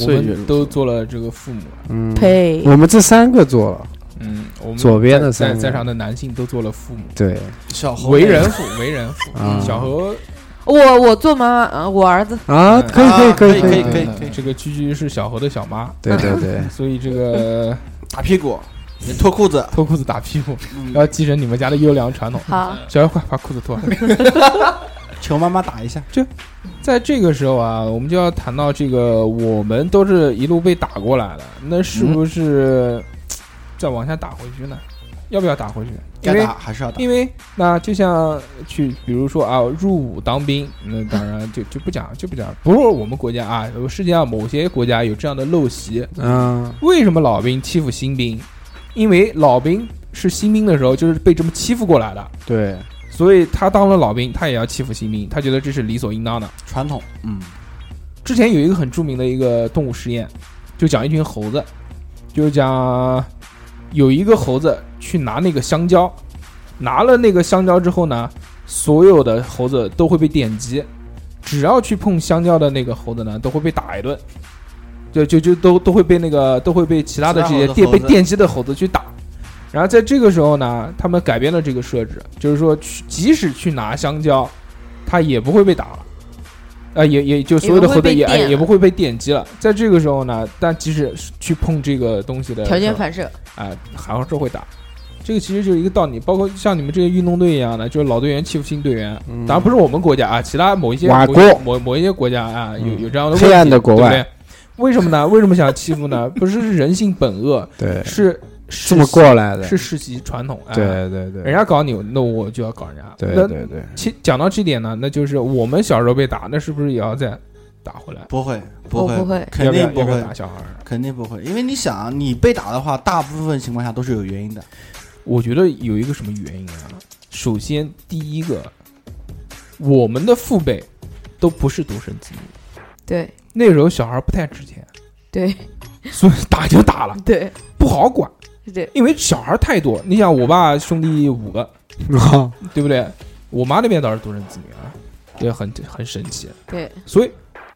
我岁月们如都梭做了这个父母了，嗯，呸！我们这三个做了，嗯，我们左边的在三在个在场的男性都做了父母，对，小猴为人父，为人父。啊小何我我做妈妈，呃我儿子啊，嗯可以可以啊可以可以可以，以可以这个居居是小何的小妈，对对对， 所以这个打屁股，脱裤子，脱裤子打屁股，嗯要继承你们家的优良传统。好，小何快把裤子脱了。求妈妈打一下。在这个时候啊，我们就要谈到这个，我们都是一路被打过来的，那是不是再往下打回去呢？要不要打回去？因该为打还是要打，因为那就像去，比如说啊，入伍当兵，那当然就就不讲就不讲，不是我们国家啊，世界上某些国家有这样的陋习。嗯，为什么老兵欺负新兵？因为老兵是新兵的时候就是被这么欺负过来的，对，所以他当了老兵，他也要欺负新兵，他觉得这是理所应当的。传统，嗯，之前有一个很著名的一个动物实验，就讲一群猴子，就讲有一个猴子去拿那个香蕉，拿了那个香蕉之后呢，所有的猴子都会被电击，只要去碰香蕉的那个猴子呢，都会被打一顿，就就就都都会被那个都会被其他的这些其他猴子电猴被子电击的猴子去打。然后在这个时候呢，他们改变了这个设置，就是说去即使去拿香蕉，它也不会被打了。啊，也也就所有的猴子也哎也也不会被电不会被电击了。在这个时候呢，但即使是去碰这个东西的条件时候反射。啊、还是会打。这个其实就是一个道理，包括像你们这些运动队一样的，就是老队员欺负新队员。嗯当然不是我们国家啊，其他某一些外某国某某一些国家啊，有嗯有这样的问题黑暗的国外对不对为什么呢？为什么想欺负 呢？不是人性本恶，对，是是这么过来的，是世袭传统啊。对对对，人家搞你，那我就要搞人家。对那对对，其讲到这点呢，那就是我们小时候被打，那是不是也要再打回来？不会，我会，不会肯定要哦不要要不要会打，小孩儿？肯定不会，因为你想，啊你被打的话，大部分情况下都是有原因的。我觉得有一个什么原因啊？首先，第一个，我们的父辈都不是独生子女，对那时候小孩不太值钱，对所以打就打了，对不好管，对，因为小孩太多。你想，我爸兄弟五个，啊，对不对？我妈那边倒是独生子女啊，也很很神奇。啊对，所以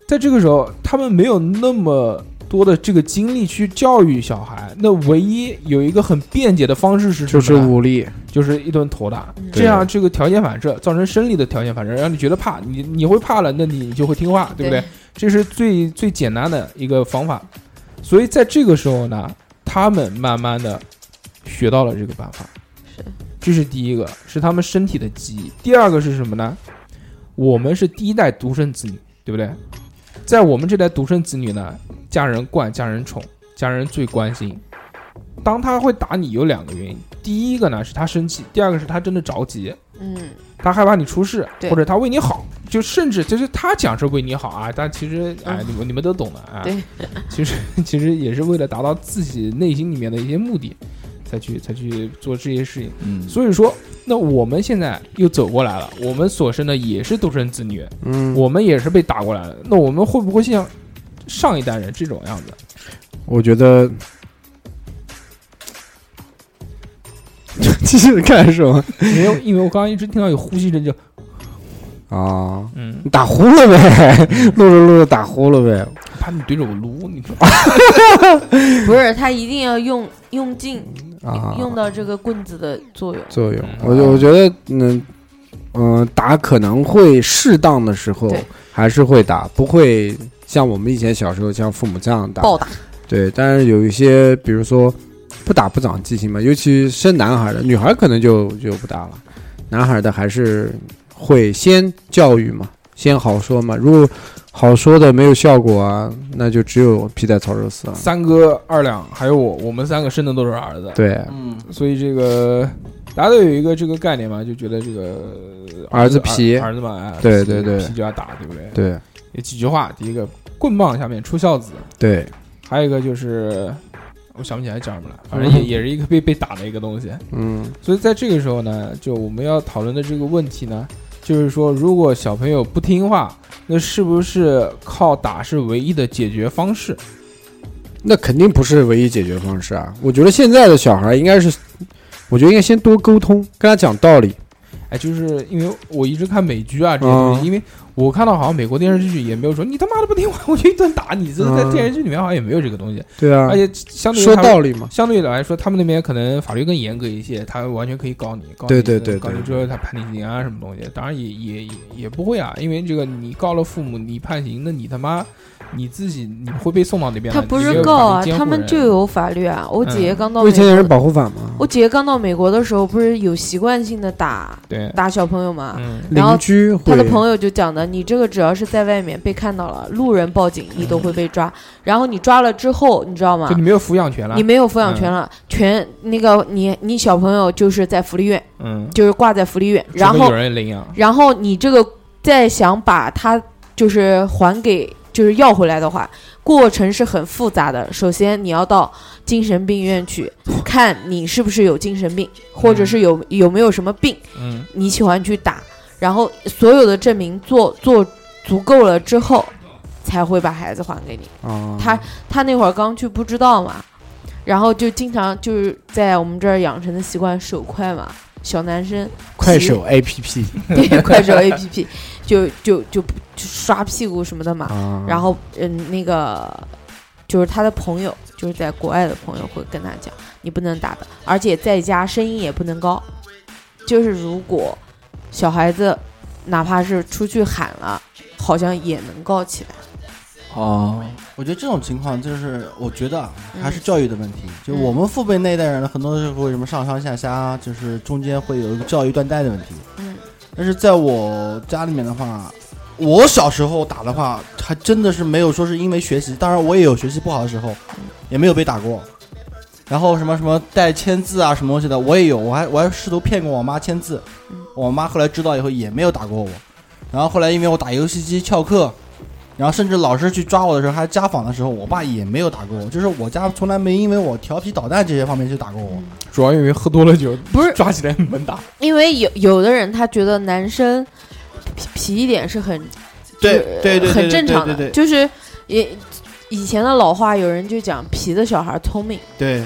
在这个时候，他们没有那么多的这个精力去教育小孩。那唯一有一个很便捷的方式是什就么是呢武力，就是一顿头打嗯，这样这个条件反射造成生理的条件反射，让你觉得怕，你你会怕了，那你就会听话，对不对？这是最最简单的一个方法。所以在这个时候呢，他们慢慢的学到了这个办法，是这是第一个，是他们身体的记忆。第二个是什么呢？我们是第一代独生子女，对不对？在我们这代独生子女呢，家人惯，家人宠，家人最关心。当他会打你有两个原因，第一个呢是他生气，第二个是他真的着急，嗯，他害怕你出事，对或者他为你好。就甚至就是他讲是为你好啊，但其实哎，你们你们都懂的啊。对，其实其实也是为了达到自己内心里面的一些目的，才去才去做这些事情。嗯，所以说，那我们现在又走过来了，我们所生的也是独生子女，嗯，我们也是被打过来的。那我们会不会像上一代人这种样子？我觉得， 继续干什么因为因为我刚刚一直听到有呼吸声，就啊？嗯，打呼了呗，录着录着打呼了呗。怕你对着我撸，你知道吗？不是，他一定要用用劲，啊，用到这个棍子的作用。作用。嗯我觉我觉得，嗯嗯、打可能会适当的时候对还是会打，不会像我们以前小时候像父母这样打。暴打对，但是有一些，比如说不打不长记性嘛，尤其生男孩的，女孩可能就就不打了，男孩的还是会先教育嘛，先好说嘛。如果好说的没有效果啊，那就只有皮带操肉丝了。啊三哥、二两还有我，我们三个生的都是儿子，对，嗯，所以这个大家都有一个这个概念嘛，就觉得这个呃儿子皮儿儿子嘛，哎对皮对对皮就要打，对不对？对，有几句话，第一个棍棒下面出孝子，对，还有一个就是我想不起来叫什么了，反 正也也是一个被被打的一个东西。嗯，所以在这个时候呢，就我们要讨论的这个问题呢，就是说，如果小朋友不听话，那是不是靠打是唯一的解决方式？那肯定不是唯一解决方式啊。我觉得现在的小孩应该是，我觉得应该先多沟通，跟他讲道理。哎，就是因为我一直看美剧啊这些嗯东西，因为我看到好像美国电视剧也没有说你他妈的不听话，我就一顿打你，这在嗯电视剧里面好像也没有这个东西，对啊而，且相对于说他们道理嘛。相对来说，他们那边可能法律更严格一些，他完全可以告你，告你对对对告你对之后他判你刑啊什么东西，当然也也也也不会啊，因为这个你告了父母，你判刑，那你他妈你自己你会被送到那边他来，不你没是有告法啊，律监护他们人就有法律啊。我姐姐嗯刚到未美成年人国，保护法嘛，我姐姐刚到美国的时候，不是有习惯性的打对，打小朋友嘛？嗯，然后邻居会她的朋友就讲的，你这个只要是在外面被看到了，路人报警你都会 被抓。然后你抓了之后，你知道吗就？你没有抚养权了你，没有抚养权嗯了，全那个你你小朋友就是在福利院，嗯，就是挂在福利院，然除非后有人领养，然后你这个再想把它就是还给就是要回来的话，过程是很复杂的。首先你要到精神病院去看你是不是有精神病，或者是有有没有什么病，嗯，你喜欢去打，然后所有的证明做做足够了之后，才会把孩子还给你。啊，他他那会儿刚去不知道嘛，然后就经常就是在我们这儿养成的习惯手快嘛，小男生快急手 APP 对快手 APP，就就就就刷屁股什么的嘛。啊，然后嗯，那个就是他的朋友，就是在国外的朋友会跟他讲，你不能打的，而且在家声音也不能高。就是如果小孩子哪怕是出去喊了，好像也能告起来。哦，我觉得这种情况就是，我觉得啊嗯还是教育的问题。就我们父辈那一代人，很多时候为什么上上下下，就是中间会有一个教育断代的问题。嗯，但是在我家里面的话，我小时候打的话，还真的是没有说是因为学习，当然我也有学习不好的时候，嗯也没有被打过。然后什么什么带签字啊，什么东西的，我也有，我还我还试图骗过我妈签字嗯，我妈后来知道以后也没有打过我。然后后来因为我打游戏机翘课，然后甚至老师去抓我的时候，还家访的时候，我爸也没有打过我，就是我家从来没因为我调皮捣蛋这些方面去打过我。主要因为喝多了酒，不 是抓起来猛打，因为有有的人他觉得男生皮皮一点是很对对对，很正常对的，对就是也以前的老话，有人就讲皮的小孩聪明，对，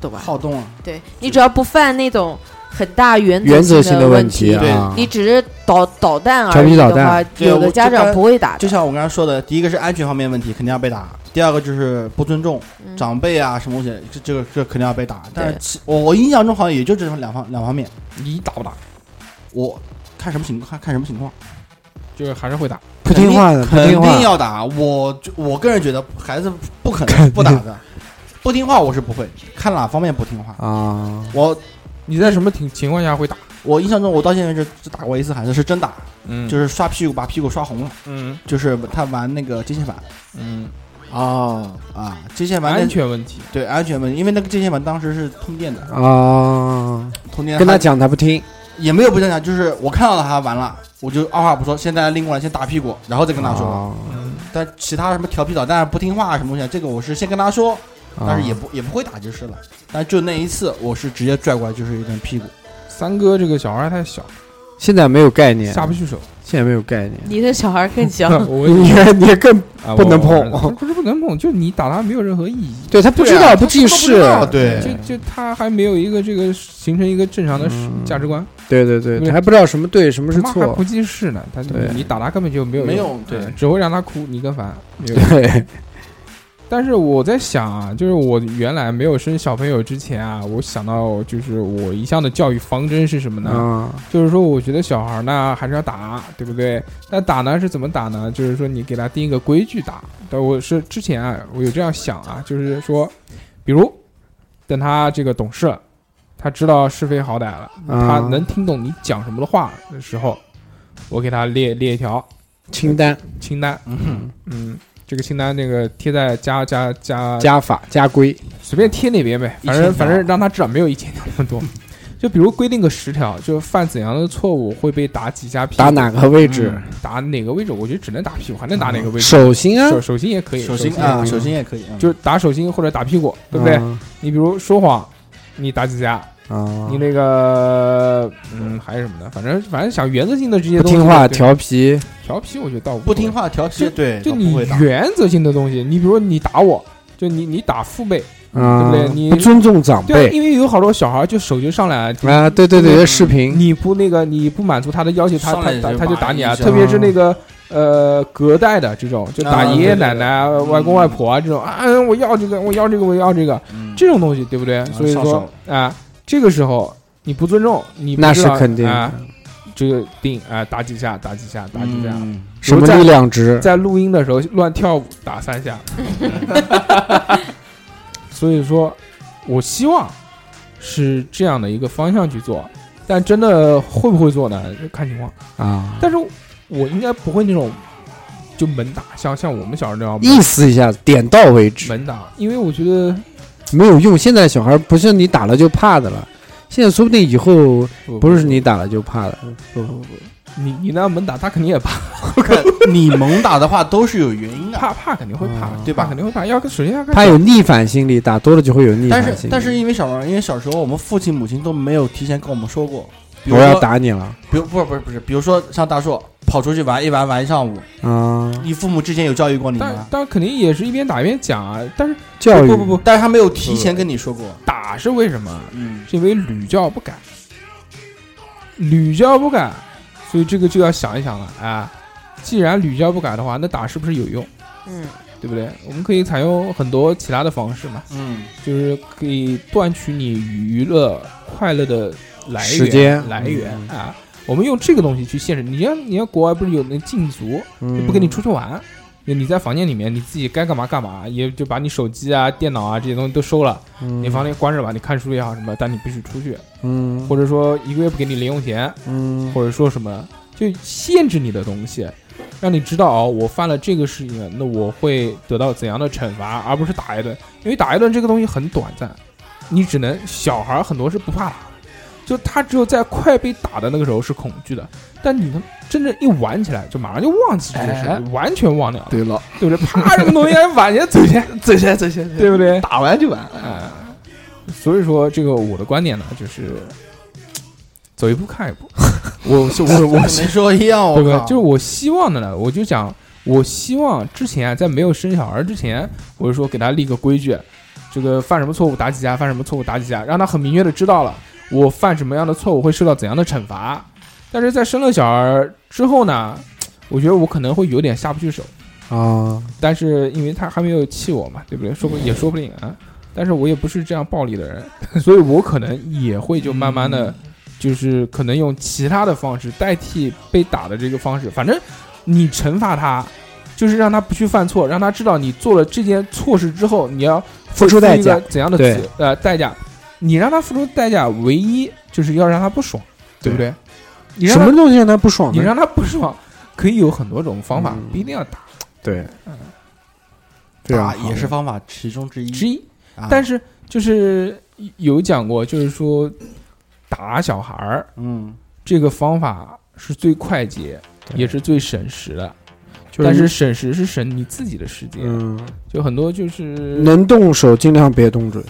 懂吧？好动啊，对你只要不犯那种很大原原则性性的问问题啊，你只是捣捣蛋调而皮已捣的蛋话，对有我的就家长刚不会打的。就像我刚才说的，第一个是安全方面问题，肯定要被打；第二个就是不尊重嗯 长辈啊，什么东西，这这个这肯定要被打。但是对其我我印象中好像也就这两方两方面，你打不打？我看什么情况看看什么情况，就是还是会打，不听话的，不 肯听定话，要打。我我个人觉得孩子不可能不打 的，不听话我是不会，看哪方面不听话。啊，我你在什么情情况下会打？我印象中我到现在就只打过一次孩子，是真打，嗯就是刷屁股把屁股刷红了，嗯就是他玩那个接线板嗯，哦，啊，接线板那安全问题，对安全问题，因为那个接线板当时是通电的，啊，通电跟他还讲他不听，也没有不正常，就是我看到了他完了，我就二话不说，先大家拎过来，先打屁股，然后再跟他说。哦啊但其他什么调皮捣蛋、不听话啊什么东西，这个我是先跟他说，但是也啊不也不会打就是了。但就那一次，我是直接拽过来就是一顿屁股。三哥这个小孩太小，现在没有概念，下不去手，现在没有概念，你的小孩 更小， 我你也你也更啊 不能我碰我不是不能碰，就是你打他没有任何意义，对他不知对道啊不记他什事么都不知，道对就就他还没有一个这个形成一个正常的嗯价值观，对对对，对他还不知道什么对什么是他妈还错不，记事呢，他对你打他根本就没有没用有对，只会让他哭，你更烦。没有用对，但是我在想啊，就是我原来没有生小朋友之前啊，我想到就是我一向的教育方针是什么呢？嗯，就是说，我觉得小孩呢还是要打，对不对？那打呢是怎么打呢？就是说你给他定一个规矩打。但我是之前啊，我有这样想啊，就是说，比如等他这个懂事了，他知道是非好歹了，他啊能听懂你讲什么的话的时候，我给他列列一条清单清单，嗯，这个清单那个贴在家家家加法加规，随便贴哪边呗，反正一千条反正让他知道没有一千条那么多。就比如规定个十条，就犯怎样的错误会被打几下屁股，打哪个位位置？嗯打哪个位置？我觉得只能打屁股，还能打哪个位置？手心啊手，手心也可以，手心心嗯啊，嗯手心也可以，嗯就是打手心或者打屁股，对不对？嗯？你比如说谎，你打几下？啊，你那个嗯还是什么的，反正反正想原则性的这些不东西，听话对调皮，调皮，我觉得倒无所不谓听。话调皮，对，就都你不会打。原则性的东西，你比如你打我，就你你打父辈，嗯，对不对你不尊重长对啊，辈因为有好多小孩就手就上来，啊，对对嗯对，这视频你不那个，你不满足他的要求，他上他来他就他就骂打你啊！一下特别是那个呃隔代的这种，就打啊爷爷对对奶奶啊、外公外婆啊这种啊，嗯我要这个，我要这个，我要这个，嗯这种东西对不对？所以上说手啊，这个时候你不尊重，你不那知是道肯定啊的，，这个定啊，打几下，打几下，打几下。嗯什么力量值？在录音的时候乱跳舞，打三 下。所以说，我希望是这样的一个方向去做，但真的会不会做呢？就看情况。啊，但是我应该不会那种就猛打，像像我们小时候那样意思一下，点到为止，猛打，因为我觉得没有用。现在小孩不是你打了就怕的了，现在说不定以后不是你打了就怕的，不不不，呃你你那样猛打，他肯定也 怕， 你猛打的话都是有原因的，怕怕肯定会怕嗯，对吧？吧肯定会怕，要跟首先要跟他有逆反心理，打多了就会有逆但反心是理。但是因为什么？因为小时候我们父亲母亲都没有提前跟我们说过，比如我要说，打你了比如不是不是不是，比如说像大硕跑出去玩一玩玩一上午，啊，你父母之前有教育过你但吗？但肯定也是一边打一边讲啊，但是教育不不不，但是他没有提前跟你说过，打是为什么？嗯，是因为屡教不改，屡教不改，所以这个就要想一想了啊。既然屡教不改的话，那打是不是有用？嗯，对不对？我们可以采用很多其他的方式嘛，嗯，就是可以断取你娱乐快乐的来源时间嗯来源、啊。我们用这个东西去限制。你像你像国外不是有那禁足，就不不跟你出去玩，你在房间里面你自己该干嘛干嘛，也就把你手机啊、电脑啊这些东西都收了，你房间关着吧，你看书也好什么，但你必须出去，嗯或者说一个月不给你零用钱，嗯或者说什么，就限制你的东西，让你知道哦，我犯了这个事情了，那我会得到怎样的惩罚，而不是打一顿，因为打一顿这个东西很短暂，你只能小孩儿很多是不怕打的，就他只有在快被打的那个时候是恐惧的，但你呢，真正一玩起来，就马上就忘记这个事，哎完全忘掉了，对了，对不对？啪，这个东西往前走去，这些这些，对不对？ 打完就 完。啊、所以说这个我的观点呢，就是走一步看一步。我是我我跟没说一样，我对不对靠，？就是我希望的呢，我就讲，我希望之前啊在没有生小孩之前，我就说给他立个规矩，这个犯什么错误打几下，犯什么错误打几下，让他很明确的知道了我犯什么样的错误会受到怎样的惩罚。但是在生了小孩之后呢，我觉得我可能会有点下不去手，啊，但是因为他还没有气我嘛，对不对？说嗯不也说不定啊。但是我也不是这样暴力的人， 所以我可能也会就慢慢嗯的，就是可能用其他的方式代替被打的这个方式。反正你惩罚他，就是让他不去犯错，让他知道你做了这件错事之后，你要付出代价一个怎样的对责呃代价。你让他付出代价，唯一就是要让他不爽，对不对？你让什他么东西让他不爽你呢？让他不爽，可以有很多种方法嗯，不一定要打对嗯，非常打好也是方法其中之一，嗯之一。啊但是就是有讲过，就是说打小孩儿，嗯，这个方法是最快捷，也是最省时的。就但是省时是省你自己的时间，嗯，就很多就是，能动手尽量别动嘴。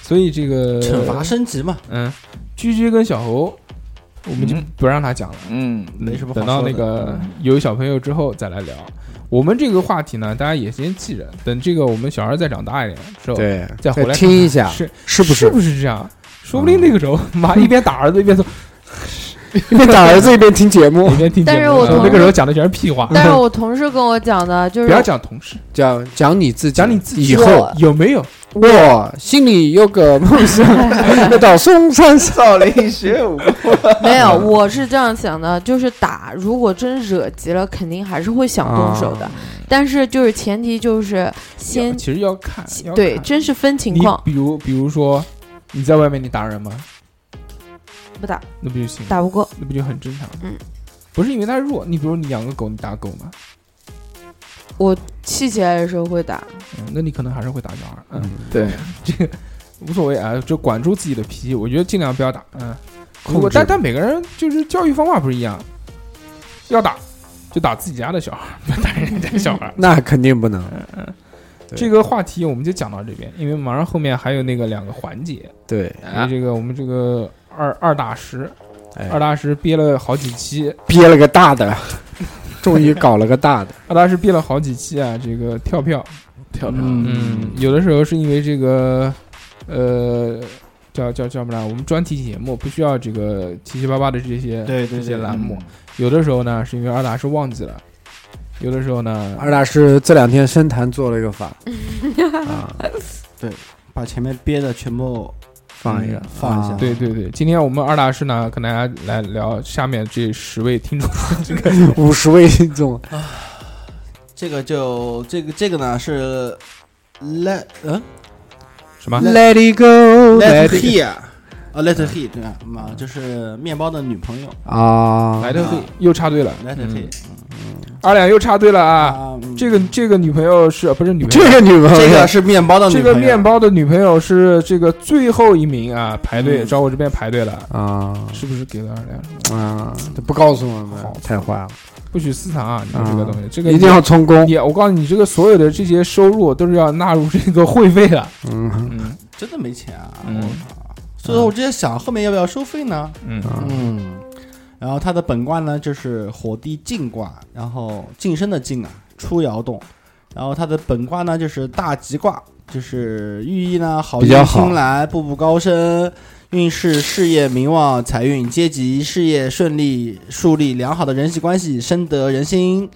所以这个惩罚升级嘛，嗯，居居跟小猴，我们就嗯不让他讲了，嗯，没什么好等到说那的个有小朋友之后再来聊。我们这个话题呢，大家也先记着，等这个我们小孩再长大一点之后，对，再回来听一下，是是不哦是是 不是这样？说不定那个时候，妈一边打儿子一边说，一边打儿子一边听节目一？边听节目，但是我然后同那个时候讲的全是屁话。但是我同事跟我讲的，就不是呃要讲同事，讲讲你自己，讲你自己以后有没有？我心里有个梦想，要到嵩山上。少林学武，没有，我是这样想的，就是打，如果真惹急了，肯定还是会想动手的，但是就是前提就是先其实要看，要看对，真是分情况，你比如，比如说你在外面你打人吗？不打那不就行？打不过，那不就很正常？嗯，不是因为它弱，你比如你养个狗，你打狗嘛，气起来的时候会打，嗯，那你可能还是会打小孩，嗯， 对，无所谓啊，就管住自己的脾气，我觉得尽量不要打，嗯，制。如果但但每个人就是教育方法不一样，要打就打自己家的小孩，不要 打人家小孩那肯定不能。 对这个话题我们就讲到这边，因为马上后面还有那个两个环节，对，因为这个我们这个二二大师，啊哎二大师憋了好几期，憋了个大的，终于搞了个大的。阿达是憋了好几期啊，这个跳票，跳票，嗯，有的时候是因为这个，呃，叫叫叫什么来？我们专题节目不需要这个七七八八的这些，对对嗯这些对，栏目。有的时候呢，是因为阿达是忘记了，有的时候呢，二大师这两天深谈做了一个法，啊，嗯把前面憋的全部嗯放一个，放一下啊对对对，今天我们二大师呢，跟大家来聊下面这十位听众，这个五十位听众，这个就这个这个呢是 let 嗯什么 Let 嗯 it go, let let it it he 啊 let it he 对吧？嘛就是面包的女朋友啊，来的又插队了， let it 嗯 he 二两又插队了啊！啊，嗯这个这个女朋友是不是女朋友这？个女朋这友个，是面包的女这朋友，个面包的女朋友是这个最后一名啊，排队嗯找我这边排队了，啊是不是给了二两？啊，都不告诉我们好，太坏了，不许私藏啊！你们这个东西，这个一定要充公，你，我告诉你，这个所有的这些收入都是要纳入这个会费的。嗯嗯真的没钱啊，嗯我靠！所以说我之前想后面要不要收费呢？嗯啊嗯，然后它的本卦呢就是呃火地晋卦，然后晋升的晋啊，出窑洞。然后它的本卦呢就是大吉卦，就是寓意呢好比较运好兴来，步步高升，运势、事业、名望、财运、阶级、事业顺利，树立良好的人际关系，深得人心。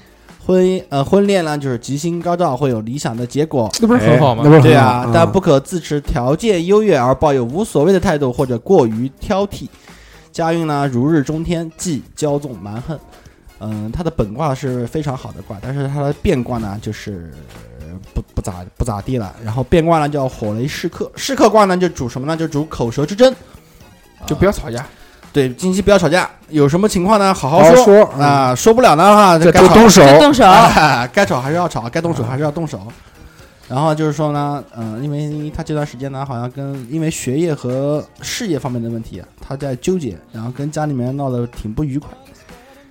婚呃婚恋呢就是吉星高照，会有理想的结果。那不是很好哎吗？那不 是对很好嗯啊，但不可自持条件优越而抱有无所谓的态度，或者过于挑剔。家运呢如日中天，忌骄纵蛮横。嗯，它的本卦是非常好的卦，但是它的变卦呢就是呃不不咋不咋地了。然后变卦呢叫火雷噬客，噬客卦呢就主什么呢？就主口舌之争。就不要吵架，对，近期不要吵架，有什么情况呢好好好好说说啊、说不了的话这就该都吵动手，就动手，啊， 该吵还是要吵，该动手还是要动手。然后就是说呢，嗯、因为他这段时间呢，好像跟嗯因为学业和事业方面的问题啊，他在纠结，然后跟家里面闹得挺不愉快，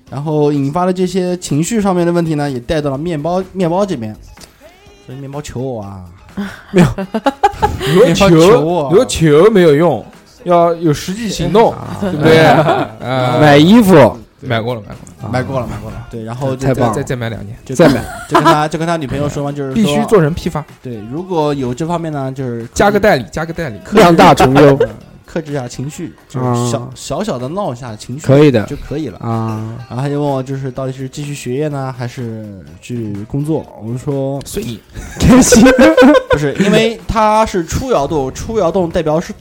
然后引发了这些情绪上面的问题呢，也带到了面包面包这边，所以面包求我啊，有球球啊有球没有用，要有实际行动，对不对？啊，买衣服，买过了，买过啊买过了买过了，对，然后就太了，棒了再再买两件，就再跟买， 就跟他就跟他女 朋友说嘛，就是必须说做成批发，对，如果有这方面呢，就是加个代理，加个代理。量大从 优，克制一下情绪，就啊是小小小的闹一下情绪，可以的就可以了。啊，然后他就问我，就是到底是继续学业呢，还是去工作？我就说随你，开心，不是，因为他是出窑洞，出窑洞代表是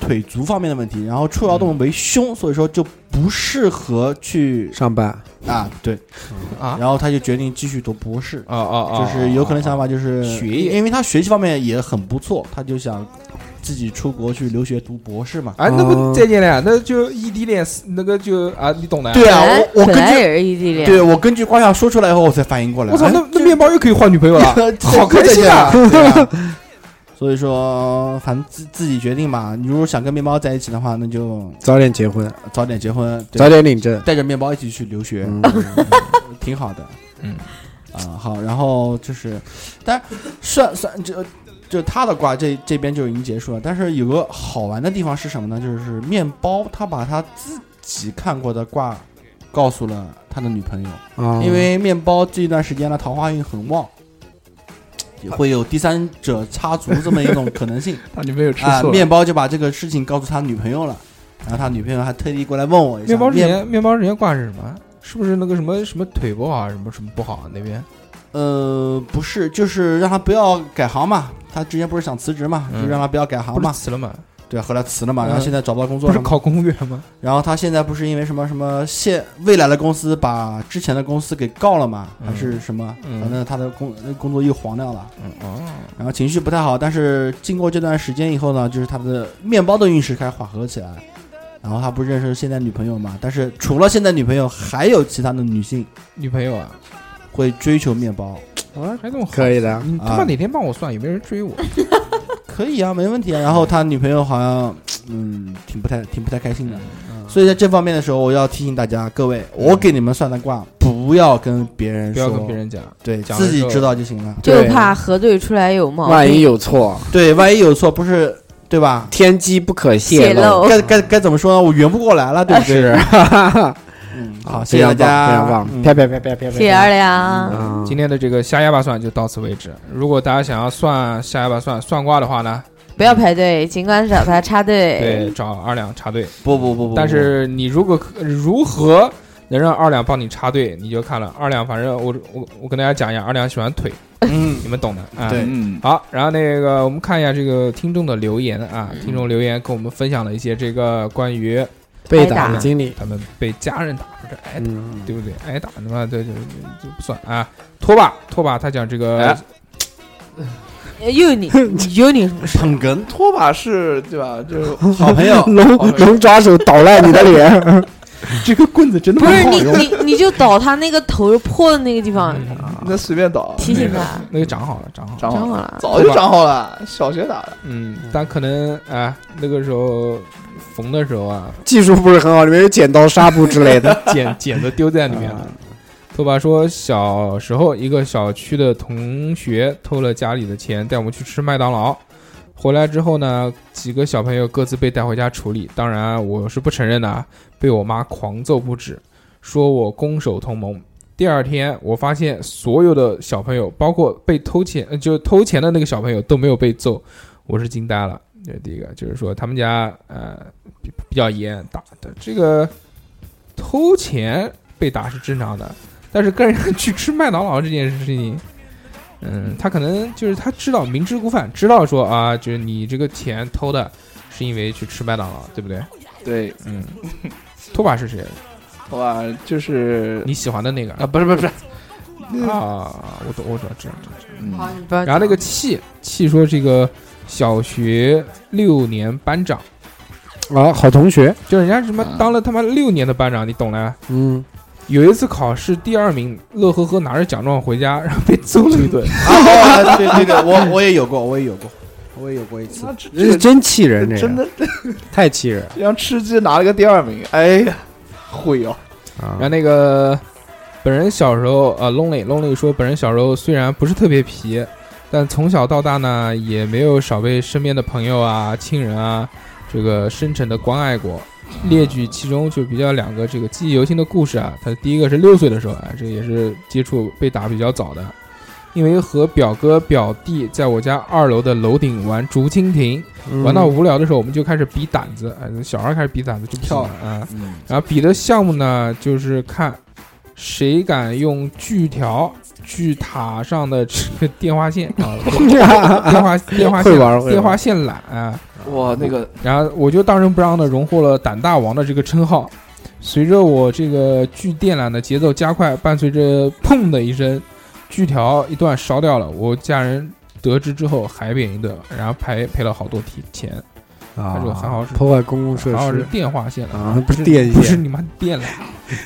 腿足方面的问题，然后出窑洞为胸，所以说就不适合去上班，啊，对啊然后他就决定继续读博士，啊啊啊！就是有可能想法就是哦学业因为他学习方面也很不错，他就想自己出国去留学读博士嘛。啊，那不哦再见了呀，那就异地恋，那个就啊，你懂的。对啊，本来我我本根来据也是异地恋，对我根据瓜下说出来以后，我才反应过来，我操，哎 那那面包又可以换女朋友了，好开心啊！对啊！所以说，反正自自己决定吧。你如果想跟面包在一起的话，那就早点结婚，早点结婚，对早点领证。带着面包一起去留学，嗯 挺好的。嗯，啊、好，然后就是，但算算就就他的卦这这边就已经结束了。但是有个好玩的地方是什么呢？就是面包他把他自己看过的卦告诉了他的女朋友，啊因为面包这段时间呢桃花运很旺。也会有第三者插足这么一种可 能性他女朋友吃啊、醋了，面包就把这个事情告诉他女朋友了，然后他女朋友还特地过来问我一下，面包之前面包之前挂是什么？是不是那个什么什么腿不好，啊什么什么不好那边？呃，不是，就是让他不要改行嘛。他之前不是想辞职嘛，嗯就让他不要改行不是啊嘛。辞了吗？对，啊后来辞了嘛，然后嗯现在找不到工作不了是嘛。考公务员吗？然后他现在不是因为什么什么现未来的公司把之前的公司给告了嘛，嗯还是什么？嗯反正他的工工作又黄掉了，嗯哦，然后情绪不太好。但是经过这段时间以后呢，就是他的面包的运势开始缓和起来。然后他不是认识现在女朋友嘛？但是除了现在女朋友，还有其他的女性女朋友啊，会追求面包。啊还这么好可以的，你他啊妈哪天帮我算有没有人追我？可以啊，没问题啊。然后他女朋友好像，嗯，挺不太挺不太开心的。嗯所以在这方面的时候，我要提醒大家，各位，我给你们算的卦，不要跟别人不说，嗯要跟别人讲，对讲了自己之后知道就行了。就对怕核对出来有毛万一病，有错，对，万一有错，不是对吧？天机不可泄泄露。露。该该该怎么说呢？我圆不过来了，对不对？是，哈哈哈嗯，好，好，谢非谢大常棒，非家常，棒，嗯啪啪啪啪啪啪。谢谢二两，嗯今天的这个瞎哑巴算就到此为止。如果大家想要算瞎哑巴算算卦的话呢，不要排队，尽管找他插队。对，找二两插队。不不哎不不，但是你如果可如何能让二两帮你插队，你就看了。二两，反正我我我跟大家讲一下，二两喜欢腿，嗯，你们懂的啊。对嗯，好，然后那个我们看一下这个听众的留言啊，嗯听众留言跟我们分享了一些这个关于被挨哎打打的经历，他们被家人打或者挨打，嗯，，对不对？挨打他妈的就就就不算啊。拖把，拖把，他讲这个哎 又你，又你什么事？捧哏拖把是对吧？就是好朋友龙龙抓手捣烂你的脸，这个棍子真的不是你你你就倒他那个头破的那个地方， 那随便倒，提醒他，嗯那个长好了，长好了。长知道好了，了。早就长好了，小学打的，嗯，但可能啊、那个时候缝的时候啊，技术不是很好，里面有剪刀、纱布之类 的。 剪剪子丢在里面了。拖把说，小时候一个小区的同学偷了家里的钱，带我们去吃麦当劳。回来之后呢，几个小朋友各自被带回家处理。当然，我是不承认的，啊，被我妈狂揍不止，说我攻守同盟。第二天，我发现所有的小朋友，包括被偷钱，呃就偷钱的那个小朋友都没有被揍，我是惊呆了。这是第一个，就是说他们家呃比比较严打的这个偷钱被打是正常的，但是跟人去吃麦当劳这件事情，嗯，他可能就是他知道明知故犯，知道说啊，就是你这个钱偷的是因为去吃麦当劳，对不对？对，嗯，拖把是谁？拖把就是你喜欢的那个啊，不是不是不是，啊？我懂，我知道，知道。知道好，嗯，你不要。然后那个气气说这个小学六年班长，啊，好同学，就人家什么当了他妈六年的班长，你懂了？嗯，有一次考试第二名，乐呵呵拿着奖状回家，然后被揍了一顿。啊 哦对对对，我我也有过，我也有过，我也有过一次那。这这是这真气人，真这个的太气人了让吃鸡拿了个第二名，哎呀，会哦，然啊后！那个本人小时候，呃，Lonely Lonely 说，本人小时候虽然不是特别皮，但从小到大呢，也没有少被身边的朋友啊、亲人啊，这个深沉的关爱过。列举其中就比较两个这个记忆犹新的故事啊，他第一个是六岁的时候啊，这也是接触被打比较早的，因为和表哥表弟在我家二楼的楼顶玩竹蜻蜓，嗯玩 到无聊的时候，我们就开始比胆子，哎，小孩开始比胆子就跳了啊。嗯，然后比的项目呢，就是看谁敢用锯条锯塔上的这个电话线啊， 电话电话会玩线会玩电话线缆、啊。哇，那个然后我就当仁不让的荣获了胆大王的这个称号。随着我这个锯电缆的节奏加快，伴随着砰的一声，锯条一段烧掉了。我家人得知之后海扁一顿，然后赔赔了好多提钱，啊这个还好是破坏公共设然后是施电话线缆。啊，不是电不是线，你妈 电缆，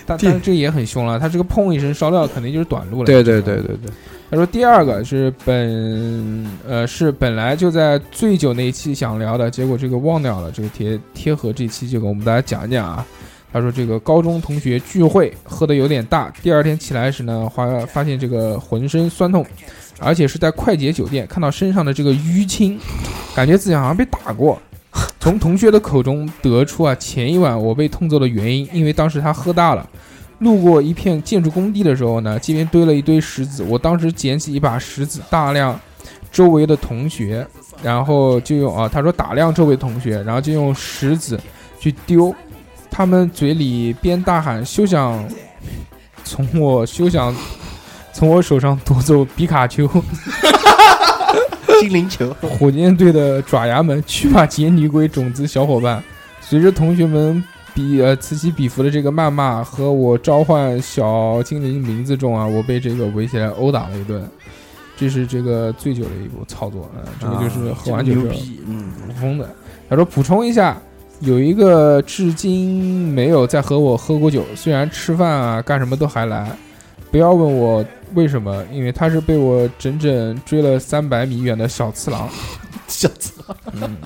但电但是这个也很凶了，它这个砰一声烧掉，肯定就是短路了。对对对。对对，他说第二个是本呃是本来就在醉酒那一期想聊的，结果这个忘掉了。这个贴贴合这期就给我们大家讲一讲啊。他说这个高中同学聚会喝的有点大，第二天起来时呢，发发现这个浑身酸痛，而且是在快捷酒店看到身上的这个淤青，感觉自己好像被打过。从同学的口中得出啊，前一晚我被痛揍的原因，因为当时他喝大了。路过一片建筑工地的时候呢，街边堆了一堆石子，我当时捡起一把石子，大量周围的同学，然后就用啊，他说打量周围同学，然后就用石子去丢，他们嘴里边大喊休想从我休想从我手上夺走皮卡丘。精灵嗯球，火箭队的爪牙们去吧，杰女鬼种子小伙伴。随着同学们比呃此起彼伏的这个谩骂和我召唤小精灵名字中啊，我被这个围起来殴打了一顿。这是这个醉酒的一步操作，嗯、这个啊就是喝完酒之牛后逼，嗯，疯的。他说补充一下，有一个至今没有再和我喝过酒，虽然吃饭啊干什么都还来。不要问我为什么，因为他是被我整整追了三百米远的小次 郎。小子，嗯，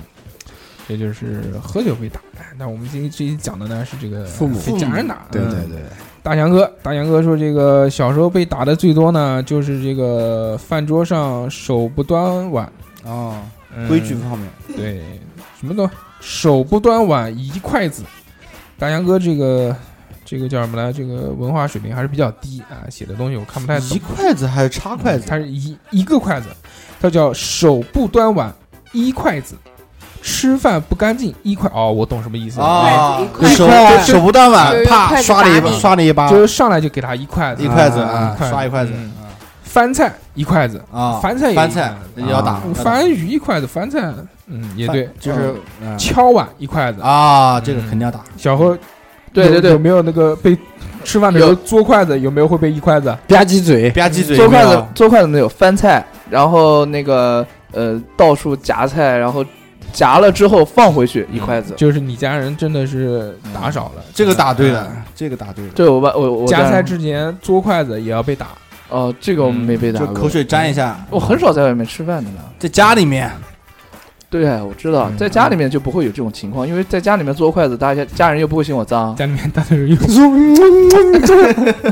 这就是喝酒被打。哎那我们今天这一期讲的呢是这个父母被家人打。对嗯对对，大强哥，大强哥说这个小时候被打的最多呢，就是这个饭桌上手不端碗，哦，嗯规矩方面，对，什么都手不端碗一筷子。大强哥这个这个叫什么来？这个文化水平还是比较低啊，写的东西我看不太懂一。筷子还是插筷子？它是一一个筷子，它叫手不端碗一筷子，吃饭不干净一筷。哦，我懂什么嗯意思了啊一筷，子手手不端碗，啪刷了一把，刷了一把，就是上来就给他一筷子，一筷子啊啊，刷一筷子嗯翻菜一筷子，啊，翻菜也翻菜嗯一要打筷子翻鱼一筷子，翻菜嗯也对，就是嗯敲碗一筷子。啊，这个肯定要打，小何，对对有有对，没有那个被吃饭的时候嘬筷子，有没有会被一筷子？吧唧嘴，吧唧嘴，做筷有没子有做筷子没有翻菜，然后那个呃到处夹菜，然后夹了之后放回去一筷子。就是你家人真的是打少了，嗯这个打对嗯了，这个打对了，对我把我我夹在菜之前嘬筷子也要被打。哦，这个我们没被打就过。口水沾一下，我很少在外面吃饭的呢。在家里面对，啊我知道嗯，在家里面就不会有这种情况，因为在家里面做筷子，大家家人又不会嫌我脏。家里面大家有，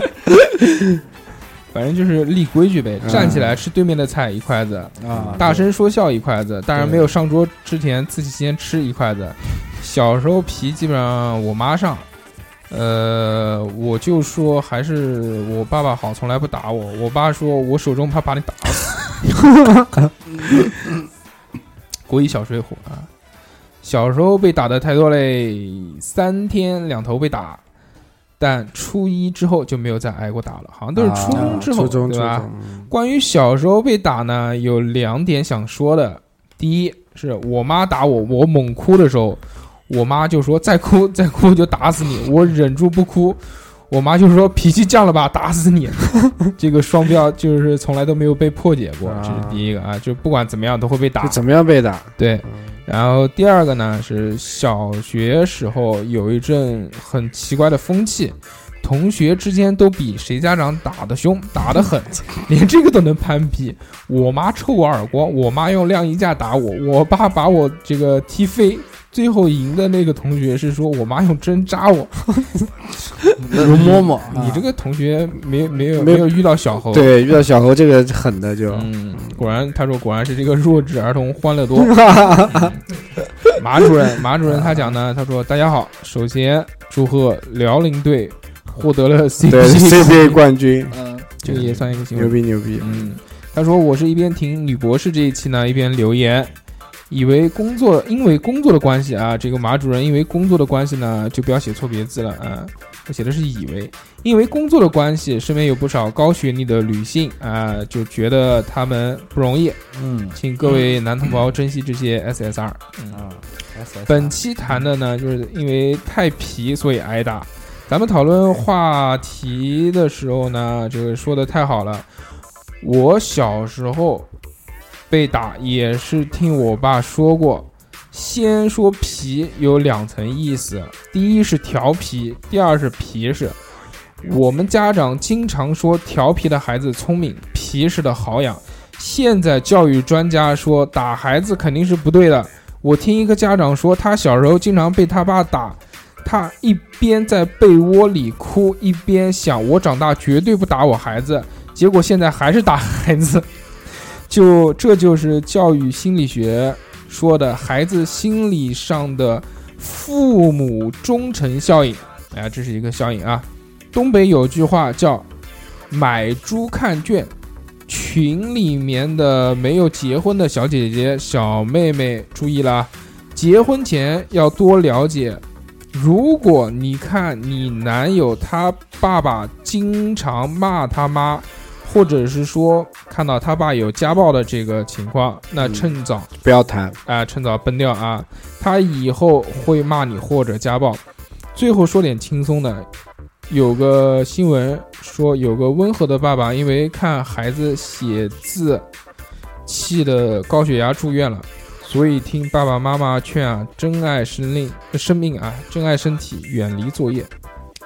反正就是立规矩呗，嗯站起来吃对面的菜一筷子，啊，大声说笑一筷子，当然没有上桌之前自己先吃一筷 子。小时候皮基本上我妈上，呃，我就说还是我爸爸好，从来不打我。我爸说我手中怕把你打死。 国一小水浒啊，小时候被打的太多嘞，三天两头被打。但初一之后就没有再挨过打了，好像都是初中之后，啊初中初对吧？中，关于小时候被打呢，有两点想说的。第一是我妈打我，我猛哭的时候，我妈就说再哭 再哭就打死你。我忍住不哭，我妈就说脾气犟了吧，打死你。 这个双标就是从来都没有被破解过，这是第一个啊，就不管怎么样都会被打就。怎么样被打？对，然后第二个呢是小学时候有一阵很奇怪的风气，同学之间都比谁家长打得凶、打得 狠，连这个都能攀比。我妈抽我耳光，我妈用晾衣架打我，我爸把我这个踢飞。最后赢的那个同学是说我妈用针扎我，容嬷嬷，你这个同学没没有啊没没有有遇到小猴，对，遇到小猴这个狠的就，嗯，果然他说果然是这个弱智儿童欢乐多。嗯 马主任，马主任他讲呢，他说大家好，首先祝贺辽宁队获得了 对 CP， CBA 冠军，嗯，这个也算一个新牛闻。逼牛逼，嗯，他说我是一边听吕博士这一期呢，一边留言。以为工作，因为工作的关系啊，这个马主任因为工作的关系呢，就不要写错别字了啊。我写的是以为，因为工作的关系，身边有不少高学历的女性啊，就觉得他们不容易，嗯请各位男同胞珍惜这些 SSR。啊，嗯本期谈的呢，就是因为太皮所以挨打。咱们讨论话题的时候呢，这个说的太好了。我小时候被打也是听我爸说过。先说皮有两层意思，第一是调皮，第二是皮实。我们家长经常说调皮的孩子聪明，皮实的好养。现在教育专家说打孩子肯定是不对的。我听一个家长说，他小时候经常被他爸打，他一边在被窝里哭，一边想我长大绝对不打我孩子，结果现在还是打孩子。 就这就是教育心理学说的孩子心理上的父母忠诚效应。哎呀，这是一个效应啊。东北有句话叫“买猪看圈”，群里面的没有结婚的小姐姐、小妹妹注意啦，结婚前要多了解。如果你看你男友他爸爸经常骂他妈，或者是说看到他爸有家暴的这个情况，那趁早不要谈，啊、趁早崩掉啊！他以后会骂你或者家暴。最后说点轻松的，有个新闻说，有个温和的爸爸因为看孩子写字，气得高血压住院了。所以听爸爸妈妈劝啊，珍爱生命，生命啊，珍爱身体，远离作业，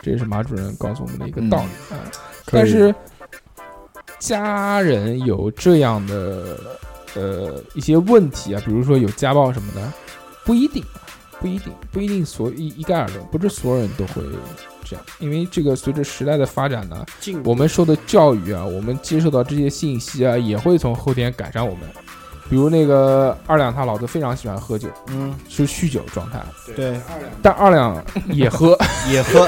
这也是马主任告诉我们的一个道理啊。但是家人有这样的呃一些问题啊，比如说有家暴什么的，不一定，不一定，不一定所一一概而论，不是所有人都会这样，因为这个随着时代的发展呢，我们受的教育啊，我们接受到这些信息啊，也会从后天赶上我们。比如那个二两，他老子非常喜欢喝酒，嗯，是酗酒状态，对，但二两也喝， 也喝，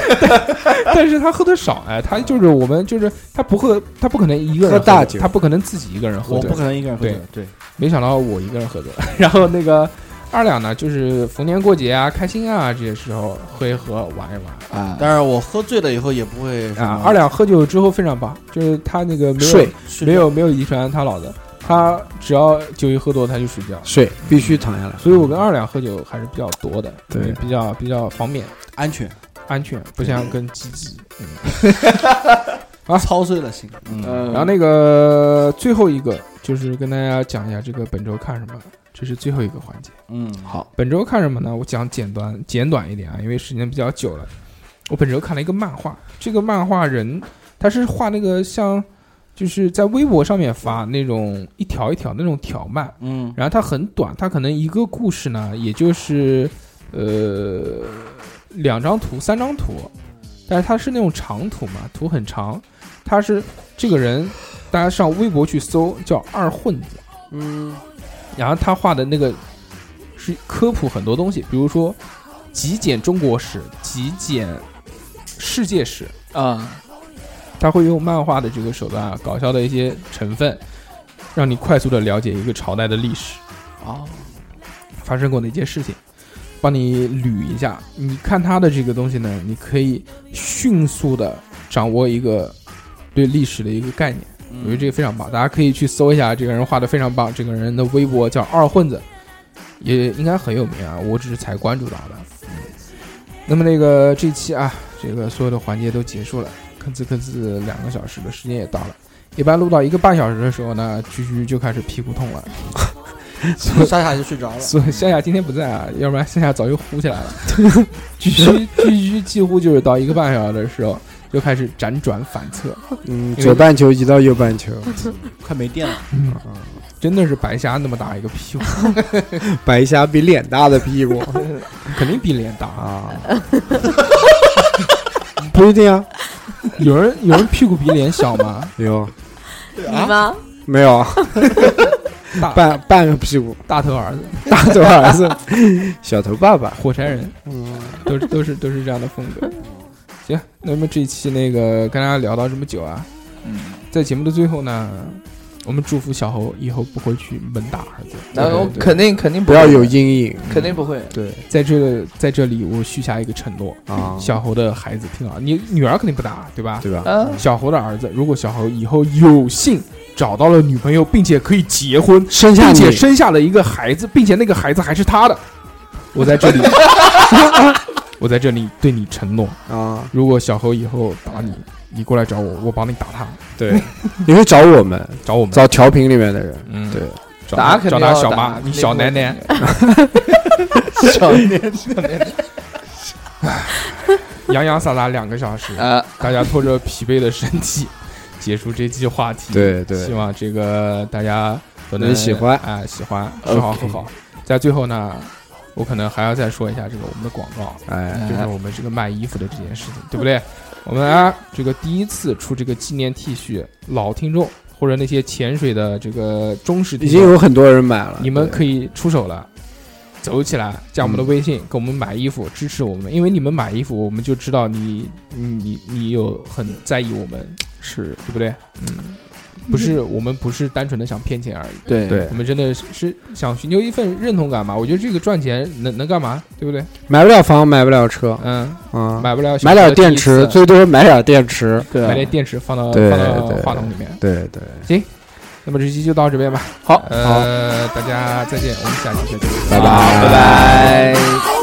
但是他喝的少，哎，他就是我们就是他不喝，他不可能一个人喝大酒，酒他不可能自己一个人喝我酒不。可能一个人喝酒，对，没想到我一个人喝醉了。然后那个二两呢，就是逢年过节啊、开心啊这些时候喝一喝、玩一玩啊，但是我喝醉了以后也不会什啊么。二两喝酒之后非常棒，就是他那个没有睡是没有没有遗传他老的，他只要酒一喝多他就睡觉。睡必须躺下来，所以我跟二两喝酒还是比较多的，对比较比较方便、安全，安全，不像跟鸡鸡。嗯操碎了心。嗯，呃，然后那个最后一个就是跟大家讲一下这个本周看什么，这是最后一个环节。嗯，好，本周看什么呢？我讲简短简短一点啊，因为时间比较久了。我本周看了一个漫画，这个漫画人他是画那个像，就是在微博上面发那种一条一条那种条漫，嗯，然后它很短，它可能一个故事呢，也就是呃两张图、三张图，但是它是那种长图嘛，图很长。它是这个人，大家上微博去搜叫二混子，嗯，然后他画的那个是科普很多东西，比如说极简中国史、极简世界史，啊，他会用漫画的这个手段啊，搞笑的一些成分，让你快速的了解一个朝代的历史。哦，发生过哪些事情，帮你捋一下。你看他的这个东西呢，你可以迅速的掌握一个对历史的一个概念，我觉得这个非常棒。大家可以去搜一下，这个人画的非常棒，这个人的微博叫二混子，也应该很有名啊，我只是才关注到的。嗯那么那个这期啊，这个所有的环节都结束了，吭哧吭哧两个小时的时间也到了。一般录到一个半小时的时候呢，居居就开始屁股痛了。莎莎就睡着 了。所以夏夏今天不在啊，要不然夏夏早就呼起来了。居居居居几乎就是到一个半小时的时候就开始辗转反侧，嗯，左半球移到右 半球，快没电了，嗯啊真的是白瞎那么大一个屁 股，白虾比脸大的 屁股肯定比脸大啊！啊，不一定啊，有人有人屁股比脸小 吗？有你吗？没有啊大？ 半半个屁股，大头儿子、大头儿子， 小头爸爸，火柴人，嗯都是都是都是这样的风格。行，那么这一期那个跟大家聊到这么久啊，嗯，在节目的最后呢，我们祝福小猴以后不会去猛打儿子。然后对对对肯定肯定不会要有，阴影肯定不会，对，在这在这里我许下一个承诺，啊，小呃猴的孩子听啊，你女儿肯定不打，对吧？对吧？啊，小猴的儿子，如果小猴以后有幸找到了女朋友，并且可以结婚，生下并你且生下了一个孩子，并且那个孩子还是他的，我在这里， 我在这里对你承诺，啊，如果小猴以后打你，你过来找我，我帮你打他，对， 你会找我们，找我们，找调频里面的人，嗯，对，找打他肯找定他要小打妈，你小奶 奶，，小奶奶， 洋洋洒洒两个小时，呃，大家拖着疲惫的身体结束这期话题。对对希望这个大家都能喜欢哎、喜欢吃好喝好。在最后呢，我可能还要再说一下这个我们的广告，哎，嗯就是我们这个卖衣服的这件事情，对不对？我们啊，这个第一次出这个纪念 T 恤，老听众或者那些潜水的这个忠实已听经众，有很多人买了，你们啊对嗯可以出手了。走起来，加我们的微信，给我们买衣服，支持我们，因为你们买衣服，我们就知道你你你你有很在意我们，是对不对？嗯，不是，我们不是单纯的想骗钱而已，对对我们真的是是想寻求一份认同感嘛？我觉得这个赚钱能能干嘛，对不对？买不了房，买不了车，嗯，嗯，买不了小买车点的电第一池，次最多买点电池。对买啊点电池放到对放到对话筒里面。对对，那么这期就到这边吧，好呃，大家再见，我们下期再见。拜好拜拜。 I